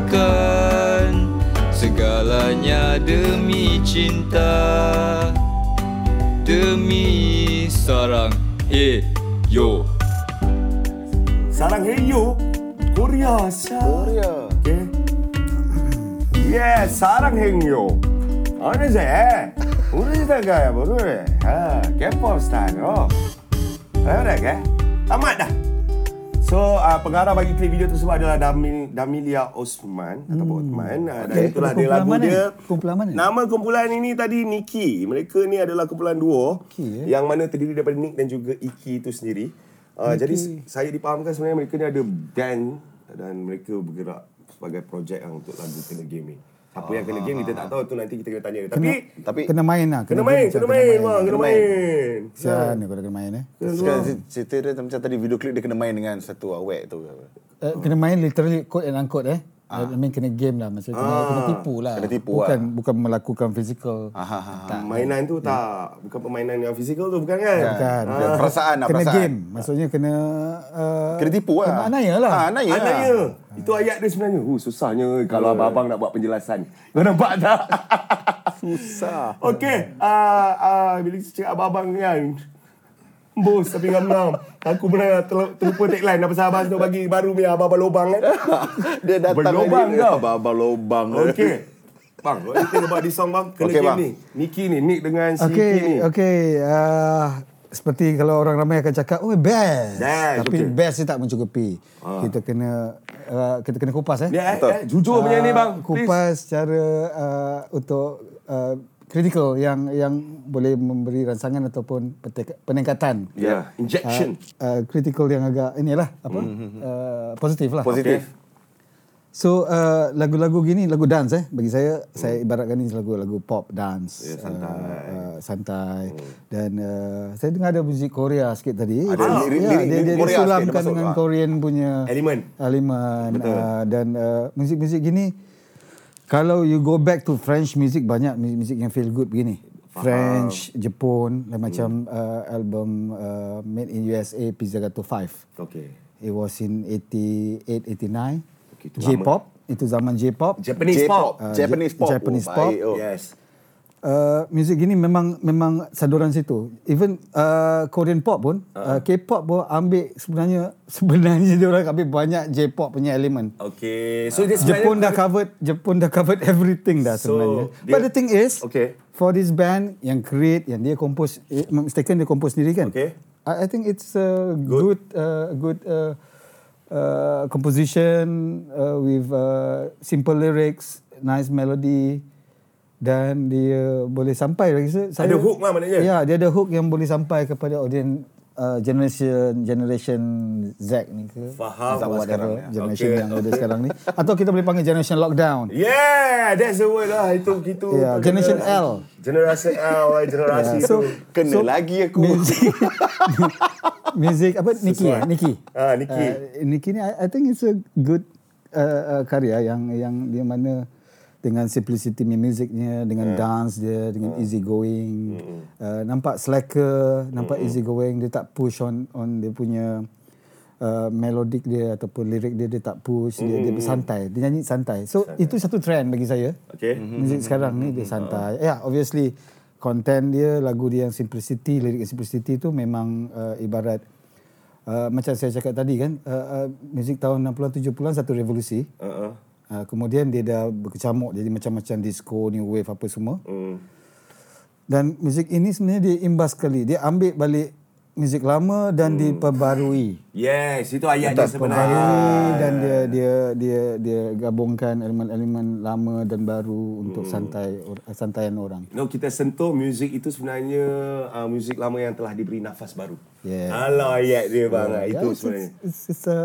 S5: melakukan Segalanya demi cinta Demi sarang Hey yo
S2: Sarang Heyo Korea Syah
S3: Korea.
S2: Okay Yes Sarang Heyo 어느새 우리 세가야 뭐를 아 Ha, K-pop oh. 스타로 그래 eh? tamat dah So uh, pengarah bagi klip video tu sebab adalah Damil, Damilia Osman hmm. ataupun Osman uh, dan
S1: Okey,
S2: itulah dia
S1: kumpulan
S2: lagu
S1: mana?
S2: dia.
S1: Kumpulan mana?
S2: Nama kumpulan ini tadi Niki. Mereka ni adalah kumpulan duo
S1: Niki, eh?
S2: yang mana terdiri daripada Nick dan juga Iki itu sendiri. Uh, jadi s- saya dipahamkan sebenarnya mereka ni ada band dan mereka bergerak sebagai projek yang untuk lagu kena game ni. Siapa yang kena game kita tak tahu tu nanti kita Ah, kena tanya dia. Tapi
S3: Tapi
S1: Kena main lah.
S2: kena main, kena main, bang, kena main.
S1: Kesian ni kalau kena main eh.
S3: sekarang cer- cerita dia macam tadi video klip dia kena main dengan satu awet tu. ke apa.
S1: Eh, Kena main literally quote and unquote eh. I mean kena game lah. Maksudnya kena, kena tipu lah.
S3: Kena tipu
S1: bukan, Bukan melakukan physical.
S2: Ah, Mainan tu tak bukan permainan yang fizikal tu bukan kan?
S1: Bukan.
S3: Ah. Perasaan lah,
S1: Kena
S3: perasaan.
S1: game. Maksudnya kena... Uh,
S3: Kena tipu lah.
S1: Kena anaya lah.
S3: Ha, anaya. lah.
S2: Anaya. Itu ayat dia sebenarnya. Uh, susahnya kalau abang-abang nak buat penjelasan. Kau nampak tak? Susah. Okey. Uh, uh, bila kita cakap abang-abang kan. Bos tapi ngam-ngam. Aku pernah terl- terlupa tagline. Dah pasal abang tu bagi baru punya abang-abang lobang kan.
S3: dia datang
S2: Berlobang
S3: lagi,
S2: kau.
S3: Abang-abang lobang.
S2: Okey. Bang, what do you think about this song bang? Kena
S3: Okey,
S2: okay, game
S3: bang.
S2: ni. Niki ni, Nick dengan si
S1: Okey,
S2: Iki ni.
S1: okey. Uh, seperti kalau orang ramai akan cakap, oh best.
S2: Best,
S1: Tapi
S2: betul.
S1: best dia tak mencukupi. Kita kena uh, kita kena kupas eh.
S2: Ni, eh, eh, jujur punya ni bang. Please.
S1: Ah, Kupas secara uh, untuk uh, critical yang yang boleh memberi rangsangan ataupun pete- peningkatan.
S3: Ya,
S2: Yeah, injection.
S1: Uh, critical yang agak inilah apa? Uh, positif lah.
S3: Hmm, Positif.
S1: So uh, lagu-lagu gini lagu dance eh bagi saya saya
S3: Hmm.
S1: ibaratkan ini lagu-lagu pop dance
S3: Ya,
S1: yeah, santai uh, uh, santai dan uh, saya dengar ada muzik Korea sikit tadi
S3: Hmm. Ada
S1: Ya,
S3: lirik- lirik-
S1: dia, dia,
S3: lirik
S1: dia
S3: Korea sikit dia
S1: sulamkan
S3: masuk,
S1: dengan
S3: ah.
S1: Korean punya
S2: Elemen.
S1: elemen uh, dan uh, muzik-muzik gini kalau you go back to French music banyak muzik yang feel good begini French Jepun dan macam uh, album uh, Made in USA Pizza Gato 5
S2: Ah. Okey.
S1: It was in 88, 89.
S2: Okay, itu
S1: J-pop. Itu zaman J-pop.
S2: Japanese pop.
S1: Ah,
S3: Japanese pop.
S1: Japanese
S3: Oh,
S1: pop.
S3: baik, oh.
S2: Yes.
S1: Uh, muzik gini memang memang saduran situ. Even uh, Korean pop pun, uh, K-pop pun ambil sebenarnya sebenarnya dia orang ambil banyak J-pop punya elemen.
S2: Okay. So dia sebenarnya
S1: Jepun dah covered Jepun dah covered everything dah
S2: So,
S1: sebenarnya.
S2: dia-
S1: But the thing is
S2: Okay.
S1: for this band yang create yang dia compose eh, if I'm mistaken dia compose sendiri kan.
S2: Okay.
S1: I, I think it's a good good, uh, good uh, uh, composition uh, with uh, simple lyrics, nice melody dan dia boleh sampai lagi saya
S2: Ada hook lah maknanya?
S1: Ya, dia ada hook yang boleh sampai kepada audience uh, generation generation Z ni ke
S2: Faham.
S1: atau
S2: Zaman
S1: whatever
S2: sekarang, ya.
S1: generation
S2: Okay,
S1: yang ada sekarang ni atau kita boleh panggil generation lockdown
S2: Yeah, that's the word lah. Itu gitu.
S1: Yeah, generation L.
S2: Generasi L, lah, generasi
S1: Yeah.
S2: tu.
S1: So,
S3: Kena lagi aku.
S1: music music apa Nikki eh Nikki
S2: Ah, Nikki.
S1: Eh, Uh, Nikki ni I, I think it's a good uh, uh, karya yang yang di mana dengan simplicity punya musicnya,
S2: Hmm.
S1: dengan dance dia, dengan easy going, uh, nampak slacker,
S2: Hmm.
S1: nampak easy going, dia tak push on on dia punya uh, melodic dia ataupun lirik dia dia tak push, dia
S2: Hmm.
S1: dia santai, dia nyanyi santai. So itu satu trend bagi saya.
S2: Okay.
S1: Muzik sekarang ni dia santai. Ya, yeah, obviously content dia, lagu dia yang simplicity, lirik yang simplicity tu memang uh, ibarat uh, macam saya cakap tadi kan, uh, uh, muzik tahun 60-an 70-an satu revolusi.
S2: Uh-uh.
S1: Uh, kemudian dia dah berkecamuk jadi macam-macam disco, new wave apa semua.
S2: Hmm.
S1: Dan muzik ini sebenarnya dia imbas sekali. Dia ambil balik muzik lama dan diperbarui.
S2: Yes, itu ayat dia
S1: Tak
S2: sebenarnya.
S1: perbarui dan dia dia dia dia gabungkan elemen-elemen lama dan baru untuk santai or, santaian orang.
S2: No, kita sentuh muzik itu sebenarnya uh, muzik lama yang telah diberi nafas baru.
S1: Yes.
S2: Alah, ayat dia bang.
S1: Yeah,
S2: itu
S1: it's-
S2: sebenarnya.
S1: It's, it's, a,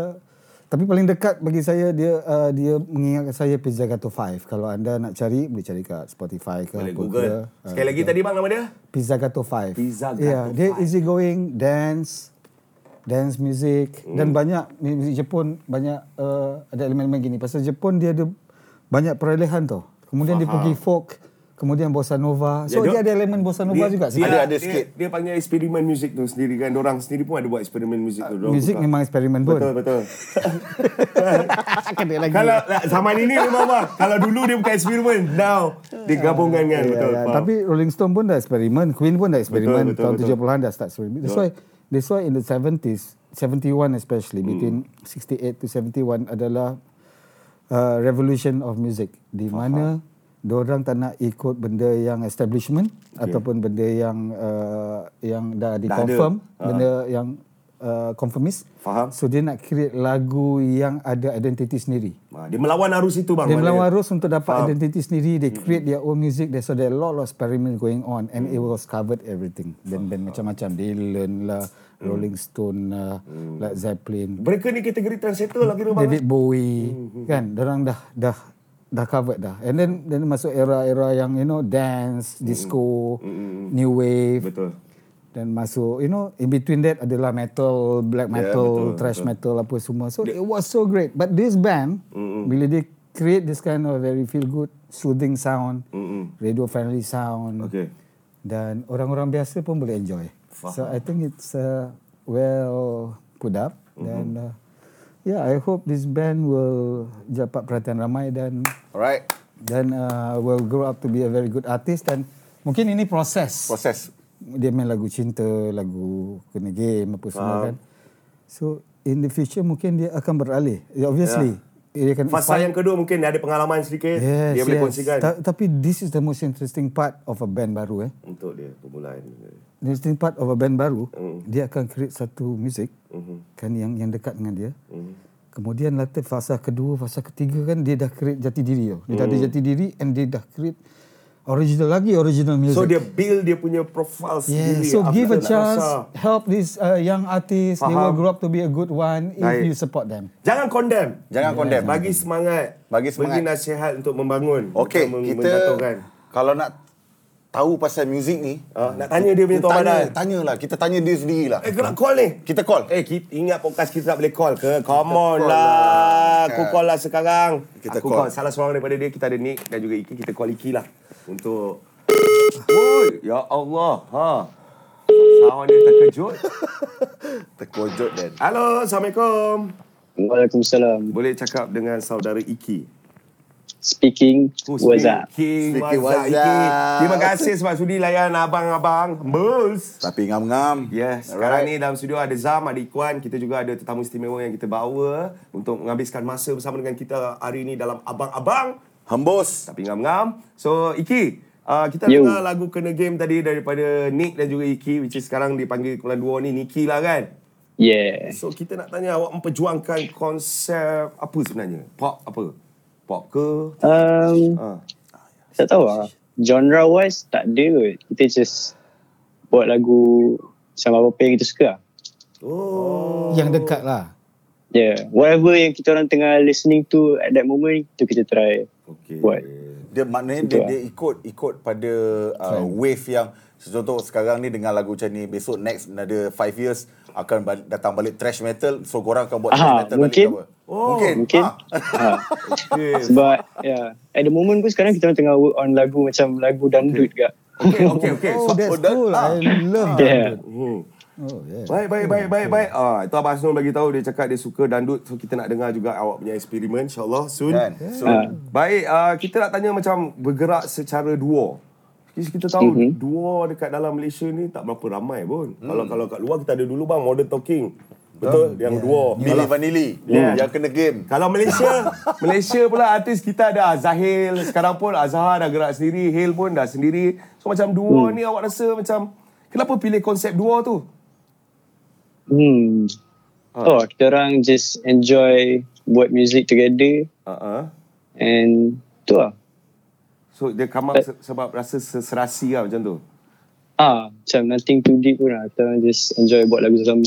S1: tapi paling dekat bagi saya dia uh, dia mengingatkan saya Pizza Gato 5. Kalau anda nak cari boleh cari kat Spotify ke
S2: Boleh
S1: apa
S2: Google.
S1: ke. Uh,
S2: Sekali lagi tadi bang nama dia?
S1: Pizza Gato 5.
S2: Pizza Gato
S1: yeah, Dia
S2: Five.
S1: easy going, dance, dance music hmm. dan banyak muzik Jepun banyak uh, ada elemen-elemen gini. Pasal Jepun dia ada banyak perolehan tau. Kemudian dia pergi folk, kemudian bossa nova. So dia, ada elemen bossa nova juga.
S2: Dia,
S1: sikit.
S2: ada, ada sikit. Dia, dia panggil eksperimen muzik tu sendiri kan. Orang sendiri pun ada buat eksperimen muzik tu. Dorang
S1: Muzik
S2: tukar.
S1: memang eksperimen pun.
S2: Betul, betul.
S1: Kena lagi.
S2: Kalau lah, zaman ini memang bang. Kalau dulu dia bukan eksperimen. Now, dia gabungkan kan.
S1: Ya,
S2: betul.
S1: ya.
S2: faham.
S1: Tapi Rolling Stone pun dah eksperimen, Queen pun dah eksperimen
S2: Betul, betul,
S1: tahun
S2: betul.
S1: 70-an dah start eksperimen. That's why that's why in the 70s, 71 especially
S2: Hmm.
S1: between 68 to 71 adalah uh, revolution of music di mana orang tak nak ikut benda yang establishment ataupun benda yang uh, yang dah di
S2: Dah ada. Ha.
S1: confirm, benda yang uh, conformist.
S2: Faham.
S1: So dia nak create lagu yang ada identiti sendiri.
S2: Ah, dia melawan arus itu bang.
S1: Dia
S2: maknanya. Hmm.
S1: melawan arus untuk dapat identiti sendiri. They create their own music. There's so there a lot of experiment going on and
S2: Hmm.
S1: it was covered everything. Band-band macam-macam. Dylan lah,
S2: Hmm.
S1: Rolling Stone lah, Led Zeppelin,
S2: Mereka ni kategori translator lah kira bang.
S1: David Bowie.
S2: Hmm,
S1: Kan, orang dah dah dah covered dah. And then then masuk era-era yang you know dance,
S2: Hmm.
S1: disco, new wave.
S2: Betul.
S1: Dan masuk, you know, in between that adalah metal, black metal, thrash metal apa semua. So it was so great. But this band, bila dia create this kind of very feel good, soothing sound, radio friendly sound.
S2: Okay.
S1: Dan orang-orang biasa pun boleh enjoy. So I think it's uh, well put up. Dan uh, yeah, I hope this band will dapat perhatian ramai dan
S3: Alright.
S1: dan uh, will grow up to be a very good artist dan mungkin ini proses
S3: Proses.
S1: dia main lagu cinta, lagu kena game apa semua kan. So in the future mungkin dia akan beralih. Yeah, Obviously. Dia akan
S2: Fasa yang kedua mungkin dia ada pengalaman sedikit.
S1: yes,
S2: Ya. dia
S1: yes.
S2: boleh kongsikan.
S1: Ta- tapi this is the most interesting part of a band baru eh.
S2: Untuk dia permulaan.
S1: The interesting part of a band baru,
S2: Hmm.
S1: dia akan create satu music kan yang yang dekat dengan dia.
S2: Hmm.
S1: Kemudian later fasa kedua, fasa ketiga kan dia dah create jati diri tau. Dia dah
S2: Hmm.
S1: ada jati diri and dia dah create original lagi original music.
S2: So dia build dia punya profile
S1: Yeah,
S2: sendiri.
S1: so
S2: Apa
S1: give a
S2: nak
S1: chance,
S2: rasa.
S1: help these uh, young artists. They will
S2: Faham.
S1: grow up to be a good one if
S2: Baik.
S1: you support them.
S2: Jangan condemn.
S3: Jangan condemn.
S2: Bagi semangat.
S3: Bagi
S2: Bagi
S3: semangat.
S2: nasihat untuk membangun.
S3: Okay,
S2: bukan meng-
S3: kita
S2: menjatuhkan.
S3: kalau nak tahu pasal muzik ni,
S2: Ah, nak tanya dia punya
S3: kita
S2: tuan
S3: tanya,
S2: badan.
S3: tanyalah. Kita tanya dia sendirilah.
S2: Eh, kau nak call ni?
S3: Kita call.
S2: Eh, kita, ingat podcast kita tak boleh call ke? Come on
S3: call
S2: lah.
S3: lah.
S2: Aku call lah sekarang.
S3: Kita
S2: Aku
S3: call.
S2: Salah seorang daripada dia, kita ada Nick dan juga Iki. Kita call Iki lah. Untuk... Woi, ya Allah. Ha. Sawan dia terkejut.
S3: Terkojot dan.
S2: Halo, Assalamualaikum.
S7: Waalaikumsalam.
S2: Boleh cakap dengan saudara Iki.
S7: Speaking, what's up?
S2: King,
S3: Speaking
S2: what's up?
S3: what's
S2: Iki.
S3: up?
S2: Terima kasih sebab sudi layan abang-abang. Bus.
S3: Tapi ngam-ngam.
S2: Yes, sekarang ni dalam studio ada Zam, ada Ikwan Kita juga ada tetamu istimewa yang kita bawa Untuk menghabiskan masa bersama dengan kita hari ini dalam Abang-Abang
S3: Hembus.
S2: Tapi ngam-ngam So, Iki uh, Kita
S7: Yo.
S2: dengar lagu Kena Game tadi daripada Nick dan juga Iki Which is sekarang dipanggil kumpulan dua ni Niki lah kan
S7: Yeah.
S2: So, kita nak tanya awak memperjuangkan konsep apa sebenarnya? Pop apa? Pop ke?
S7: Um,
S2: Uh.
S7: tak tahu lah. Genre wise tak ada kot. Kita just buat lagu sama apa-apa yang kita suka lah.
S2: Oh
S1: Yang dekat lah.
S7: Yeah. Whatever yang kita orang tengah listening to at that moment, tu kita try
S2: Okay
S7: buat.
S3: Dia maknanya dia,
S7: Betul.
S3: dia ikut ikut pada uh, wave yang
S8: Contoh sekarang ni dengan lagu macam ni Besok next another 5 years Akan balik, datang balik trash metal So korang akan buat
S7: Ah,
S8: trash metal
S7: mungkin.
S8: balik ke apa?
S2: Oh,
S8: mungkin
S7: Mungkin
S8: Ah,
S7: ha. Sebab yeah. At the moment pun sekarang Kita orang tengah work on lagu Macam lagu dandut okay.
S2: Okay, okay, okay.
S1: Oh, that's
S8: that-
S1: cool. I
S2: lah.
S1: love
S7: kat Yeah
S2: Hmm.
S1: Oh, yeah.
S2: Baik, baik, baik, baik, baik. Ah, itu Abang Hasnul bagi tahu dia cakap dia suka dandut. So kita nak dengar juga awak punya eksperimen insya-Allah soon.
S8: Kan?
S2: So, baik, ah, kita nak tanya macam bergerak secara duo. Kita kita tahu mm-hmm. duo dekat dalam Malaysia ni tak berapa ramai pun.
S3: Hmm.
S2: Mm. Kalau kalau kat luar kita ada dulu bang Modern Talking. Betul? Yang duo.
S3: Ya
S8: Milli
S3: lah.
S2: Kalau- Ya.
S8: Vanilli
S2: Yeah.
S8: Yang kena game
S2: Kalau Malaysia, Malaysia pula artis kita ada Azahil. Sekarang pun Azhar dah gerak sendiri. Hil pun dah sendiri. So macam duo hmm. ni awak rasa macam... Kenapa pilih konsep duo tu?
S7: Hmm. Oh, kita orang just enjoy buat music together
S2: Uh-uh.
S7: and tu lah.
S2: So dia come up
S7: Eh.
S2: se- sebab rasa serasi lah macam tu?
S7: Ah, macam nothing too deep pun lah. Kita orang just enjoy buat lagu sama.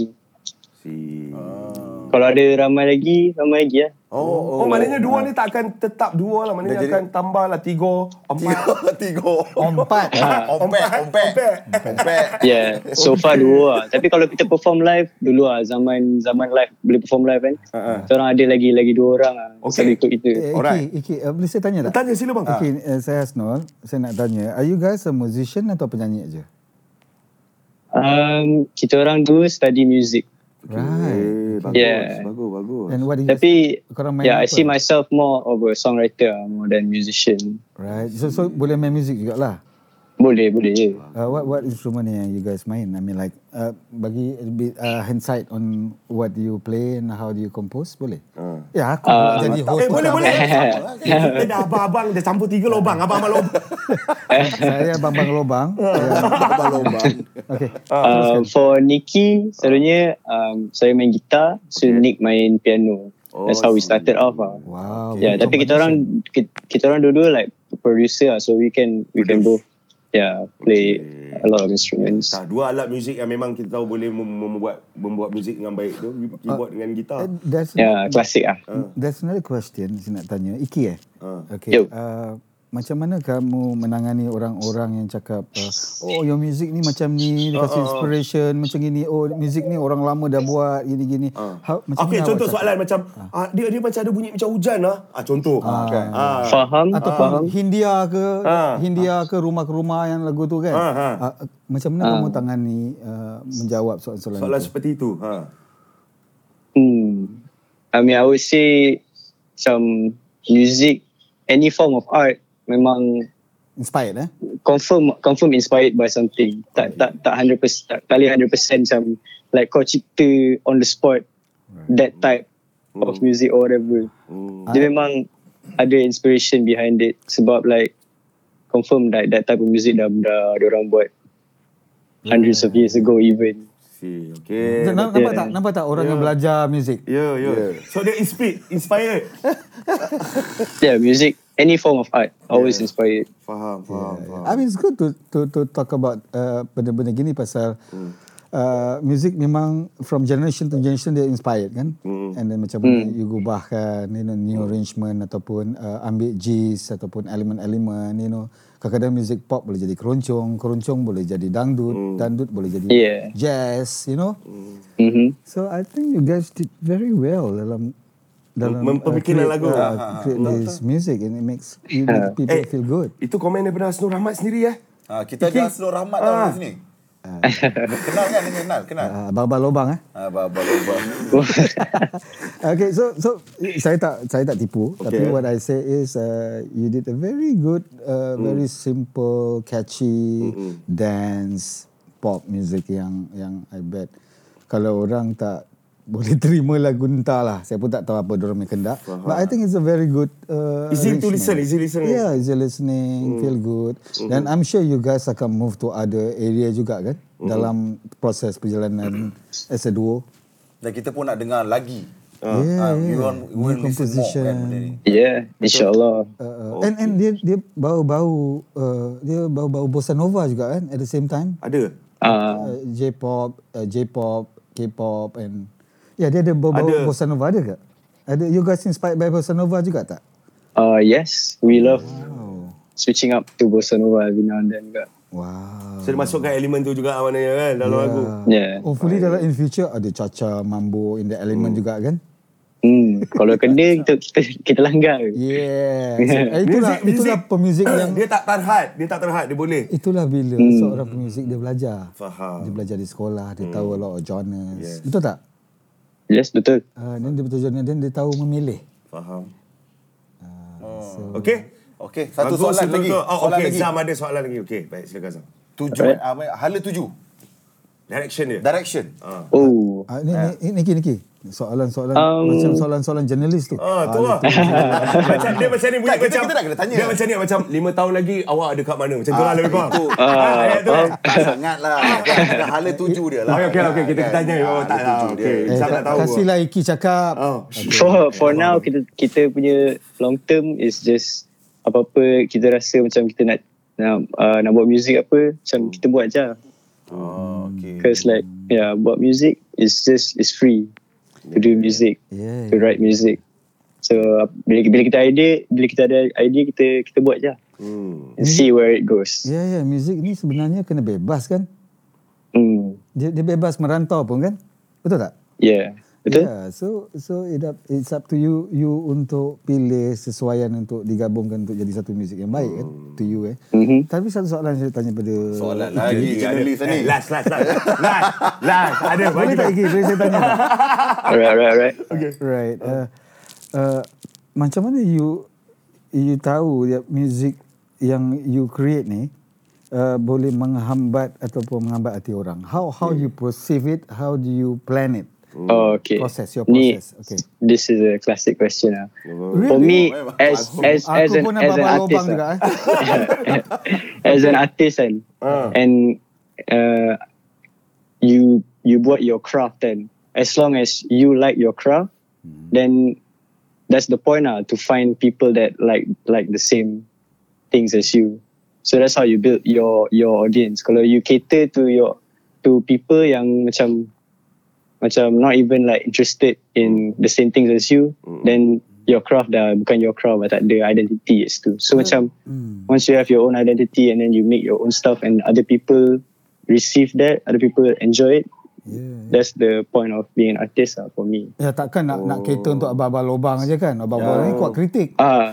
S2: Si...
S7: Kalau ada ramai lagi, ramai lagi lah.
S2: Oh, oh, maknanya dua ni tak akan tetap dua lah. Maknanya akan tambah lah tiga, empat.
S8: Tiga
S1: Empat.
S8: Ompek Ompek Ompek
S7: Yeah, Ya, so far dua lah. Tapi kalau kita perform live, dulu lah zaman zaman live, boleh perform live kan.
S2: Uh-uh.
S7: Kita orang ada lagi lagi dua orang lah.
S2: Okay.
S7: Selalu ikut kita.
S1: Eh, Iki,
S2: Alright.
S1: Iki, uh, boleh saya tanya tak?
S2: Tanya sila bang.
S1: Okay, uh, saya Hasnul. Saya nak tanya, are you guys a musician atau penyanyi aja?
S7: Um, kita orang dulu study music.
S1: Right.
S2: Eh, bagus,
S7: Yeah.
S2: bagus, bagus.
S1: And what do you
S7: Tapi,
S1: Korang main
S7: yeah, I
S1: apa?
S7: see myself more of a songwriter lah, more than musician.
S1: Right. So, so boleh main music jugalah.
S7: Boleh, boleh je.
S1: Uh, what what instrument yang you guys main? I mean like uh, bagi a bit uh, hindsight on what do you play and how do you compose boleh? Uh. Ya aku uh, jadi host.
S2: Ah. Eh, boleh,
S1: utama.
S2: boleh. Kita dah abang-abang, dah campur tiga lubang. Abang-abang lubang.
S1: Saya Bambang Lobang. Bambang Lobang. Okay.
S7: Uh, for Nicky, selalunya um, saya main gitar, so Nick main piano. That's how we started off lah.
S1: Wow.
S7: Yeah,
S1: good
S7: tapi kita orang kita, kita orang dua-dua like producer lah, so we can we can both yeah play a lot of instruments.
S2: Tak, dua alat muzik yang memang kita tahu boleh mem- membuat membuat muzik dengan baik tu keyboard dengan gitar.
S1: combination. Eh, There's,
S7: Yeah, klasik ah.
S1: there's another question saya nak tanya. Iki eh?
S7: Yo.
S2: Ah.
S1: Okay. Uh, macam mana kamu menangani orang-orang yang cakap uh, oh your music ni macam ni dia
S2: Ah,
S1: kasi inspiration macam gini oh music ni orang lama dah buat gini-gini How, macam
S2: Ah. Okey,
S1: mana
S2: contoh
S1: awak cakap?
S2: soalan macam ah. dia dia macam ada bunyi macam hujan lah. Ah contoh. Ah, kan. Ah.
S7: Faham?
S1: atau
S7: faham?
S1: Hindia ke
S2: Ah.
S1: Hindia ke rumah ke rumah yang lagu tu kan
S2: Ah, ah.
S1: Ah, macam mana kamu tangani uh, menjawab soalan-soalan
S2: Soalan
S1: itu
S2: seperti itu. Ha.
S7: Hmm. I mean, I would say some music, any form of art, memang
S1: inspired eh
S7: confirm confirm inspired by something. Tak tak tak 100% tak tak boleh 100% macam like kau cipta on the spot that type of music or whatever. Dia memang ada inspiration behind it sebab like confirm that that type of music dah dah orang buat hundreds of years ago even.
S2: Si, okey.
S1: Nampak,
S2: Ya,
S1: nampak tak nampak tak orang yang belajar music
S2: yeah, ya. Yeah. So dia inspired, inspired.
S7: Yeah, music any form of art always inspired.
S2: Faham, faham, faham.
S1: I mean it's good to to to talk about uh, benda-benda gini pasal uh, music memang from generation to generation dia inspired kan and then macam mana you gubahkan you know new arrangement ataupun uh, ambil G's ataupun elemen-elemen you know kadang-kadang music pop boleh jadi keroncong keroncong boleh jadi dangdut dangdut boleh jadi
S7: Yeah.
S1: jazz you know
S7: Mhm.
S1: so I think you guys did very well dalam dalam uh,
S2: Mempemikiran
S1: create, uh,
S2: lagu. Ha, ha,
S1: create this music and it makes you make people
S2: Eh.
S1: feel good
S2: Itu komen daripada Hasnur Rahmat sendiri eh.
S8: Ah, kita ada Hasnul Rahmat
S2: Ah.
S8: tau di sini. kenal kan? Dia kenal, kenal.
S1: uh, abang-abang lobang eh
S8: Ah, babak babak.
S1: Okay, so so saya tak saya tak tipu, okay. tapi what I say is uh, you did a very good, uh,
S2: Hmm.
S1: very simple, catchy dance pop music yang yang I bet kalau orang tak boleh terima lagu entah lah. Saya pun tak tahu apa dorang punya kendak. But I think it's a very good uh,
S2: Easy to
S1: arrangement.
S2: listen, easy listening. Hmm.
S1: Yeah, easy listening, feel good. Dan I'm sure you guys akan move to other area juga kan dalam proses perjalanan as a duo.
S8: Dan kita pun nak dengar lagi.
S1: Yeah,
S8: Ah, we
S1: yeah.
S8: want we want
S1: New
S8: listen more
S1: composition.
S8: kan benda ni.
S7: Yeah, insyaallah.
S1: Uh, and and dia dia bau-bau uh, dia bau-bau bossa nova juga kan at the same time
S2: Ada.
S7: Ah,
S1: uh, J-pop uh, J-pop K-pop and ya yeah, dia ada bau-bau
S2: Ada.
S1: bossa nova ada ke? Ada you guys inspired by bossa nova juga tak?
S7: Uh, yes, we love switching up to bossa nova every now and then. Juga.
S1: Wow.
S2: So dia masukkan elemen tu juga maknanya kan dalam
S1: Ya.
S2: yeah. lagu.
S7: Yeah.
S1: Hopefully dalam in future ada Caca, Mambo in the element juga kan?
S7: Hmm, kalau kena kita kita, kita langgar.
S1: Yeah. So, eh, itulah
S2: Music-
S1: itulah
S2: music-
S1: pemuzik yang
S2: dia tak terhad, dia tak terhad, dia boleh.
S1: itulah bila hmm. seorang pemuzik dia belajar.
S2: Faham.
S1: Dia belajar di sekolah, dia tahu a lot of genres. Yes. Betul tak?
S7: Yes, betul.
S1: Uh, dan dia betul genre dan dia tahu memilih.
S2: Faham. Oh. Okey.
S8: Okey, satu
S2: Bagus,
S8: soalan
S2: betul-
S8: lagi.
S2: betul. Oh,
S8: Soalan
S2: okey,
S8: lagi.
S2: Zam ada soalan lagi. Okey, baik silakan Zam.
S8: Tujuan ah, apa? Hala tuju.
S2: Direction dia.
S8: Direction.
S7: Oh.
S1: Ah, ni, ni, Niki, Niki. Soalan-soalan
S7: Um,
S1: macam soalan-soalan jurnalis tu.
S2: Ah, tu lah. macam dia macam ni bunyi
S8: Tak, kita-
S2: macam
S8: kita dah kena tanya.
S2: Dia macam ni macam 5 tahun lagi awak ada kat mana? Macam tu lah lebih kurang. Ah, ayat tu.
S8: Tak sangat lah. Kan, ada Hala tuju dia lah.
S2: Okey okey okey kita
S8: Kan,
S2: tanya.
S8: hala
S2: Oh tak lah.
S8: tuju dia.
S2: Okey.
S1: Eh,
S2: Zam nak tahu.
S1: kasihlah Iki cakap.
S2: Oh.
S7: For for now kita kita punya long term is just apa-apa kita rasa macam kita nak nak, uh, nak buat music apa macam
S1: Hmm.
S7: kita buat je.
S8: Oh, okey.
S7: Cause like yeah, buat music is just is free to do music,
S1: Yeah.
S7: to write music. So uh, bila bila kita idea, bila kita ada idea kita kita buat je.
S1: Hmm.
S7: And See where it goes.
S1: Ya, ya. Muzik ni sebenarnya kena bebas kan?
S7: Hmm.
S1: Dia, dia bebas merantau pun kan? Betul tak?
S7: Yeah. Betul?
S1: Yeah, so so it up, it's up to you you untuk pilih sesuaian untuk digabungkan untuk jadi satu muzik yang baik kan to you eh.
S7: Mhm.
S1: Tapi satu soalan saya tanya pada
S8: Soalan
S2: lah.
S8: lagi. Jurnalis ni.
S2: Eh, Last last last. Last last. Ada
S1: Boleh
S2: bagi
S1: tak
S2: tak.
S1: Iki? Boleh saya tanya? tak?
S7: Alright, alright, alright.
S1: Right. Uh, uh, macam mana you you tahu ya music yang you create ni uh, boleh menghambat ataupun menghambat hati orang? How how
S7: Hmm.
S1: you perceive it? How do you plan it?
S7: Oh, okay.
S1: Hmm. Process, your
S7: Ni-
S1: process. Okay.
S7: This is a classic question lah.
S1: Really?
S7: For me,
S8: Memang.
S7: as as as
S1: Aku
S7: an
S1: pun
S7: as an
S1: abang
S7: artist,
S1: lubang juga
S7: lah.
S1: eh.
S7: as an artist kan, and uh, you you buat your craft then. As long as you like your craft, then that's the point lah. To find people that like like the same things as you. So that's how you build your your audience. Kalau you cater to your to people yang macam macam not even like interested in the same things as you, then your craft dah bukan your craft but tak ada identity its tu. So macam once you have your own identity and then you make your own stuff and other people receive that, other people enjoy it,
S1: Yeah.
S7: that's the point of being an artist lah for me.
S1: Ya takkan nak nak cater untuk abang-abang lubang aja kan. Abang-abang ni kuat kritik.
S7: Ah,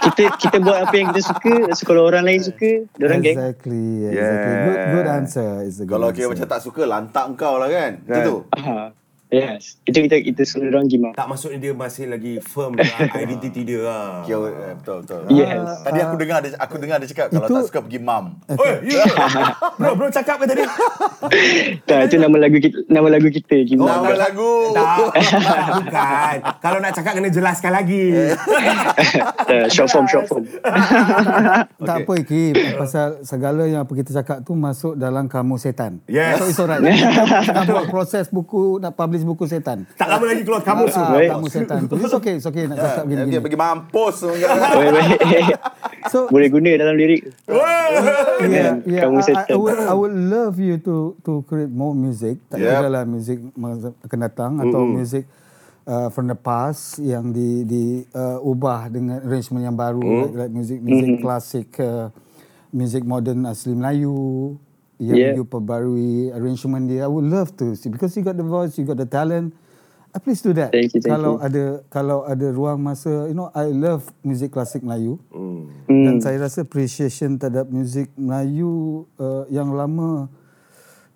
S7: kita kita buat apa yang kita suka, so kalau orang lain suka, orang geng.
S1: Exactly, exactly. Good good answer. It's a good
S8: Kalau
S1: answer.
S8: kira macam tak suka, lantak kau lah kan. Itu tu.
S7: Ah, yes. Itu kita kita suruh orang gimak.
S2: Tak maksudnya dia masih lagi firm dengan identiti dia lah.
S8: Kira, eh, betul, betul.
S7: Yes.
S3: Ah.
S8: Tadi aku dengar dia, aku dengar dia cakap kalau
S1: Itu-
S8: tak suka pergi mam.
S7: Eh,
S2: Oi, you. Eh, ya. Bro, bro cakap ke tadi?
S7: Tak, itu nama lagu kita, nama lagu kita gimak.
S8: Nama Oh, lagu.
S2: Tak, tak, bukan. Kalau nak cakap kena jelaskan lagi.
S7: Ah, short form, short form.
S1: Tak apa Iki Pasal segala yang apa kita cakap tu Masuk dalam kamu setan
S2: Yes.
S1: So it's alright Kita kita buat proses buku Nak publish buku setan
S2: Tak lama lagi keluar kamu
S1: Ah,
S2: semua.
S1: Kamu setan tu It's okay It's okay nak cakap
S8: Ah, Dia
S1: gini-gini
S8: pergi mampus.
S7: Baik, baik.
S1: So
S7: Boleh guna dalam lirik.
S1: yeah,
S7: Dengan
S1: yeah,
S7: kamu
S1: I, I,
S7: setan.
S1: would, I would love you to to create more music Tak
S8: Yep.
S1: kira lah music masa akan datang Atau music uh, from the past Yang di, di uh, ubah dengan arrangement yang baru
S7: Mm.
S1: Like, like music, music
S7: Mm-hmm.
S1: classic uh, Music modern asli Melayu Yang
S7: Yeah.
S1: you perbarui arrangement dia I would love to see Because you got the voice, you got the talent Uh, Please do that.
S7: Thank you, thank
S1: kalau
S7: you.
S1: ada kalau ada ruang masa, you know, I love music klasik Melayu. Dan saya rasa appreciation terhadap music Melayu uh, yang lama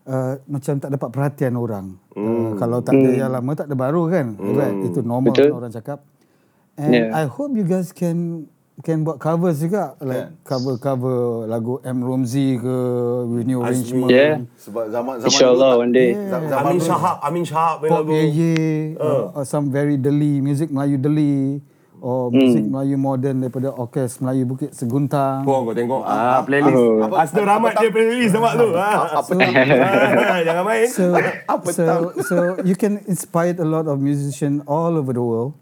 S1: uh, macam tak dapat perhatian orang. Uh, kalau tak ada yang lama, tak ada baru kan? Right? Itu normal
S7: Hmm. Betul.
S1: kan orang cakap. And
S7: Yeah.
S1: I hope you guys can can buat covers juga like cover-cover lagu M Romzi ke with new arrangement.
S7: Yeah.
S8: Sebab zaman zaman
S7: Ya. InsyaAllah
S8: dulu tak-
S7: one day.
S8: zaman- zaman
S2: Amin
S8: dulu-
S2: Syahab, Amin Syahab punya
S1: pop
S2: lagu.
S1: ye ye uh. some very deli music Melayu deli or music Melayu moden daripada orkes Melayu Bukit Seguntang
S2: Kau kau tengok ah playlist.
S7: Oh.
S2: Asnur Rahmat dia playlist nampak tu. Ah.
S8: Apa tak?
S2: Ah, Jangan main.
S1: so so so you can inspire a lot of musicians all over the world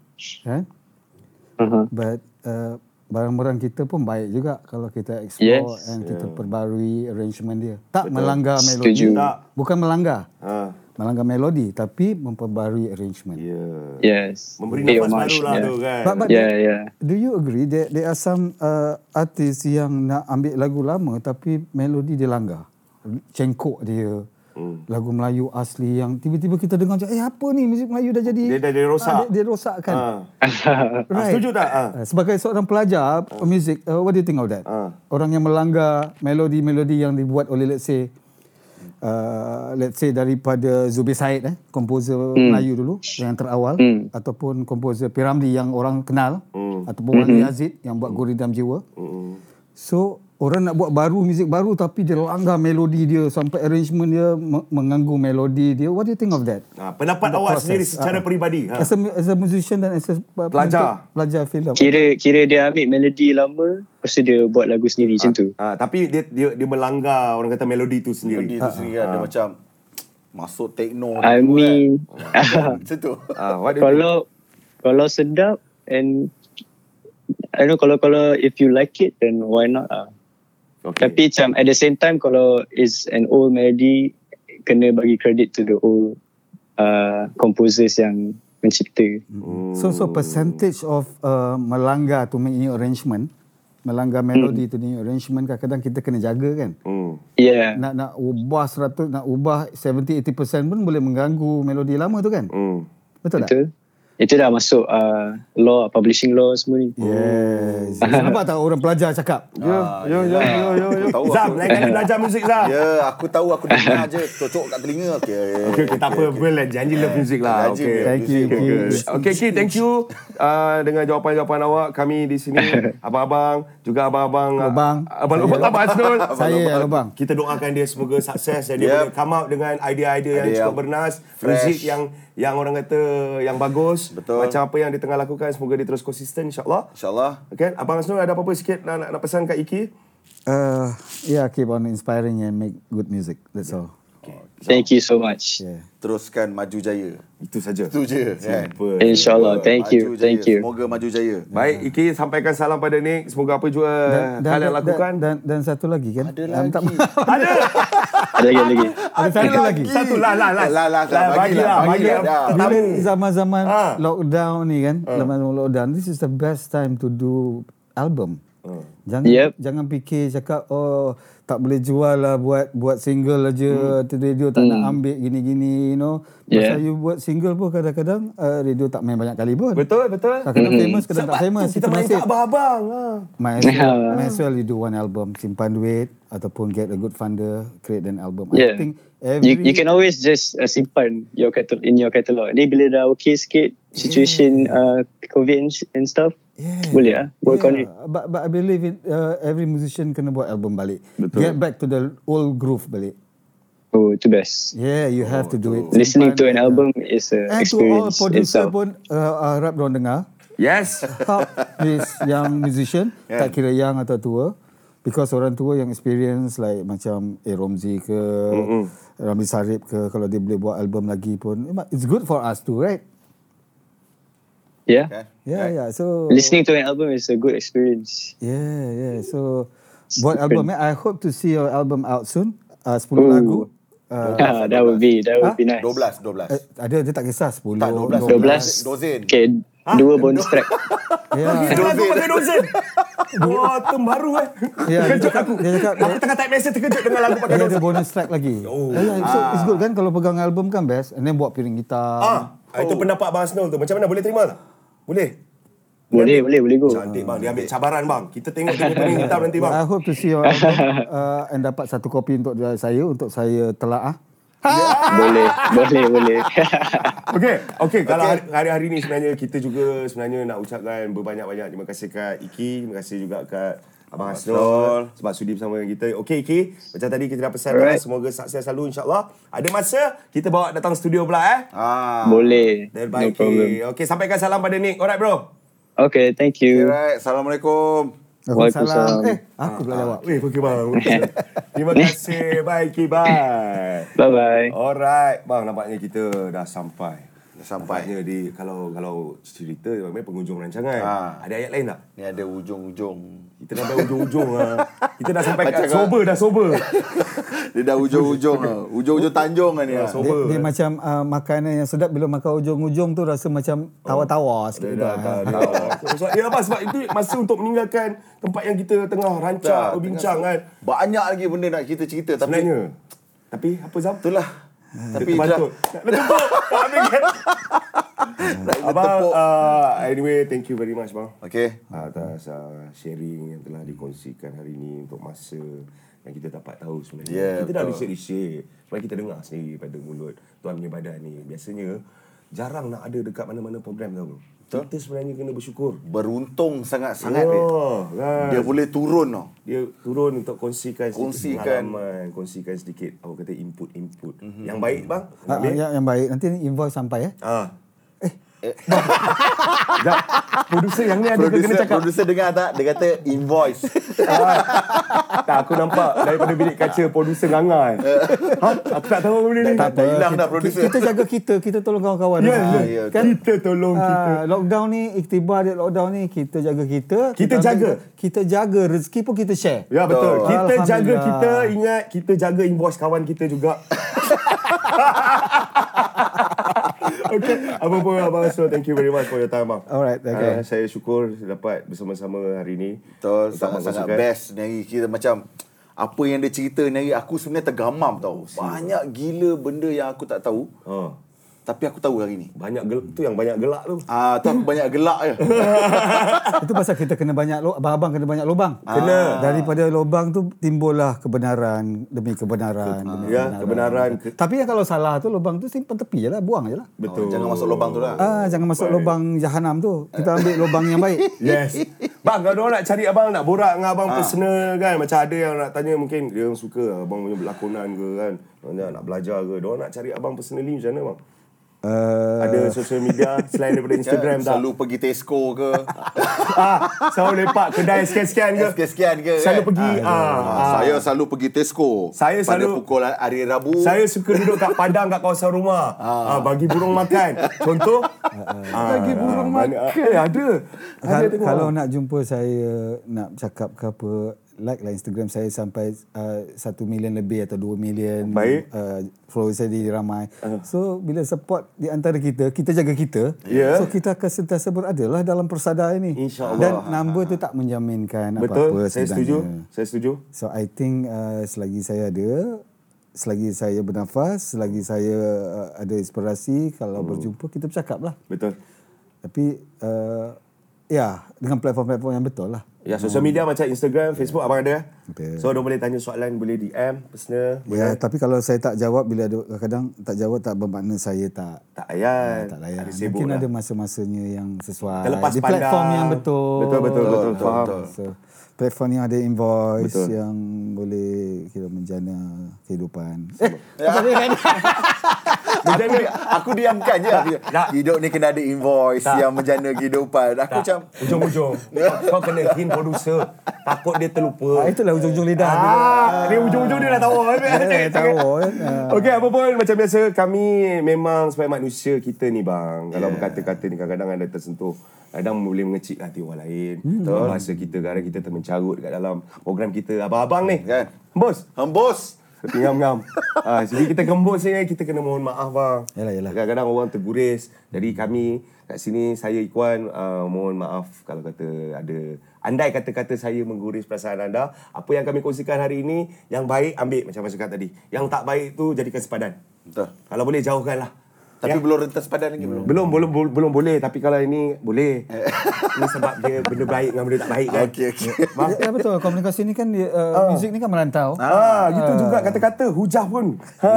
S1: eh?
S7: Uh-huh.
S1: but uh, barang-barang kita pun baik juga kalau kita explore
S7: Yes.
S1: and kita perbarui arrangement dia tak melanggar melodi
S7: Setuju.
S1: bukan melanggar
S2: Ah.
S1: melanggar melodi tapi memperbarui arrangement. Yeah.
S2: Yeah.
S7: Yes.
S2: Memberi
S7: Pay
S2: nafas baru
S7: homage,
S2: lah
S7: yeah.
S2: tu kan.
S1: But, but
S7: Yeah, yeah.
S1: Do you agree that there are some uh, artis yang nak ambil lagu lama tapi melodi dia langgar? Cengkok dia. Hmm. Lagu Melayu asli yang tiba-tiba kita dengar macam eh apa ni muzik Melayu dah jadi
S2: Dia dah- dia rosak.
S1: Ah, dia, dia rosakkan.
S2: Ha.
S1: Right.
S2: Ah, setuju tak? Ah.
S1: Ah, Sebagai seorang pelajar uh. music, uh, what do you think of that?
S2: Ah.
S1: Orang yang melanggar melodi-melodi yang dibuat oleh let's say uh, let's say daripada Zubir Said eh, komposer
S2: Hmm.
S1: Melayu dulu yang terawal ataupun komposer Piramli yang orang kenal
S2: Hmm.
S1: ataupun Wani Azid yang buat Guridam Jiwa. So orang nak buat baru muzik baru tapi dia langgar melodi dia sampai arrangement dia me- mengganggu melodi dia. What do you think of that?
S2: Ha,
S1: The
S2: pendapat awak
S1: process.
S2: sendiri secara
S1: Ah.
S2: peribadi. Ha.
S1: As a, as a musician dan as a uh,
S2: Pelajar.
S1: pelajar filem.
S7: Kira kira dia ambil melodi lama, lepas tu dia buat lagu sendiri macam tu.
S2: Ha, tapi dia, dia dia melanggar orang kata melodi tu sendiri.
S8: Melodi tu sendiri kan dia macam masuk techno
S7: Ah. I
S8: gitu
S7: mean
S8: kan. Macam tu.
S2: Ah, what do you think?
S7: kalau kalau sedap and I don't know kalau kalau if you like it then why not ah.
S2: Okay.
S7: Tapi macam at the same time kalau is an old melody kena bagi credit to the old uh, composers yang mencipta.
S1: So so percentage of uh, melanggar to make new arrangement, melanggar melody to new arrangement kadang-kadang kita kena jaga kan.
S2: Hmm.
S7: Yeah.
S1: Nak nak ubah 100 nak ubah 70 80% pun boleh mengganggu melodi lama tu kan.
S2: Hmm.
S1: Betul tak?
S7: Itu itu dah masuk uh, law publishing law semua ni.
S2: Eh.
S1: Yes. Nampak tak orang pelajar cakap?
S7: Ya,
S8: Ah, yo yo yo yo yo. Tahu
S2: Zam,
S8: aku.
S2: lain kali belajar muzik Zam.
S8: Ya, aku tahu aku dengar je cocok kat telinga. Okey.
S2: Okay, okay, tak apa. Bel lah. Janji love music lah.
S8: Janji
S2: Okay.
S8: love
S1: Thank you. Thank you.
S2: Okay, Ki, thank you uh, dengan jawapan-jawapan awak. Kami di sini, abang-abang, juga abang-abang. ah,
S1: Lobang.
S2: Abang Lobang, Abang Azrul.
S1: Saya yang lubang.
S2: Kita doakan dia semoga sukses dan dia
S8: Yep.
S2: boleh come out dengan idea-idea yang
S8: Idea
S2: cukup
S8: yang
S2: bernas,
S8: fresh.
S2: muzik yang yang orang kata yang bagus.
S8: Betul.
S2: Macam apa yang dia tengah lakukan, semoga dia terus konsisten insya-Allah.
S8: InsyaAllah.
S2: Okay, Abang Azrul ada apa-apa sikit nak, nak, nak pesan kat Iki?
S1: Uh, yeah, keep on inspiring and make good music. That's all.
S7: Thank you so much.
S1: Yeah.
S8: Teruskan maju jaya.
S2: Itu Eh, saja.
S8: Itu je. Kan?
S2: Super.
S7: InsyaAllah. Thank
S8: Maju
S7: you.
S8: jaya.
S7: Thank you.
S8: Semoga maju jaya.
S2: Baik, Iki sampaikan salam pada Nick. Semoga apa juga kalian lakukan.
S1: Ya. Dan, dan, dan satu lagi kan? Uh, Ada
S8: lagi.
S7: Ada lagi ada lagi.
S1: Ada satu lagi.
S2: Satu lah, lah, lah.
S8: Lah, lah, lah,
S2: bagi
S8: bagi lah,
S2: lah. Bagi
S8: bagi lah.
S2: lah.
S1: Bila
S2: Tamu.
S1: zaman-zaman
S2: Ah.
S1: lockdown ni kan, zaman-zaman lockdown, this is the best time to do album.
S2: Hmm.
S1: Jangan
S7: Yep.
S1: jangan fikir cakap oh tak boleh jual lah buat buat single aja hmm. radio tak nak ambil gini-gini you know.
S7: Yeah.
S1: Pasal you buat single pun kadang-kadang uh, radio tak main banyak kali pun.
S2: Betul, betul.
S1: Kadang-kadang
S7: Hmm.
S1: famous, kadang tak famous.
S2: Kita main
S1: nasib.
S2: kat abang-abang. Ha.
S1: Might as, well, might as well you do one album, simpan duit ataupun get a good funder, create an album. I
S7: Yeah.
S1: think
S7: You,
S1: every
S7: you can always just uh, simpan your catalog in your catalog. Ni bila dah okay sikit situation uh, COVID and, and stuff,
S1: Yeah.
S7: boleh ah work on it.
S1: But, but I believe it, uh, every musician kena buat album balik. Betul. Get back to the old groove balik.
S7: Oh, itu best.
S1: Yeah, you have to do it.
S7: Oh. Listening to an
S1: Simpan-
S7: album is a
S1: And to all
S7: experience
S1: producer
S7: itself.
S1: pun uh, harap diorang dengar.
S2: Yes.
S1: Help this young musician, yeah. tak kira young atau tua. Because orang tua yang experience like macam eh, Romzi ke, mm Ramli Sarip ke, kalau dia boleh buat album lagi pun, it's good for us too, right?
S7: Yeah.
S1: Yeah, yeah. So
S7: Listening to an album is a good experience.
S1: Yeah, yeah. So buat album
S7: different.
S1: eh. I hope to see your album out soon. Uh, 10 lagu. Uh,
S7: Ah, that would be that would be
S3: lah.
S8: 12,
S7: nice.
S8: 12.
S1: eh, ada dia tak kisah 10.
S8: Tak, 12.
S7: 12.
S8: Dozen.
S7: Okay, dua bonus track.
S1: Yeah.
S2: Kita lagu pakai dozen. Wah, terbaru eh.
S1: yeah, dia
S2: Terkejut
S1: cakap,
S2: aku.
S1: dia cakap
S2: Aku tengah type message terkejut dengan lagu pakai
S1: dia ada
S2: dozen.
S1: bonus track lagi. Oh. Yeah, so it's good kan kalau pegang album kan best. And then buat piring gitar.
S2: Ah, Itu pendapat Abang Asnul tu. Macam mana? Boleh terima tak? Boleh?
S7: boleh, boleh, boleh go.
S2: Cantik bang, dia ambil cabaran bang. Kita tengok dia punya pening hitam nanti bang.
S1: I hope to see your album uh, and dapat satu kopi untuk dia- saya untuk saya ah. telaah.
S7: Boleh, boleh, boleh.
S2: Okey, okey. Kalau hari- hari-hari ni sebenarnya kita juga sebenarnya nak ucapkan berbanyak-banyak terima kasih kat Iki, terima kasih juga kat Abang Hasnul sebab sudi bersama dengan kita. Okey Iki, macam tadi kita dah pesan dah,
S7: Alright.
S2: semoga sukses selalu insya-Allah. Ada masa kita bawa datang studio pula eh.
S8: Ah.
S7: boleh. No
S2: Terbaik.
S7: problem.
S2: No okey, sampaikan salam pada Nick. Alright bro.
S7: Okay, thank you.
S8: Alright, Assalamualaikum.
S1: Waalaikumsalam.
S7: Waalaikumsalam.
S1: Eh, aku
S2: Ah.
S1: pula jawab.
S2: Weh, okey bang. Okey. terima kasih. Bye Iki, bye.
S7: Bye-bye.
S2: Alright, bang nampaknya kita dah sampai.
S8: Dah sampai.
S2: Nampaknya di kalau kalau cerita memang pengunjung rancangan.
S8: Ha.
S2: Ada ayat lain tak?
S8: Ni ada ujung-ujung
S2: Kita dah sampai ujung-ujung lah. Kita dah sampai kat
S3: Macam kau-
S2: sober dah sober.
S3: Dia dah ujung-ujung lah. Ujung-ujung Tanjung kan
S2: Ah.
S3: dia.
S1: Dia, dia macam uh, makanan yang sedap bila makan ujung-ujung tu rasa macam tawa-tawa sikit
S2: Dia
S1: juga.
S2: dah tak tahu. Sebab- Ya apa sebab itu masa untuk meninggalkan tempat yang kita tengah rancang,
S3: Tak,
S2: berbincang
S3: tengah-
S2: kan.
S3: Banyak lagi benda nak kita cerita tapi
S2: Sebenarnya. Tapi apa Zam?
S3: itulah. Tapi
S2: Tapi
S3: itulah.
S2: patut. Nak tepuk. Tak ambil kan? Abang,
S3: tepuk.
S2: uh, anyway, thank you very much, bang.
S3: Okay.
S2: Atas uh, sharing yang telah dikongsikan hari ini untuk masa yang kita dapat tahu sebenarnya.
S3: Ya,
S2: kita dah
S3: betul.
S2: research-research. Sebab kita dengar sendiri pada mulut Tuan punya badan ni. Biasanya, jarang nak ada dekat mana-mana program tau. Kita sebenarnya kena bersyukur. Ya,
S3: Beruntung sangat-sangat dia.
S2: kan.
S3: Dia boleh turun tau.
S2: dia turun untuk kongsikan sedikit
S3: Kongsikan.
S2: pengalaman, kongsikan sedikit apa kata input-input. Mm-hmm. Yang baik bang.
S1: Ah, ah, yang, yang baik nanti invoice sampai eh.
S2: Ah. Eh. Jap, producer yang ni ada ke Kan kena
S3: Producer,
S2: cakap.
S3: producer dengar tak? Dia kata invoice.
S2: Tak, aku nampak daripada bilik kaca producer ngangan. ha? Aku tak tahu benda ni.
S3: dah, dah hilang dah
S1: Kita,
S3: producer.
S1: kita jaga kita, kita tolong kawan-kawan.
S2: Ya,
S1: Ah,
S2: ya.
S3: kan?
S2: Kita tolong kita.
S1: Ah, lockdown ni iktibar dia lockdown ni kita jaga kita
S2: Kita
S1: ambil-
S2: jaga.
S1: kita jaga rezeki pun kita share
S2: Ya betul.
S1: Betul.
S2: Kita jaga
S1: Alhamdulillah.
S2: kita ingat kita jaga invoice kawan kita juga. okay, apa pun abang so thank you very much for your time bang.
S1: Alright, okay.
S2: Uh, saya syukur dapat bersama-sama hari ini.
S3: Betul,
S2: Untuk
S3: sangat-sangat
S2: mengkongsikan.
S3: best Nari. Kita macam apa yang dia cerita Nari, aku sebenarnya tergamam tau. Banyak gila benda yang aku tak tahu.
S2: Ha.
S3: Tapi aku tahu hari ni.
S2: Banyak gelak tu yang banyak gelak tu. Ya,
S3: Ah, tu aku banyak gelak je.
S1: itu pasal kita kena banyak lo, abang kena banyak lubang
S2: Ah.
S1: kena daripada lubang tu timbullah kebenaran demi kebenaran demi
S2: Ya, kebenaran. Ke-
S1: tapi yang kalau salah tu lubang tu simpan tepi je lah buang je lah
S2: Betul.
S3: Oh, Jangan masuk lubang tu lah.
S1: ah jangan masuk lubang jahanam tu kita ambil lubang yang baik
S2: Yes. Bang, kalau orang nak cari abang, nak borak dengan abang ha. personal kan. Macam ada yang nak tanya mungkin dia orang suka abang punya berlakonan ke kan. Banyak nak belajar ke. Dia orang nak cari abang personally macam mana bang?
S1: uh,
S2: Ada social media selain daripada Instagram tak?
S3: Kan, Selalu pergi Tesco ke.
S2: ah, selalu lepak kedai sekian-sekian ke.
S3: Sekian-sekian ke.
S2: Selalu
S3: kan?
S2: pergi ah,
S3: Ah,
S2: ah.
S3: Saya selalu pergi Tesco.
S2: Saya
S3: Pada
S2: selalu-
S3: pukul hari Rabu.
S2: Saya suka duduk kat padang kat kawasan rumah. Ah. bagi burung makan. Contoh ah, bagi burung makan. Eh ada. Ada
S1: Kal-
S2: tengok.
S1: kalau nak jumpa saya nak cakap ke apa like lah Instagram saya sampai uh, 1 million lebih atau 2 million
S2: Baik. Uh-huh.
S1: uh, followers saya jadi ramai uh. so bila support di antara kita kita jaga kita
S2: Ya.
S1: so kita akan sentiasa berada lah dalam persada ini
S2: InsyaAllah.
S1: dan number tu tak menjaminkan apa-apa
S2: Betul. Saya
S1: sebenarnya.
S2: setuju. Saya setuju.
S1: So I think uh, selagi saya ada, selagi saya bernafas, selagi saya uh, ada inspirasi, kalau hmm. berjumpa kita bercakap lah.
S2: Betul.
S1: Tapi uh, ya dengan platform-platform yang betul lah.
S2: Ya, social media macam Instagram, Facebook abang ada. eh?
S1: Ada.
S2: So, dia boleh tanya soalan, boleh DM, personal.
S1: Ya, tapi kalau saya tak jawab bila ada kadang tak jawab tak bermakna saya tak
S2: Tak
S1: Ya,
S2: payah.
S1: tak layan.
S2: Ada sibuk
S1: Mungkin
S2: lah.
S1: ada masa-masanya yang sesuai.
S2: Terlepas
S1: di platform
S2: pandang.
S1: yang betul.
S2: Betul, betul, betul, betul, faham.
S1: So, platform yang ada invoice
S2: Betul.
S1: yang boleh kira menjana kehidupan.
S3: aku, di, aku diamkan Kan je. Hidup ni kena ada invoice yang menjana kehidupan. Aku macam...
S2: Ujung-ujung. Kau kena hint producer. Takut dia terlupa.
S1: Ah, itulah ujung-ujung lidah. Ya,
S2: Ah, dia ujung-ujung dia dah tahu.
S1: Dia tahu kan. Ah.
S2: Okey, apa pun macam biasa kami memang sebagai manusia kita ni bang.
S1: Ya.
S2: Kalau berkata-kata ni kadang-kadang ada tersentuh. Kadang boleh mengecik hati orang lain. Hmm. Bahasa kita kadang kita termencarut kat dalam program kita abang-abang ni kan. Bos,
S3: Hembus.
S2: Ngam-ngam. Ah, jadi kita gembos ni kita kena mohon maaf bang.
S1: Yalah, yalah.
S2: Kadang-kadang orang terguris. Jadi kami kat sini saya Ikwan uh, mohon maaf kalau kata ada andai kata-kata saya mengguris perasaan anda. Apa yang kami kongsikan hari ini yang baik ambil macam Mas cakap tadi. Yang tak baik tu jadikan sepadan.
S3: Betul.
S2: Kalau boleh jauhkanlah. Ya.
S3: Tapi belum rentas padan lagi belum.
S2: Belum belum belum, belum boleh tapi kalau ini boleh. ini sebab dia benda baik dengan benda tak baik kan.
S3: Eh. Okey, okey.
S1: Ya, ya, betul. Komunikasi ni kan dia, uh, muzik ni kan merantau.
S2: Ah, gitu juga kata-kata hujah pun. Ha.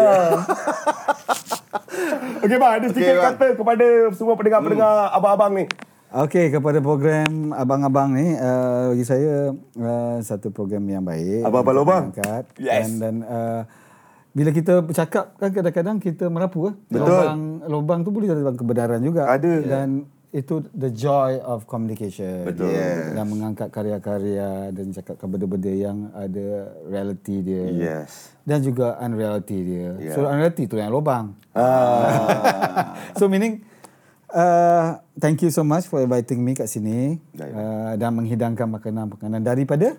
S2: Okey bang, Hmm. ada sedikit
S3: Okey, bang.
S2: kata kepada semua pendengar-pendengar abang-abang ni.
S1: Okey, kepada program abang-abang ni uh, bagi saya uh, satu program yang baik.
S2: Abang-abang
S1: Kita
S2: lobang.
S1: Angkat.
S2: Yes.
S1: Yes. Dan, dan uh, bila kita bercakap kan kadang-kadang kita merapu kan.
S2: Betul.
S1: Lobang, lobang tu boleh jadi lubang kebenaran juga.
S2: Ada.
S1: Dan itu the joy of communication.
S2: Betul.
S3: Yes.
S1: Dan mengangkat karya-karya dan cakap benda-benda yang ada reality dia.
S3: Yes.
S1: Dan juga
S2: Ah.
S1: unreality dia. Yeah. So unreality tu yang lobang. So Ah. meaning Uh, thank you so much for inviting me kat sini
S2: Ya, ya.
S1: uh, dan menghidangkan makanan-makanan daripada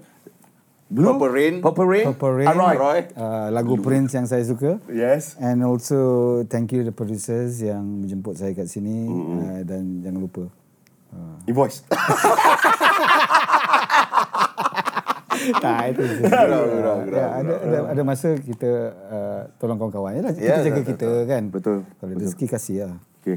S2: Blue,
S9: Purple Rain.
S2: Purple Rain,
S1: Purple Rain,
S2: Aroy.
S1: Uh, lagu Prince yang saya suka.
S2: Yes.
S1: And also thank you the producers yang menjemput saya kat sini mm-hmm. uh, dan jangan lupa.
S2: Invoice.
S1: tak, itu je. Ya, ada, ada, ada masa kita uh, tolong kawan-kawan. Yalah, kita
S3: Ya,
S1: jaga
S3: betul,
S1: kita kan.
S2: Betul,
S1: Kalau ada rezeki kasih lah.
S2: Okay.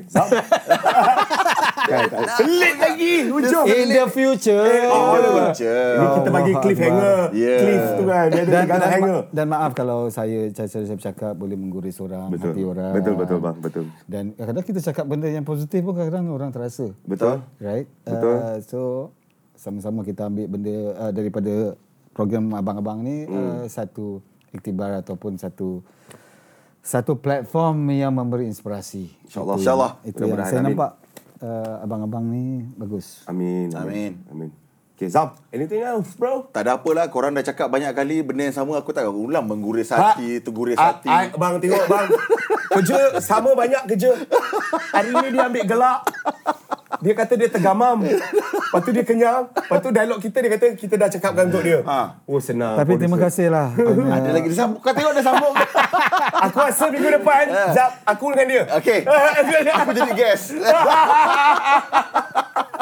S2: Pelik lagi. Hujung.
S1: In the future.
S2: Eh, oh, Ini kita bagi cliffhanger.
S3: Yeah.
S2: Cliff tu kan. Dia
S1: dan,
S2: ada
S1: dan,
S2: segala hanger.
S1: ma- dan maaf kalau saya cara saya bercakap boleh mengguris orang,
S2: Betul.
S1: hati orang.
S2: Betul, betul, bang. Betul.
S1: Dan kadang-kadang kita cakap benda yang positif pun kadang-kadang orang terasa.
S2: Betul.
S1: Right?
S2: Betul.
S1: Uh, so sama-sama kita ambil benda uh, daripada program abang-abang ni uh,
S2: Hmm.
S1: satu iktibar ataupun satu satu platform yang memberi inspirasi.
S2: InsyaAllah.
S1: Itu-
S2: InsyaAllah.
S1: Itu yang
S2: Mudah-mudahan.
S1: saya
S2: Amin.
S1: nampak uh, abang-abang ni bagus.
S2: Amin.
S3: Amin.
S2: Amin. Okay, Zam. Anything else, bro?
S3: Tak ada apalah korang dah cakap banyak kali benda yang sama aku tak ulang mengguris hati, tu guris
S2: Ah,
S3: hati.
S2: ah, bang tengok bang. kerja sama banyak kerja. Hari ni dia ambil gelak. Dia kata dia tergamam. Lepas tu dia kenyang. Lepas tu dialog kita dia kata kita dah cakapkan untuk dia.
S3: Ha.
S2: Oh senang.
S1: Tapi terima lah. kasihlah. kerana-
S3: Ada lagi dia sambung. Kau tengok dia sambung.
S2: Aku rasa minggu depan Zap aku dengan dia.
S3: Ya. Okey. aku jadi guest.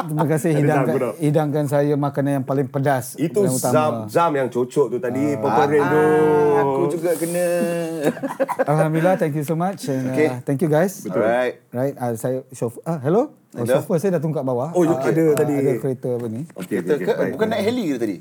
S1: Terima kasih
S2: Zam,
S1: hidangkan,
S2: good up.
S1: hidangkan saya makanan yang paling pedas.
S2: Itu
S1: yang
S2: Zam Zam yang cocok tu tadi Purple Rain tu.
S3: Ah. aku
S2: Oh.
S3: juga kena.
S1: Alhamdulillah, thank you so much. And,
S3: Okay.
S1: okay. uh, thank you guys.
S3: Betul. Alright.
S1: Right, uh, saya chauffeur. Ah, hello? Oh,
S3: Hello.
S1: chauffeur saya dah tunggu kat bawah.
S2: Oh, you
S1: Ah,
S2: ada tadi.
S1: Ada kereta apa ni.
S2: Okey,
S3: Kita
S2: okey,
S3: ke,
S2: baik,
S3: bukan
S2: baik.
S3: naik heli ke tadi?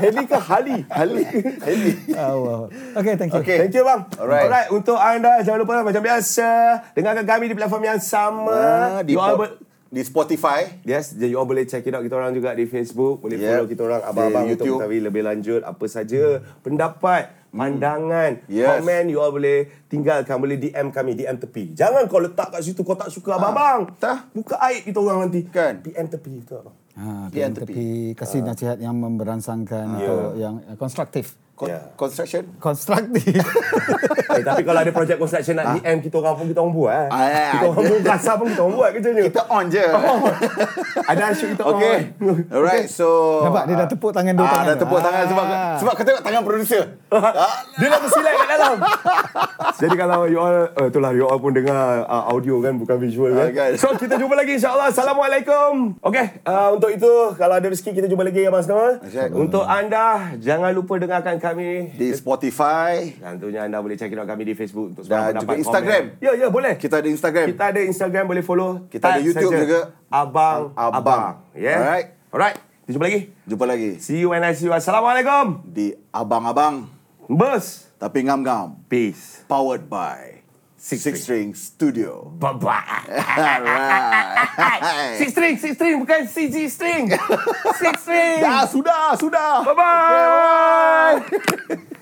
S2: Heli ke Hali?
S3: Heli. heli.
S1: Ah, wow. Okay, thank you.
S3: Okay.
S2: Thank you bang.
S3: Alright.
S2: Alright, untuk anda jangan lupa lah, macam biasa dengarkan kami di platform yang sama.
S3: Ah, di,
S2: you all
S3: po-
S2: ber-
S3: di Spotify.
S2: Yes, jadi you all boleh check it out kita orang juga di Facebook, boleh
S3: Yep.
S2: follow kita orang abang-abang
S3: Di
S2: untuk
S3: YouTube. Hmm.
S2: mengetahui lebih lanjut apa saja pendapat, pandangan,
S3: Yes.
S2: komen you all boleh tinggalkan, boleh DM kami, DM tepi. Jangan kau letak kat situ kau tak suka abang-abang.
S3: Ah. tah.
S2: Buka aib kita orang nanti.
S3: Kan.
S2: DM tepi tu abang.
S1: Ah,
S3: Dia yang
S1: tepi, tepi.
S3: Ah.
S1: Kasih nasihat yang memberangsangkan
S3: Ya.
S1: atau yang uh, konstruktif.
S3: Con-
S2: Yeah.
S3: Construction.
S1: Konstruktif.
S2: eh, tapi kalau ada projek construction nak DM kita orang pun kita orang buat. Eh.
S3: Ah, ya,
S2: kita orang
S3: ada.
S2: pun kasar pun kita orang buat kerjanya.
S3: Kita on je.
S2: ada asyik kita orang.
S3: Okay. Alright, so...
S1: Nampak? Dia dah tepuk tangan dua
S3: Oh, ah,
S1: tangan
S3: Dah
S1: tu.
S3: tepuk tangan sebab,
S1: Ah.
S3: sebab kau tengok tangan producer.
S2: Dia dah bersilat kat dalam. Jadi kalau you all, uh, itulah you all pun dengar uh, audio kan, bukan visual kan.
S3: Ah, kan.
S2: So kita jumpa lagi insyaAllah. Assalamualaikum. Okay, uh, untuk itu kalau ada rezeki kita jumpa lagi Abang Snow. eh.
S3: Insya-Allah.
S2: Untuk anda, jangan lupa dengarkan kami.
S3: Di Spotify.
S2: Tentunya anda boleh check it out kami di Facebook untuk
S3: Dan
S2: pendapat,
S3: juga
S2: komen.
S3: Instagram.
S2: Ya, ya boleh.
S3: Kita ada Instagram.
S2: Kita ada Instagram boleh follow.
S3: Kita ada
S2: Type
S3: YouTube
S2: saja,
S3: juga.
S2: Abang,
S3: Abang.
S2: abang. Yeah.
S3: Alright.
S2: Alright. Kita jumpa lagi.
S3: Jumpa lagi
S2: See you and I see you. Assalamualaikum.
S3: di Abang-Abang
S2: Bus.
S3: Tapi Ngam-Ngam.
S2: Peace.
S3: Powered by Six, Six String Studio.
S2: Bye-bye.
S3: Alright.
S2: Six string, six string. Bukan six six string. Six string.
S3: Dah, sudah, sudah.
S2: Bye-bye.